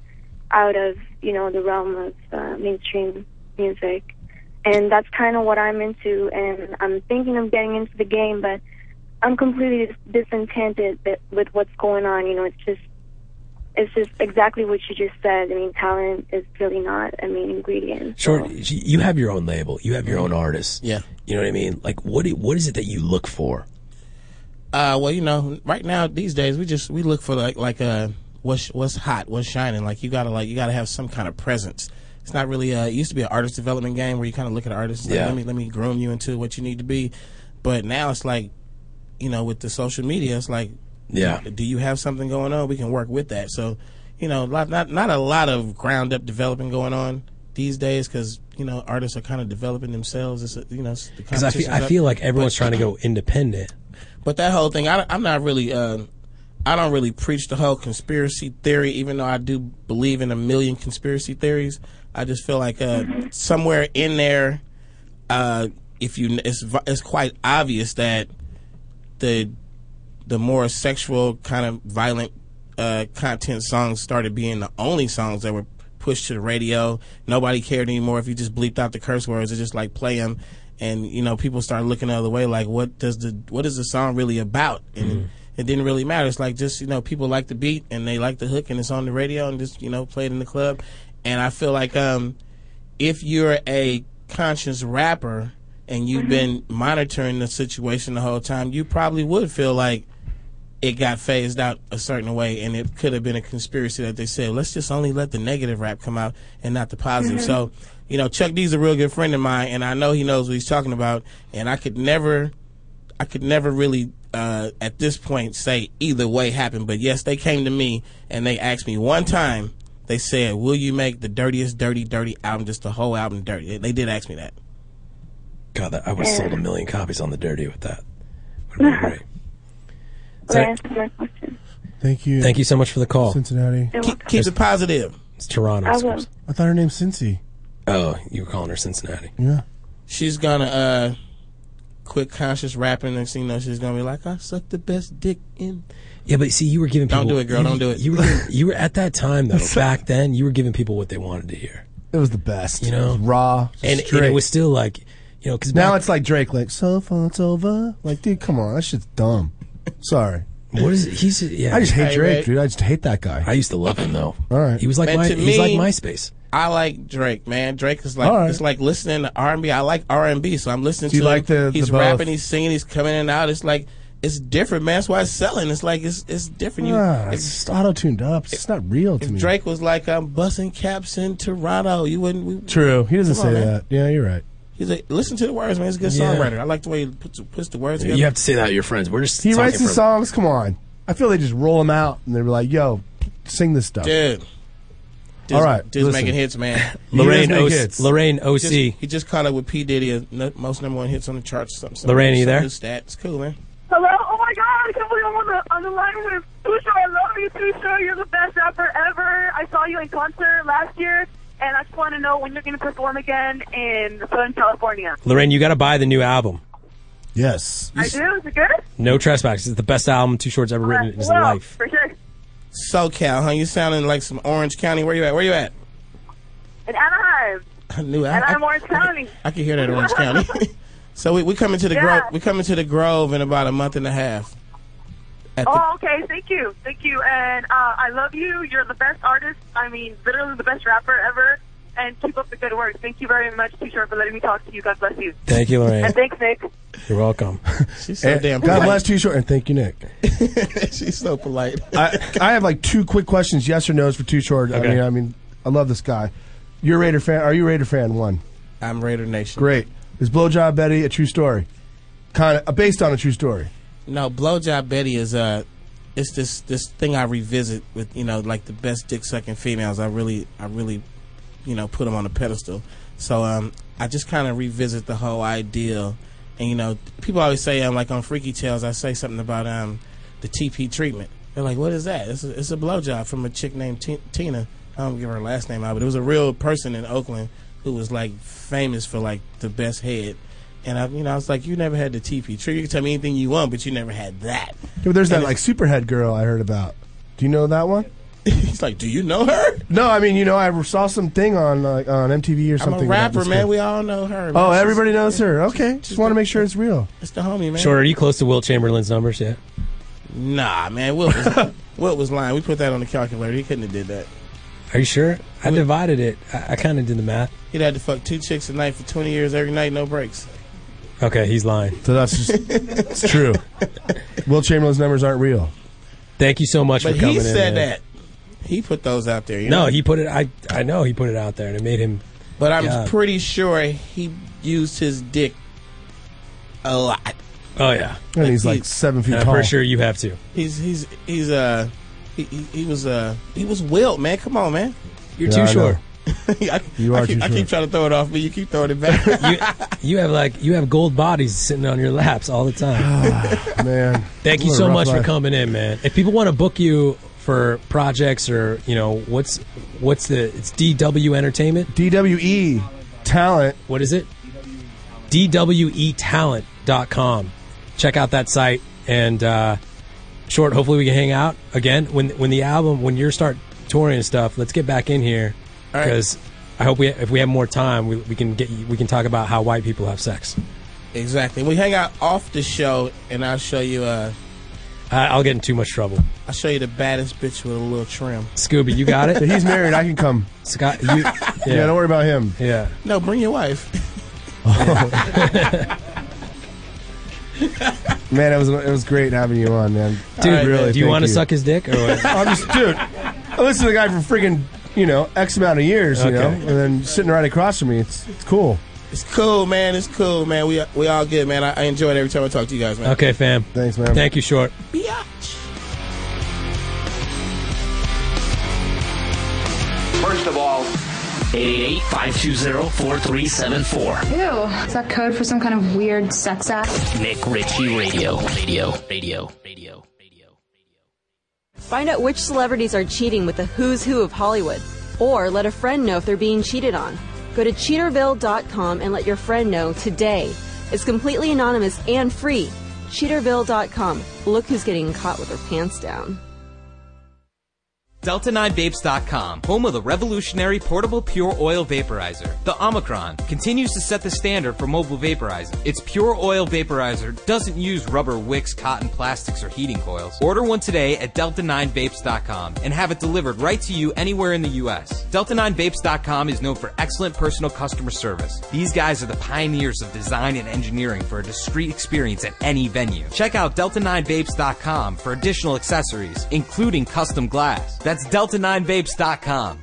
O: out of you know the realm of uh, mainstream music and that's kind of what I'm into. And I'm thinking of getting into the game, but I'm completely dis- disenchanted that- with what's going on. You know, it's just it's just exactly what you just said. I mean, talent is really not a main ingredient.
G: Short, y- you have your own label. You have your own artist.
L: Uh, Yeah.
G: You know what I mean? Like, what i- what is it that you look for?
L: Uh, well, you know, right now these days we just we look for like like uh what's what's hot, what's shining. Like you gotta like you gotta have some kind of presence. It's not really uh it used to be an artist development game where you kind of look at artists like
G: Yeah.
L: let me let me groom you into what you need to be, but now it's like, you know, with the social media, it's like,
G: Yeah.
L: do you have something going on? We can work with that. So, you know, lot, not not a lot of ground up developing going on these days because you know artists are kind of developing themselves. It's a, you know
G: Because I feel, I feel like everyone's trying to go independent.
L: but that whole thing, I, am not really, uh, I don't really preach the whole conspiracy theory, even though I do believe in a million conspiracy theories. I just feel like uh, somewhere in there, uh, if you, it's v- it's quite obvious that the the more sexual kind of violent uh, content songs started being the only songs that were pushed to the radio. Nobody cared anymore if you just bleeped out the curse words. It's just like play them, and you know people start looking the other way like what does the what is the song really about and it, it didn't really matter it's like just you know people like the beat and they like the hook and it's on the radio and just you know played in the club and i feel like um if you're a conscious rapper and you've been monitoring the situation the whole time you probably would feel like it got phased out a certain way and it could have been a conspiracy that they said let's just only let the negative rap come out and not the positive
P: Mhm.
L: so you know chuck d's a real good friend of mine and i know he knows what he's talking about and i could never i could never really uh, at this point say either way happened but yes they came to me and they asked me one time they said will you make the dirtiest dirty dirty album just the whole album dirty they did ask me that
G: God, that, I would have sold a million copies on the dirty with that.
I: Thank you.
G: Thank you so much for the call.
I: Cincinnati.
L: Keep, keep it positive.
G: It's Toronto. of course.
I: I thought her name's Cincy.
G: Oh, you were calling her Cincinnati.
I: Yeah.
L: she's gonna uh quit conscious rapping and you know she's gonna be like I suck the best dick in
G: Yeah, but see, you were giving people.
L: Don't do it, girl,
G: you-
L: don't do it.
G: You were, giving- you were at that time though. back then, you were giving people what they wanted to hear.
I: It was the best.
G: You know,
I: It was raw,
G: and, and
I: straight.
G: it was still like, you know, because
I: now it's like Drake, like so far it's over. Like, dude, come on, that shit's dumb. Sorry.
G: What is it? He's yeah.
I: I just hate
L: Hey,
I: Drake,
L: Rick.
I: dude. I just hate that guy.
G: I used to love him though.
I: All right, he
G: was
L: Man, to me,
G: MySpace.
L: I like Drake man Drake is like
I: All right.
L: it's like listening to R&B I like R&B so I'm listening
I: Do you
L: to
I: like the-
L: he's
I: the both?
L: rapping he's singing he's coming in and out it's like it's different man that's why it's selling it's like it's it's different you
I: Ah,
L: if
I: it's just auto tuned up. It's just not real to me.
L: Drake was like I'm busting caps in Toronto you wouldn't we,
I: True. He doesn't
L: Come
I: say
L: on, man.
I: that. Yeah, you're right.
L: he's like listen to the words man he's a good
I: Yeah.
L: songwriter I like the way he puts, puts the words together
G: You have to say that to your friends. We're just
I: He
G: talking
I: writes the
G: from-
I: songs. Come on. I feel they just roll them out and they're like, "Yo, sing this stuff."
L: Dude. Just,
I: All right,
L: Just
I: listen.
L: making hits, man.
I: He does Lorraine make O- hits. Lorraine OC.
L: Just- he just caught up with P. Diddy, as no- most number one hits on the charts or something. something
G: Lorraine, you
L: some
G: there?
L: New stat. It's cool, man.
J: Hello? Oh my god, I can't believe I'm on the, on the line with Tusha. I love you, Tusha. You're the best rapper ever. I saw you in concert last year, and I just want to know when you're going to perform again in Southern California.
G: Lorraine, you got to buy the new album.
I: Yes.
J: I do? Is it good?
G: No trespass. It's the best album Two Shorts ever written in his
J: well,
G: life.
J: for sure.
L: SoCal, huh? You sounding like some Orange County. Where you at? Where you at?
J: In Anaheim.
L: I knew I,
J: and
L: I,
J: I'm Orange County.
L: I can hear that Orange County. so we we coming to the
J: Yeah.
L: grove. We coming to the Grove in about a month and a half. At the-
J: Oh, okay. Thank you. Thank you. And uh, I love you. You're the best artist. I mean, literally the best rapper ever. And keep up the good work. Thank you very much, T-shirt, for letting me talk to you. God bless you.
G: Thank you, Lorraine.
J: And thanks, Nick.
G: You're welcome.
L: She's
I: And God bless Too Short and thank you, Nick.
L: She's so polite.
I: I, I have like two quick questions, yes or no's for Too Short.
L: Okay.
I: I mean, I mean, I love this guy. You're a Raider fan. Are you a Raider fan? One.
L: I'm Raider Nation.
I: Great. Is blowjob Betty a true story? Kind of uh, based on a true story.
L: No, blowjob Betty is uh it's this this thing I revisit with you know like the best dick sucking females. I really I really you know put them on a pedestal. So um I just kind of revisit the whole idea, and you know people always say um like on Freaky Tales I say something about um the TP treatment. They're like, what is that? It's a, it's a blowjob from a chick named T- Tina. I don't give her last name out, but it was a real person in Oakland who was like famous for like the best head. And I, you know, I was like, you never had the TP treatment. You can tell me anything you want, but you never had that.
I: Yeah, but there's
L: And
I: that like superhead girl I heard about. Do you know that one?
L: He's like, do you know her?
I: No, I mean, you know, I saw something on like on MTV or
L: I'm
I: something.
L: a
I: about
L: rapper,
I: this
L: man.
I: girl.
L: We all know her.
I: oh,
L: man. She's-
I: everybody knows her. Okay, just want to make sure it's real.
L: It's the homie, man.
G: Short, are you close to Will Chamberlain's numbers yet?
L: Nah, man. Wilt was, Wilt was lying. We put that on the calculator. He couldn't have did that.
G: Are you sure? I divided it. I, I kind of did the math.
L: He'd had to fuck two chicks a night for 20 years, every night, no breaks.
G: Okay, he's lying.
I: So that's just it's true. Will Chamberlain's numbers aren't real.
G: Thank you so much
L: But
G: for coming
L: he
G: in,
L: said
G: man.
L: that. He put those out there. You
G: No,
L: know?
G: he put it. I I know he put it out there, and it made him.
L: But I'm
G: God.
L: pretty sure he used his dick a lot.
G: Oh yeah,
I: And he's like seven feet
G: And I'm
I: tall.
G: pretty sure you have to.
L: He's he's he's uh he, he, he was uh he was wilt man. Come on, man.
G: You're too short.
L: I,
I: You
L: I
I: are
L: keep,
I: too
L: I keep
I: short.
L: trying to throw it off, but you keep throwing it back.
G: You have like you have gold bodies sitting on your laps all the time.
I: Ah, man.
G: Thank you
I: What a
G: so
I: rough
G: much for
I: life.
G: coming in, man. If people want to book you for projects or you know what's what's the it's DW Entertainment
I: DWE E, Talent.
G: What is it? E DWETalent.com. Check out that site and uh, short. Hopefully we can hang out again when when the album when you start touring and stuff. Let's get back in here
L: All right.
G: because I hope we if we have more time, we, we can get you- we can talk about how white people have sex.
L: Exactly. We hang out off the show, and I'll show you. Uh,
G: I, I'll get in too much trouble.
L: I'll show you the baddest bitch with a little trim.
G: Scooby, you got it.
I: So he's married. I can come.
G: Scott, you.
I: Yeah, don't worry about him.
G: Yeah.
L: No, bring your wife.
I: Man, it was it was great having you on, man.
G: Dude, really, do you
I: thank
G: want to suck his dick or what?
I: I'm just, dude. I listened to the guy for freaking, you know, X amount of years, you
L: Okay.
I: know, and then sitting right across from me, it's it's cool.
L: It's cool, man. It's cool, man. We we all good, man. I, I enjoy it every time I talk to you guys, man.
G: Okay, fam.
I: Thanks, man.
G: Thank you, short.
B: First of all, 888-520-4374.
P: Ew, is that code for some kind of weird sex act?
B: Nick Ritchie Radio. Radio. Radio.
R: Find out which celebrities are cheating with the who's who of Hollywood, or let a friend know if they're being cheated on. Go to cheaterville.com and let your friend know today. It's completely anonymous and free. Cheaterville.com. Look who's getting caught with her pants down.
S: Delta9Vapes.com, home of the revolutionary portable pure oil vaporizer. The Omicron continues to set the standard for mobile vaporizers. Its pure oil vaporizer doesn't use rubber wicks, cotton plastics, or heating coils. Order one today at Delta9Vapes.com and have it delivered right to you anywhere in the U.S. Delta9Vapes.com is known for excellent personal customer service. These guys are the pioneers of design and engineering for a discreet experience at any venue. Check out Delta9Vapes.com for additional accessories, including custom glass. That's Delta9Vapes.com.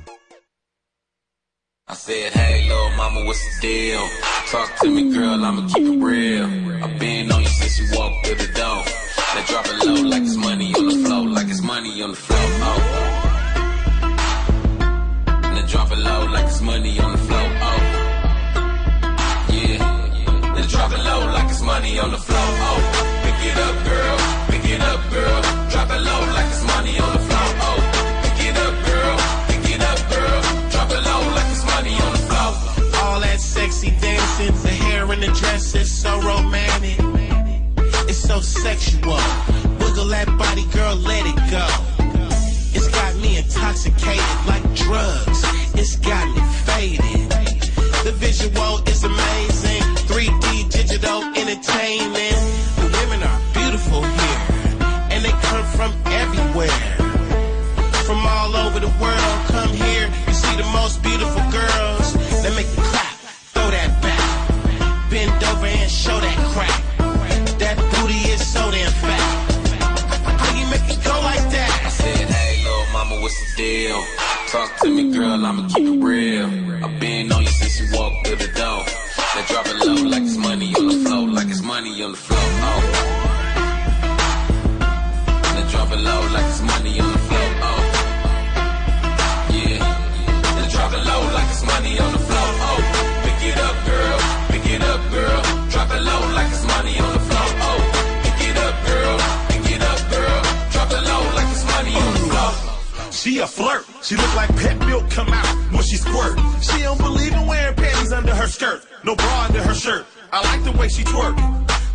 X: I said, hey, little mama, what's the deal? Talk to me, girl, I'ma keep it real. I've been on you since you walked through the door. Now drop it low like it's money on the floor, like it's money on the floor. Oh. Now drop it low like it's money on the floor. Oh. Yeah. Now drop it low like it's money on the floor. Oh. Pick it up, girl. Pick it up, girl. Drop it low like it's money on the floor. Oh. Pick it up, girl. Pick it up, girl. Drop it low like it's money on the floor.
Q: All that sexy dancing, the hair and the dress is so romantic. It's so sexual. Wiggle that body, girl, let it go. It's got me intoxicated like drugs. It's got me faded. The visual is amazing. 3D digital entertainment. The women are beautiful here, and they come from everywhere. From all over the world, come here. You see the most beautiful girls. They make you clap, throw that back. Bend over and show that crack. That booty is so damn fat. How you make it go like that?
X: I said, hey, little mama, what's the deal? Talk to me, girl, I'ma keep it real. I've been on you since you walked through the door. Now drop it low like it's money on the floor, like it's money on the floor. Oh. Now drop it low like it's money on the floor. Oh. Yeah. Now drop it low like it's money on the floor. Oh. Pick it up, girl. Pick it up, girl. Drop it low like it's money on the floor. Oh. Pick it up, girl. Pick it up, girl. Drop it low like it's money on the floor.
W: She a flirt. She look like pet milk come out when she squirt. She don't believe in wearing panties under her skirt. No bra under her shirt. I like the way she twerk.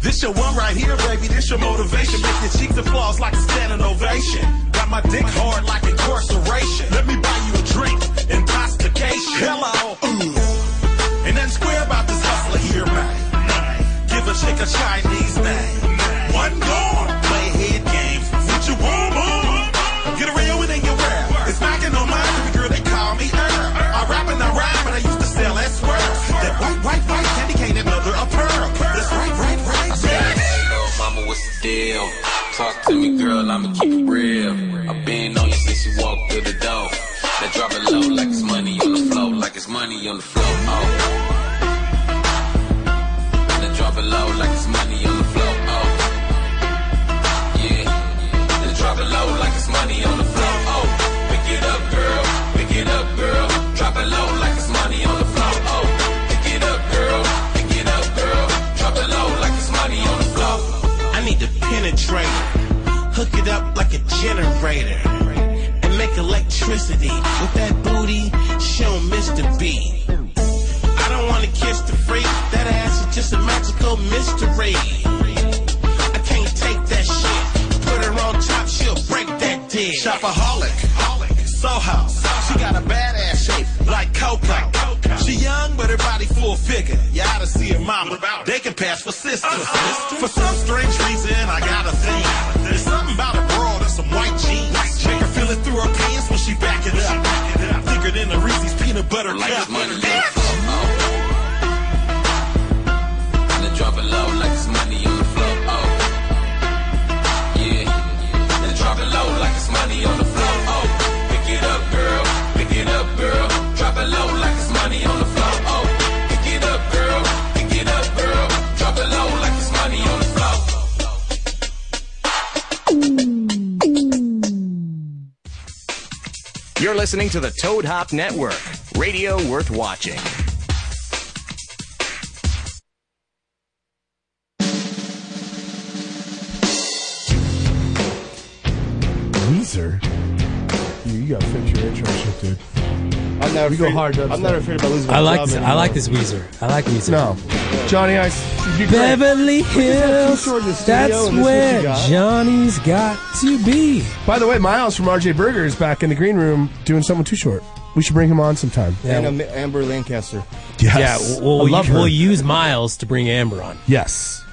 W: This your one right here, baby. This your motivation. Make your cheeks and flaws like a standing ovation. Got my dick hard like incarceration. Let me buy you a drink. Intoxication. Hello. Ooh. Ain't nothing square about this hustler here, man. Give a chick a Chinese name. One gone. Play head games. What you want, mom? Get real and then get real. It's knocking on my every girl, they call me Earl. I rap and I rhyme and I used to sell that swerve. That white, white, white candy cane and mother of pearl. That's right, right, right,
X: I said,
W: yeah.
X: hey, little mama, what's the deal? Talk to me, girl, I'ma keep it real. I've been on you since you walked through the door. Now drop it low like it's money on the floor, like it's money on the floor. Oh. Now drop it low like it's money on the floor. Oh. Yeah. Now drop it low like it's money on the floor. Oh. Pick it up, girl. Pick it up, girl. Drop it low like it's money on the floor. Oh. Pick it up, girl. Pick it up, girl. Drop it low like it's money on the floor.
Q: I need to penetrate her. Hook it up like a generator. And make electricity. With that booty, she don't miss the beat. I don't wanna kiss the freak. That ass is just a magical mystery. I can't take that shit. Put her on top, she'll break that dick.
W: Shopaholic. Soho. She got a badass shape, like Coco. She young, but her body full figure. You oughta see her mama. They can pass for sisters. For some strange reason, I got a thing. There's something about a broad and some white jeans. Make her feel it through her pants when she back it up. Thicker than a Reese's peanut butter
X: Like
W: cup.
X: it's money.
W: Bitch!
X: And I drop it low like it's money on the floor. Oh, yeah. And I drop it low like it's money on the floor. Oh, pick it up, girl. Pick it up, girl. Drop it low like it's money on the floor. Oh, pick it up, girl. Pick it up, girl. Drop it low like it's money on the floor.
C: You're listening to the Toad Hop Network, radio worth watching.
I: Weezer? You, you gotta fix your intro shit, dude.
L: I'm never
I: we go
L: afraid-
I: hard.
L: I'm never afraid about losing
G: I like this, I like this Weezer. I like Weezer.
I: No, Johnny Ice.
G: Beverly Hills. That's where
I: Johnny's got to be. By the way, Miles from RJ Burger is back in the green room doing someone too short. We should bring him on sometime.
L: And um, Amber Lancaster.
G: Yeah, we'll,
I: I
G: we'll,
I: love
G: use, we'll
I: her.
G: use Miles to bring Amber on.
I: Yes.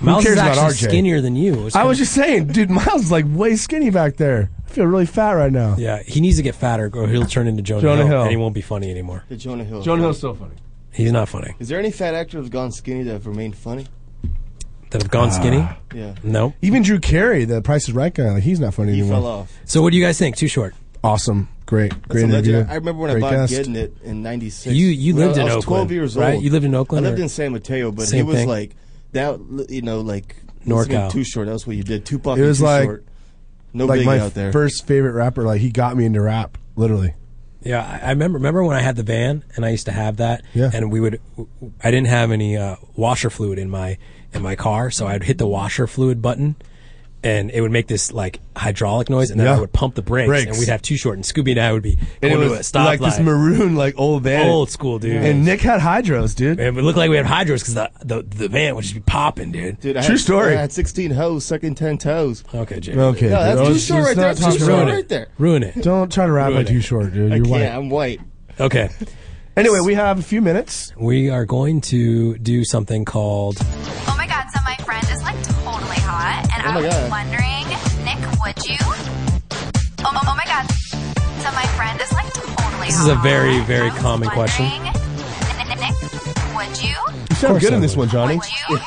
I: Who
G: Miles
I: cares
G: is
I: about
G: actually
I: RJ?
G: skinnier than you. which
I: I
G: kinda-
I: was just saying, dude, Miles is like way skinny back there. I feel really fat right now.
G: Yeah, he needs to get fatter or he'll turn into Jonah,
I: Jonah
G: Hill,
I: Hill.
G: and he won't be funny anymore.
H: The Jonah Hill.
I: Jonah Hill's so funny.
G: He's not funny.
H: Is there any fat actor that's gone skinny that have remained funny?
G: That have gone
H: Ah.
G: skinny?
H: Yeah.
G: No.
I: Even Drew Carey, the Price is Right guy, like, he's not funny
H: He
I: anymore.
H: fell off.
G: So what do you guys think? Too short.
I: Awesome. Great.
H: That's
I: great
H: a
I: interview.
H: legend. I remember when
I: great
H: I bought
I: guest.
H: Getting It in '96.
G: You- you
H: When I-
G: lived in
H: I
G: Oakland,
H: was 12 years
G: right?
H: old.
G: You lived in Oakland
H: I lived
G: or-
H: in San Mateo, but he
G: Same
H: was
G: thing.
H: like that. You know, like
I: NorCal.
H: Too short. That's what you did. Tupac.
I: It was
H: and Too
I: like,
H: Short. no
I: like
H: biggie
I: my
H: out there.
I: first favorite rapper. Like he got me into rap, literally.
G: Yeah, I I remember remember when I had the van and I used to have that.
I: Yeah.
G: And we would, I didn't have any uh, washer fluid in my in my car, so I'd hit the washer fluid button, and it would make this like hydraulic noise, and then
I: Yeah.
G: I would pump the brakes, and
I: Brakes.
G: we'd have too short, and Scooby and I would be
I: And
G: going
I: it
G: to a
I: was
G: stoplight.
I: like this maroon, like old van,
G: Old school, dude.
I: And Nick had hydros, dude.
G: and we looked like we had hydros because the, the the van would just be popping, dude.
H: Dude, I had, I had 16 hoes sucking 10 toes.
G: Okay, Jay.
I: Okay,
H: No, that's
I: dude.
H: too
I: Let's-
H: short
I: let's
H: right
I: not
H: there. That's
I: talk
H: too short
I: about it.
H: right there.
G: Ruin it.
I: Don't try to rap
G: Ruin
I: like
G: it.
I: too short, dude.
G: I
I: You're
G: can't.
I: white.
H: I'm white.
G: Okay.
I: Anyway, we have a few minutes.
G: We are going to do something called.
N: Oh my god, so my friend is like totally hot, and
G: Oh
N: I
G: my
N: was
G: God.
N: wondering, Nick, would you? Oh, oh my god, so my friend is like totally
G: This
N: hot.
G: is a very very common question.
N: N- n- Nick, would you?
I: You sound good in this one, Johnny.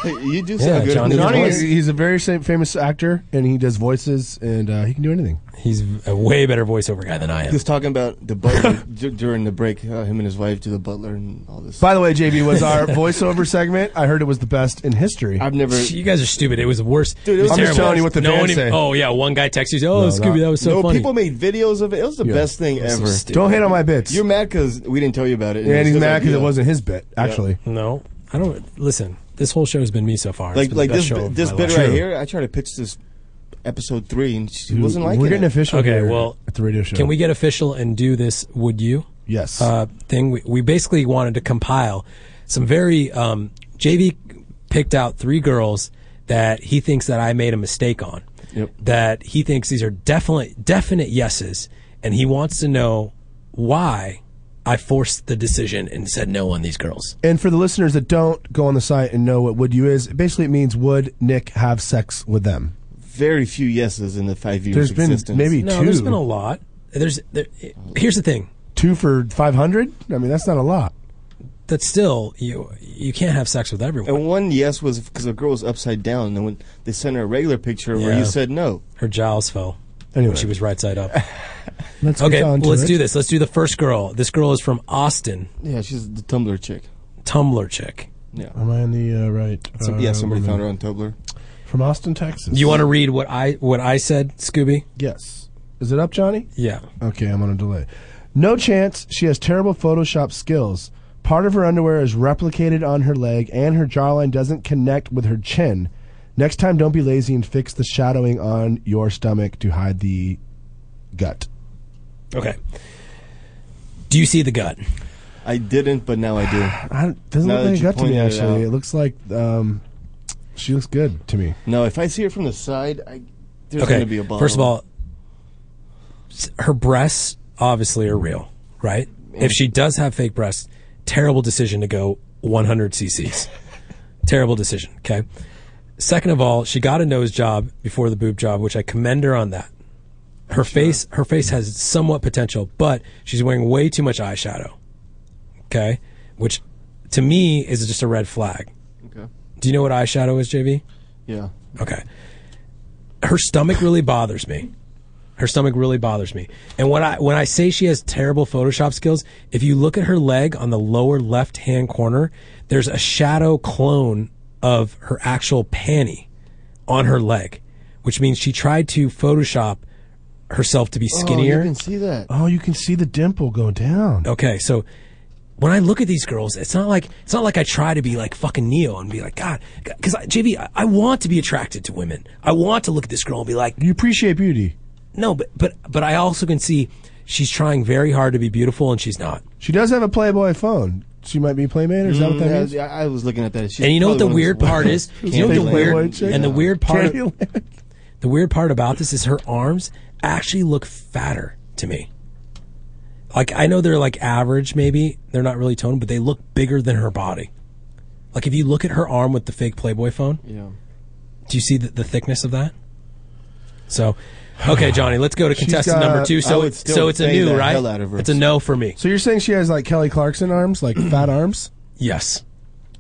H: you do
I: yeah,
H: sound good.
I: Johnny.
H: in this voice.
I: is- he's a very sa- famous actor, and he does voices, and uh, he can do anything.
G: He's a way better voiceover guy than I
H: He was talking about the butler d- during the break. How him and his wife do the butler and all this.
I: By the way, JB was our voiceover segment. I heard it was the best in history.
H: I've never.
G: You guys are stupid. It was worse.
H: Dude, it
G: was
H: was- I'm just
G: terrible.
I: telling you what the
G: no
I: fans
G: one even-
I: say.
G: Oh yeah, one guy texts you. Oh,
H: No,
G: Scooby,
H: not-
G: that was so
H: no,
G: funny.
H: people made videos of it. It was the
G: Yeah.
H: best thing
G: It was so
H: ever.
G: stupid.
I: Don't hate on my bits.
H: You're mad because we didn't tell you about it.
I: Yeah, and he's
H: it's
I: mad
H: like,
I: 'cause it
H: yeah.
I: wasn't his bit,
H: Yeah.
I: actually.
G: No, I don't. Listen, this whole show has been me so far. It's
H: Like
G: been
H: like
G: the best
H: this
G: show
H: bit-
G: of
H: this
G: my
H: bit
G: life.
H: right here. I tried to pitch this episode three, and she
I: Dude,
H: wasn't liking
I: We're getting
H: it.
I: official.
G: Okay,
I: here
G: well,
I: at the radio show.
G: Can we get official and do this? Would you?
I: Yes.
G: Uh, thing we, we basically wanted to compile some very um, JV picked out three girls that he thinks that I made a mistake on.
H: Yep.
G: That he thinks these are definite definite yeses, and he wants to know why I forced the decision and said no on these girls.
I: And for the listeners that don't go on the site and know what would you is, basically it means would Nick have sex with them?
H: Very few yeses in the five years.
I: There's been
H: existence.
I: maybe
G: no,
I: two.
G: there's been a lot. There's there, here's the thing.
I: Two for five hundred. I mean, that's not a lot.
G: That's still you you can't have sex with everyone.
H: And one yes was because a girl was upside down, and then when they sent her a regular picture where
G: Yeah.
H: you said no.
G: Her jowls fell.
I: Anyway.
G: she was right side up.
I: Let's
G: okay,
I: get on
G: well,
I: to
G: let's
I: it.
G: do this. Let's do the first girl. This girl is from Austin,
H: Yeah, she's the Tumblr chick.
G: Tumblr chick.
H: Yeah.
I: Am I in the uh, right?
H: So-
I: uh,
H: yeah, somebody
I: woman?
H: found her on Tumblr.
I: from Austin, Texas.
G: You want to read what I what I said, Scooby?
I: Yes. Is it up, Johnny?
G: Yeah.
I: Okay, I'm on a delay. No chance. She has terrible Photoshop skills. Part of her underwear is replicated on her leg, and her jawline doesn't connect with her chin. Next time, don't be lazy and fix the shadowing on your stomach to hide the gut.
G: Okay. Do you see the gut?
H: I didn't, but now I do.
I: I, Doesn't
H: Now
I: look
H: that
I: like a
H: you
I: gut to me.
H: pointed it
I: Actually, it,
H: out.
I: looks like um, she looks good to me.
H: No, if I see her from the side, I, there's
G: okay.
H: going to be a ball.
G: First of all, s- her breasts obviously are real, right? If she does have fake breasts, terrible decision to go 100 cc's. terrible decision. Okay. Second of all, she got a nose job before the boob job, which I commend her on that. Her face, her face has somewhat potential, but she's wearing way too much eyeshadow. Okay, which to me is just a red flag.
H: Okay.
G: Do you know what eyeshadow is, JB?
H: Yeah.
G: Okay. Her stomach really bothers me. Her stomach really bothers me. And when I when I say she has terrible Photoshop skills, if you look at her leg on the lower left hand corner, there's a shadow clone of her actual panty on her leg, which means she tried to Photoshop herself to be
H: Oh, you
G: skinnier.
H: can see that.
I: Oh, you can see the dimple go down.
G: Okay, so when I look at these girls, it's not like it's not like I try to be like fucking Neo and be like God, because JV, I, I want to be attracted to women. I want to look at this girl and be like,
I: you appreciate beauty.
G: No, but but but I also can see she's trying very hard to be beautiful and she's not.
I: She does have a Playboy phone. She might be Playmate, or is that what that
H: Mm,
I: is?
H: yeah, I, I was looking at that. She's
G: and you know what
H: probably
G: the
H: one of
G: weird
H: those-
G: part is? you know what the weird and the weird part the weird part about this is her arms actually look fatter to me. Like I know they're like average maybe, they're not really toned, but they look bigger than her body. Like if you look at her arm with the fake Playboy phone,
H: Yeah.
G: do you see the, the thickness of that? So Okay, Johnny, let's go to
I: She's
G: contestant
I: got-
G: number two.
I: I
G: So
I: would
G: it's
I: still
G: so it's a
I: bang
G: new,
I: the
G: right?
I: hell out of her.
G: It's a no for me.
I: So you're saying she has like Kelly Clarkson arms, like fat arms?
G: Yes.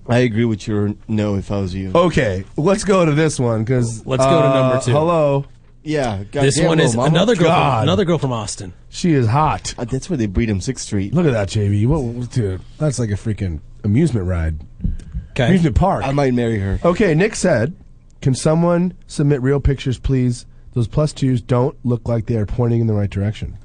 H: I agree with your no if I was you.
I: Okay, let's go to this one because
H: Let's go to
G: uh,
H: number two.
I: Uh, Hello.
H: Yeah.
G: this one is another girl from,
I: Oh God.
G: another girl from Austin.
I: She is hot.
H: Uh, that's where they breed them Sixth Street.
I: Look at that, JV. What, what- dude? That's like a freaking amusement ride.
G: 'Kay.
I: Amusement park. I
H: might marry her.
I: Okay, Nick said, "Can someone submit real pictures, please? Those plus twos don't look like they are pointing in the right direction."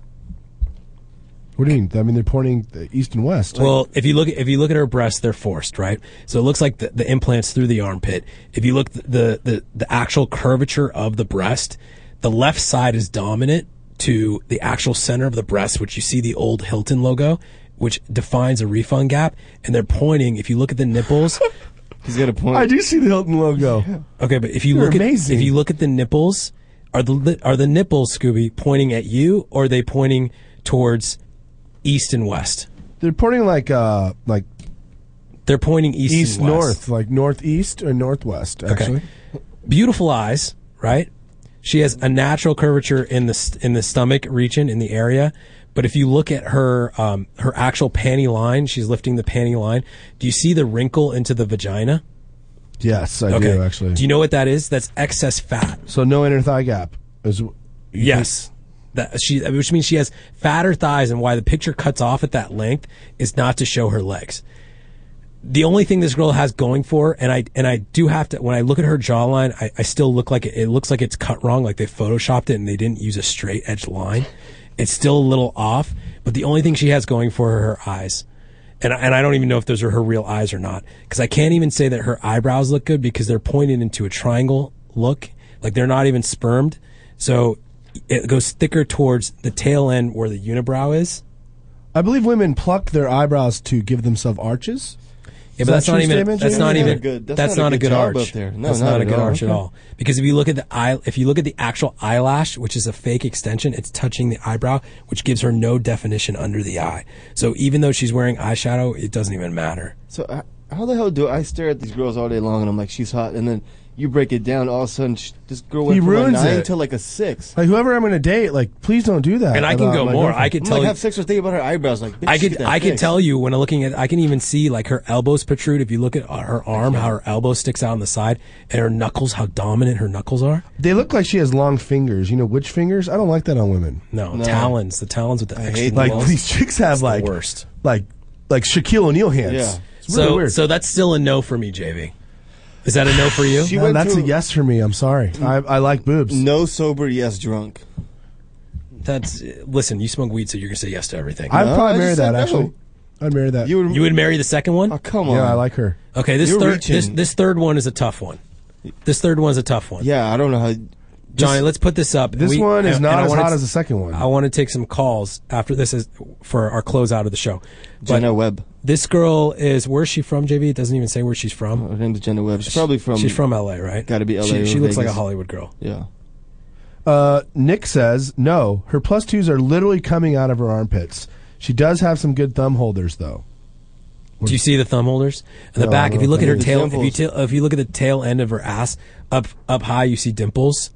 I: What do you mean? I mean they're pointing uh, east and west.
G: Well, if you look at, if you look at her breasts, they're forced, right? So it looks like the, the implants through the armpit. If you look th- the, the the actual curvature of the breast, the left side is dominant to the actual center of the breast, which you see the old Hilton logo, which defines a refund gap, and they're pointing. If you look at the nipples,
H: he's got a point.
I: I do see the Hilton logo.
G: Okay, but if you
I: They're
G: look
I: amazing.
G: at if you look at the nipples, are the li- are the nipples Scooby pointing at you, or are they pointing towards east and west?
I: They're pointing like uh like
G: They're pointing east,
I: east
G: and west.
I: north, like northeast or northwest. Actually,
G: Beautiful eyes, right? She has a natural curvature in the st- in the stomach region in the area, but if you look at her um, her actual panty line, she's lifting the panty line. Do you see the wrinkle into the vagina?
I: yes, I
G: okay.
I: do actually.
G: Do you know what that is? That's excess fat.
I: so no inner thigh gap. Is
G: Yes. That she, which means she has fatter thighs, and why the picture cuts off at that length is not to show her legs. The only thing this girl has going for, her, and I and I do have to, when I look at her jawline, I, I still look like it, it looks like it's cut wrong, like they photoshopped it and they didn't use a straight edge line. It's still a little off, but the only thing she has going for her, are her eyes, and I- and I don't even know if those are her real eyes or not, because I can't even say that her eyebrows look good because they're pointed into a triangle look, like they're not even spermed. So it goes thicker towards the tail end where the unibrow is.
I: I believe women pluck their eyebrows to give themselves arches.
G: Yeah, but
I: Is that
G: that's
I: true
G: not even
I: statement,
G: that's
I: Jamie?
G: not even that's, not, a good arch. that's not, a good arch at all. Because if you look at the eye, if you look at the actual eyelash, which is a fake extension, it's touching the eyebrow, which gives her no definition under the eye. So even though she's wearing eyeshadow, it doesn't even matter.
H: So h- how the hell do I stare at these girls all day long and I'm like she's hot and then you break it down all of a sudden sh- this girl went
I: He
H: from
I: ruins
H: a nine
I: it.
H: to like a six.
I: Like whoever I'm going to date, like please don't do that. uh,
G: And I can
I: about
G: go
I: my
G: more.
I: girlfriend.
G: I could
H: I'm
G: tell
H: like
G: you-
H: have sex or think about her eyebrows like. bitch,
G: I
H: she's
G: could
H: that
G: I could
H: thick.
G: tell you when I'm looking at I can even see like her elbows protrude. If you look at uh, her arm, how her elbow sticks out on the side, and her knuckles, how dominant her knuckles are.
I: They look like she has long fingers. You know, which fingers? I don't like that on women.
G: No, talons, the talons with the extra
I: like
G: nails.
I: these chicks have like
G: worst.
I: like like Shaquille O'Neal hands. It's really
G: so
I: weird.
G: so that's still a no for me, JV. Is that a no for you?
I: No, that's a yes for me. I'm sorry. I, I like boobs.
H: No sober, yes drunk.
G: That's listen. You smoke weed, so you're gonna say yes to everything.
I: I'd probably marry that actually. I'd marry that.
G: You would, marry the second one? Oh,
H: come
I: Yeah, on. I like her.
G: Okay, this
I: You're
G: third
I: reaching.
G: this, this third one is a tough one. This third one's a tough one.
H: Yeah, I don't know how.
G: Johnny, let's put this up.
I: This
G: We-
I: one is
G: and-
I: not
G: and I
I: as
G: wanna
I: hot
G: t-
I: as the second one.
G: I want to take some calls after this is for our closeout of the show. But
H: Jenna Webb.
G: This girl is where's she from? JV it doesn't even say where she's from.
H: Her name's Jenna Webb. She's probably from.
G: She's from LA, right?
H: Got to be LA.
G: She,
H: or
G: she looks like a
H: Vegas.
G: Hollywood girl.
H: Yeah.
I: Uh, Nick says no. Her plus twos are literally coming out of her armpits. She does have some good thumb holders, though.
G: Do you see the thumb holders in the
I: No,
G: back?
I: no,
G: If you look at her
I: the
G: tail, if
I: dimples.
G: you ta- if you look at the tail end of her ass up up high, you see dimples.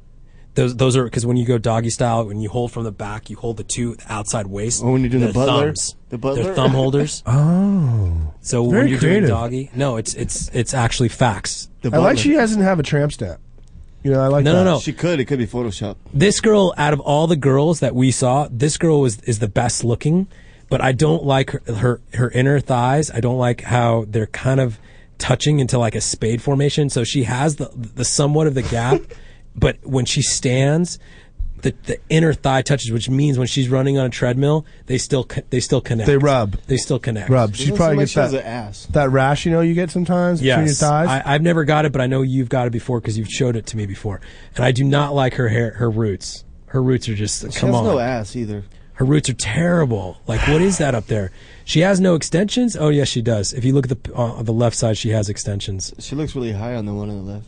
G: Those those are because when you go doggy style, when you hold from the back, you hold the two outside waist.
H: Oh, when you're doing the
G: They're
H: butler?
G: thumbs.
H: The butler?
G: they're thumb holders.
I: oh,
G: So
I: Very
G: when you're
I: creative.
G: doing doggy, no, it's it's it's actually facts.
I: I like she doesn't have a tramp stamp. You know, I like
G: No,
I: that.
G: no, no.
I: She-
H: could. It could be Photoshop.
G: This girl, out of all the girls that we saw, this girl was is the best looking. But I don't like her her, her inner thighs. I don't like how they're kind of touching into like a spade formation. So she has the the somewhat of the gap, but when she stands, the the inner thigh touches, which means when she's running on a treadmill, they still co- they still connect.
I: They rub.
G: They still connect.
I: Rub. She probably gets that that rash. You know, you get sometimes between your
G: Yes,
I: thighs.
G: I, I've never got it, but I know you've got it before because you've showed it to me before. And I do not like her hair, her roots. Her roots are just
H: She
G: come
H: has
G: on.
H: no ass either.
G: her roots are terrible. Like what is that up there? She has no extensions. Oh yes, she does. If you look at the uh, on the left side, she has extensions.
H: She looks really high on the one on the left.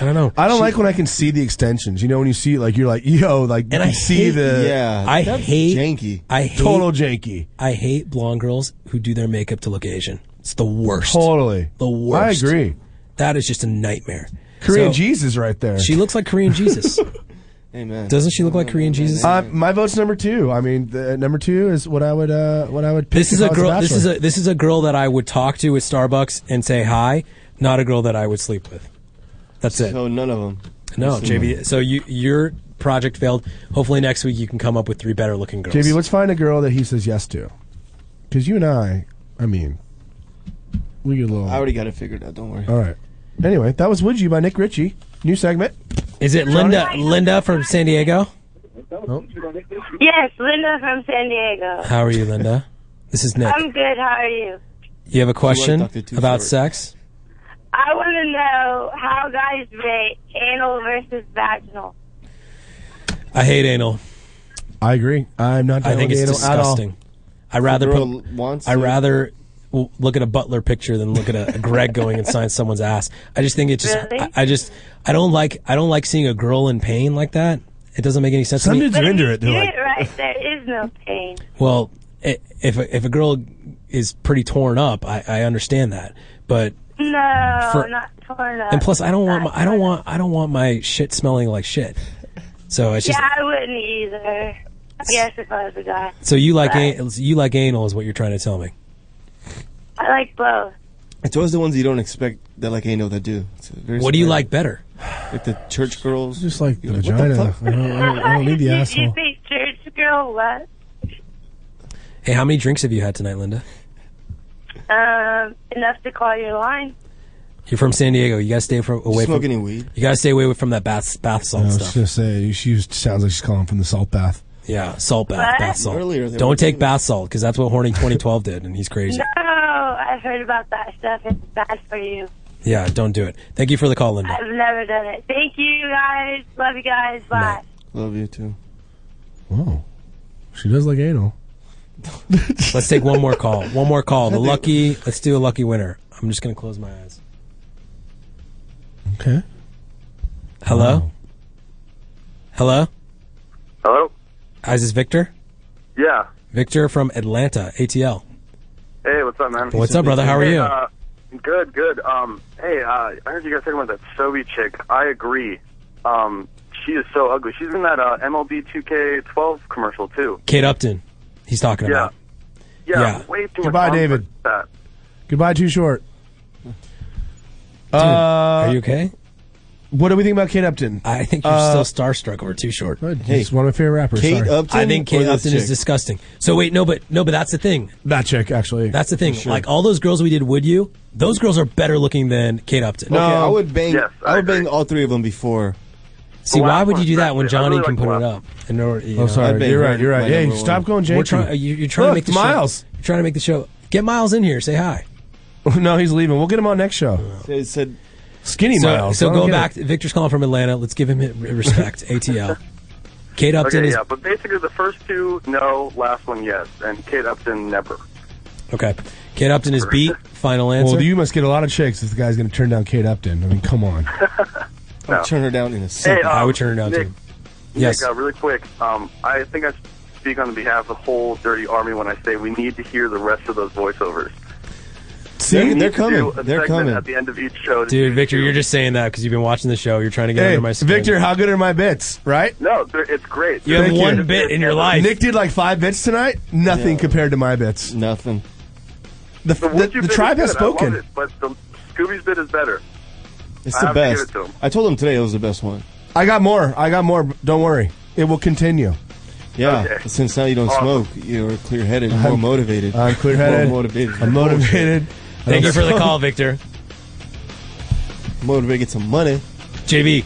G: I don't know.
I: I don't
G: She-
I: like when I can see the extensions. You know, when you see it, like you're like, yo, like
G: And
I: you
G: I
I: see
G: hate-
I: the
G: I hate janky. I hate
I: total janky.
G: I hate blonde girls who do their makeup to look Asian. It's the worst.
I: Totally.
G: The worst.
I: I agree.
G: That is just a nightmare.
I: Korean
G: So,
I: Jesus right there.
G: She looks like Korean Jesus.
H: Amen.
G: Doesn't she look like Korean Jesus?
I: Uh, my vote's number two. I mean, the, uh, number two is what I would uh, what I would. Pick
G: This
I: if
G: is
I: I
G: a
I: was
G: girl. This
I: bachelor.
G: is a this is a girl that I would talk to at Starbucks and say hi. Not a girl that I would sleep with. That's it.
H: So none of them.
G: No, JB. So you your project failed. Hopefully next week you can come up with three better looking girls.
I: JB, let's find a girl that he says yes to. Because you and I, I mean, we get a little.
H: I already got it figured out. Don't worry.
I: Oh. All right. Anyway, that was Would You by Nick Ritchie. New segment.
G: Is it Linda? Linda from San Diego.
M: Yes, Linda from San Diego.
G: How are you, Linda? This is Nick.
M: I'm good. How are you?
G: You have a question
H: Dr. Too
G: about
H: Short.
G: sex?
M: I want to know how guys rate anal versus vaginal.
G: I hate anal.
I: I agree. I'm not.
G: I
I: down
G: think
I: with
G: it's
I: anal at all.
G: disgusting. I rather
I: girl
G: put,
H: wants
G: I
H: to-
G: rather w- look at a Butler picture than look at a, a Greg going inside someone's ass. I just think it's just
M: Really?
G: I, I just I don't like I don't like seeing a girl in pain like that. It doesn't make any sense. to me.
M: But if you do it right. There is no pain.
G: Well, i- if a, if a girl is pretty torn up, I, I understand that. But
M: No,
G: For-
M: not torn up.
G: and plus, I don't want my, I don't want I don't want my shit smelling like shit. So it's just
M: yeah, I wouldn't either. I guess if I was a guy.
G: so you like
M: But
G: an, you like anal is what you're trying to tell me.
M: I like both.
H: It's always the ones you don't expect that like anal that do. It's very
G: What do you
H: surprising.
G: like better?
H: Like the church girls.
I: Just like
H: You're
I: the
H: what
I: vagina.
H: fuck?
I: I don't- I don't-
G: Oh,
I: I don't need the
M: you, you
I: asshole.
M: think church girl what?
G: Hey, how many drinks have you had tonight, Linda?
M: Um, enough to call your line.
G: You're from San Diego. You gotta stay from, away
H: Smoke
G: from
H: any weed?
G: You gotta stay away from that bath bath
I: I
G: salt
I: was
G: stuff.
I: gonna say she was- sounds like she's calling from the salt bath.
G: Yeah, salt bath,
M: What?
G: bath salt.
M: Earlier they were
G: Don't take bath salt because that's what Horny 2012 did, and he's crazy.
M: No, I've heard about that stuff. It's bad for you.
G: Yeah, don't do it. Thank you for the call, Linda.
M: I've never done it. Thank you guys. Love you guys. Bye.
H: Love you too.
I: Whoa, she does like anal.
G: Let's take one more call. One more call. The lucky. Let's do a lucky winner. I'm just gonna close my eyes.
I: Okay.
G: Hello. Hello.
T: Hello?
G: Is this Victor?
T: Yeah.
G: Victor from Atlanta, ATL.
T: Hey, what's up, man?
G: What's up, brother? How are
T: Hey,
G: you?
T: Uh, good, good. Um, hey, uh, I heard you guys talking about that Sobe chick. I agree. Um, she is so ugly. She's in that uh, MLB 2K12 commercial too.
G: Kate Upton. He's talking
T: Yeah.
G: about.
T: Yeah.
G: Yeah.
T: Way too
I: Goodbye,
T: much
I: David.
T: That.
I: Goodbye, too short.
G: Dude,
I: uh,
G: are you okay?
I: What do we think about Kate Upton?
G: I think you're
I: Uh,
G: still starstruck over too short.
I: He's one of my favorite rappers. sorry.
G: I think Kate Upton is disgusting. So wait, no, but no, but that's the thing.
I: That chick, actually.
G: That's the thing.
I: For sure.
G: Like all those girls we did, would you? Those girls are better looking than Kate Upton.
H: No, I would bang. I, would bang all three of them before.
G: See, why would you do that when Johnny can put it up? And or, you
H: Oh, sorry.
G: I'd be
H: You're
G: very-
H: right, you're right.
G: my
H: Hey,
G: number
H: stop
I: going
G: We're
I: janky.
G: trying- you- you're trying
I: Look,
G: to make the
I: Miles.
G: Show, you're trying to make the show. Get Miles in here. Say hi.
I: no, he's leaving. We'll get him on next show.
H: It said
I: skinny
G: so,
I: Miles.
G: So
I: I don't
G: go
I: get
G: back.
I: it.
G: Victor's calling from Atlanta. Let's give him respect. ATL. Kate Upton
T: okay,
G: is
T: yeah, but basically the first two, no. Last one, yes. And Kate Upton, never.
G: okay. Kate Upton is beat. Final answer.
I: Well, you must get a lot of chicks if the guy's going to turn down Kate Upton. I mean, come on.
H: I'll turn her down in a
T: second. Hey, um,
G: I would turn her down
T: Nick,
G: too. Yes.
T: Nick, uh, really quick, um, I think I speak on behalf of the whole Dirty Army when I say we need to hear the rest of those voiceovers.
G: See,
T: We need
G: they're
T: to
G: coming.
T: do a
G: They're
T: segment
G: coming.
T: At the end of each show, to
G: Dude, Victor, you're just saying that because you've been watching the show. You're trying to get
I: Hey,
G: under my skin.
I: Victor, how good are my bits? Right?
T: No, they're- it's great.
G: You have
I: Thank
G: one bit in your life.
I: Nick did like five bits tonight. Nothing
H: Yeah.
I: compared to my bits.
H: Nothing.
I: The, the, the tribe has spoken.
T: It, but the Scooby's bit is better.
H: It's
T: I
H: the
T: have to
H: best.
T: give it to him.
H: I told him today it was the best one.
I: I got more. I got more. Don't worry. It will continue.
H: Yeah, since now you don't smoke, you're clear-headed, more
I: I'm-
H: motivated.
I: I'm clear-headed.
H: More motivated.
I: I'm motivated.
G: Thank you for the call, Victor.
H: Motivated, get some money.
G: JB.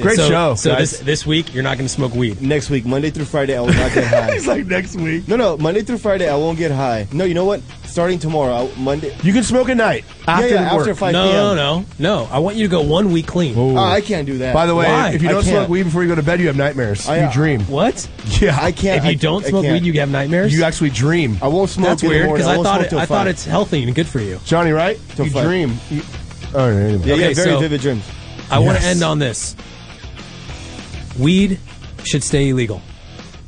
H: Great
G: So-
H: show,
G: So
H: guys.
G: this this week you're not going to smoke weed.
H: Next week, Monday through Friday, I will not get high.
I: He's like next week.
H: No, no, Monday through Friday, I won't get high. No, you know what? Starting tomorrow, I, Monday.
I: You can smoke at night
H: Yeah,
I: after
H: yeah,
I: work.
H: after five p.m.
G: No, no, no, no. I want you to go one week clean.
H: Oh, I can't do that.
I: By the way,
G: Why?
I: if you
G: I
I: don't
G: can't.
I: smoke weed before you go to bed, you have nightmares.
G: I-
I: you dream.
G: What?
I: Yeah, I
G: If you don't smoke weed, you have nightmares.
I: You actually dream. I
H: won't
G: That's weird because I, thought it, I thought it's healthy and good for you.
I: Johnny, right?
G: Till
I: you
G: five.
I: dream. You, all right, anyway.
G: Yeah, yeah, Okay, very so- vivid
H: dreams.
G: I want
I: Yes.
G: to end on this. Weed should stay illegal.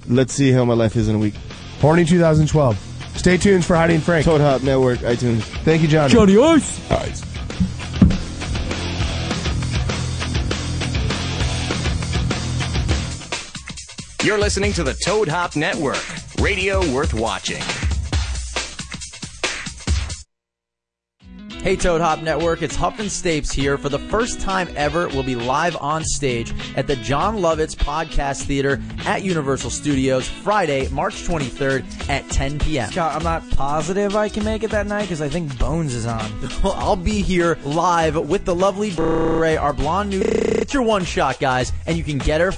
H: Let's see how my life is in a week.
I: Horny 2012. Stay tuned for Heidi and Frank.
H: Toad Hop Network, iTunes.
I: Thank you, Johnny.
H: Johnny
I: Ice.
F: You're listening to the Toad Hop Network, radio worth watching.
N: Hey Toad Hop Network, it's Huff and Stapes here. For the first time ever, we'll be live on stage at the John Lovitz Podcast Theater at Universal Studios Friday, March 23rd at 10 p.m.
Y: Scott, I'm not positive I can make it that night because I think Bones is on.
N: Well, I'll be here live with the lovely Bray, our blonde new. It's your one shot, guys, and you can get her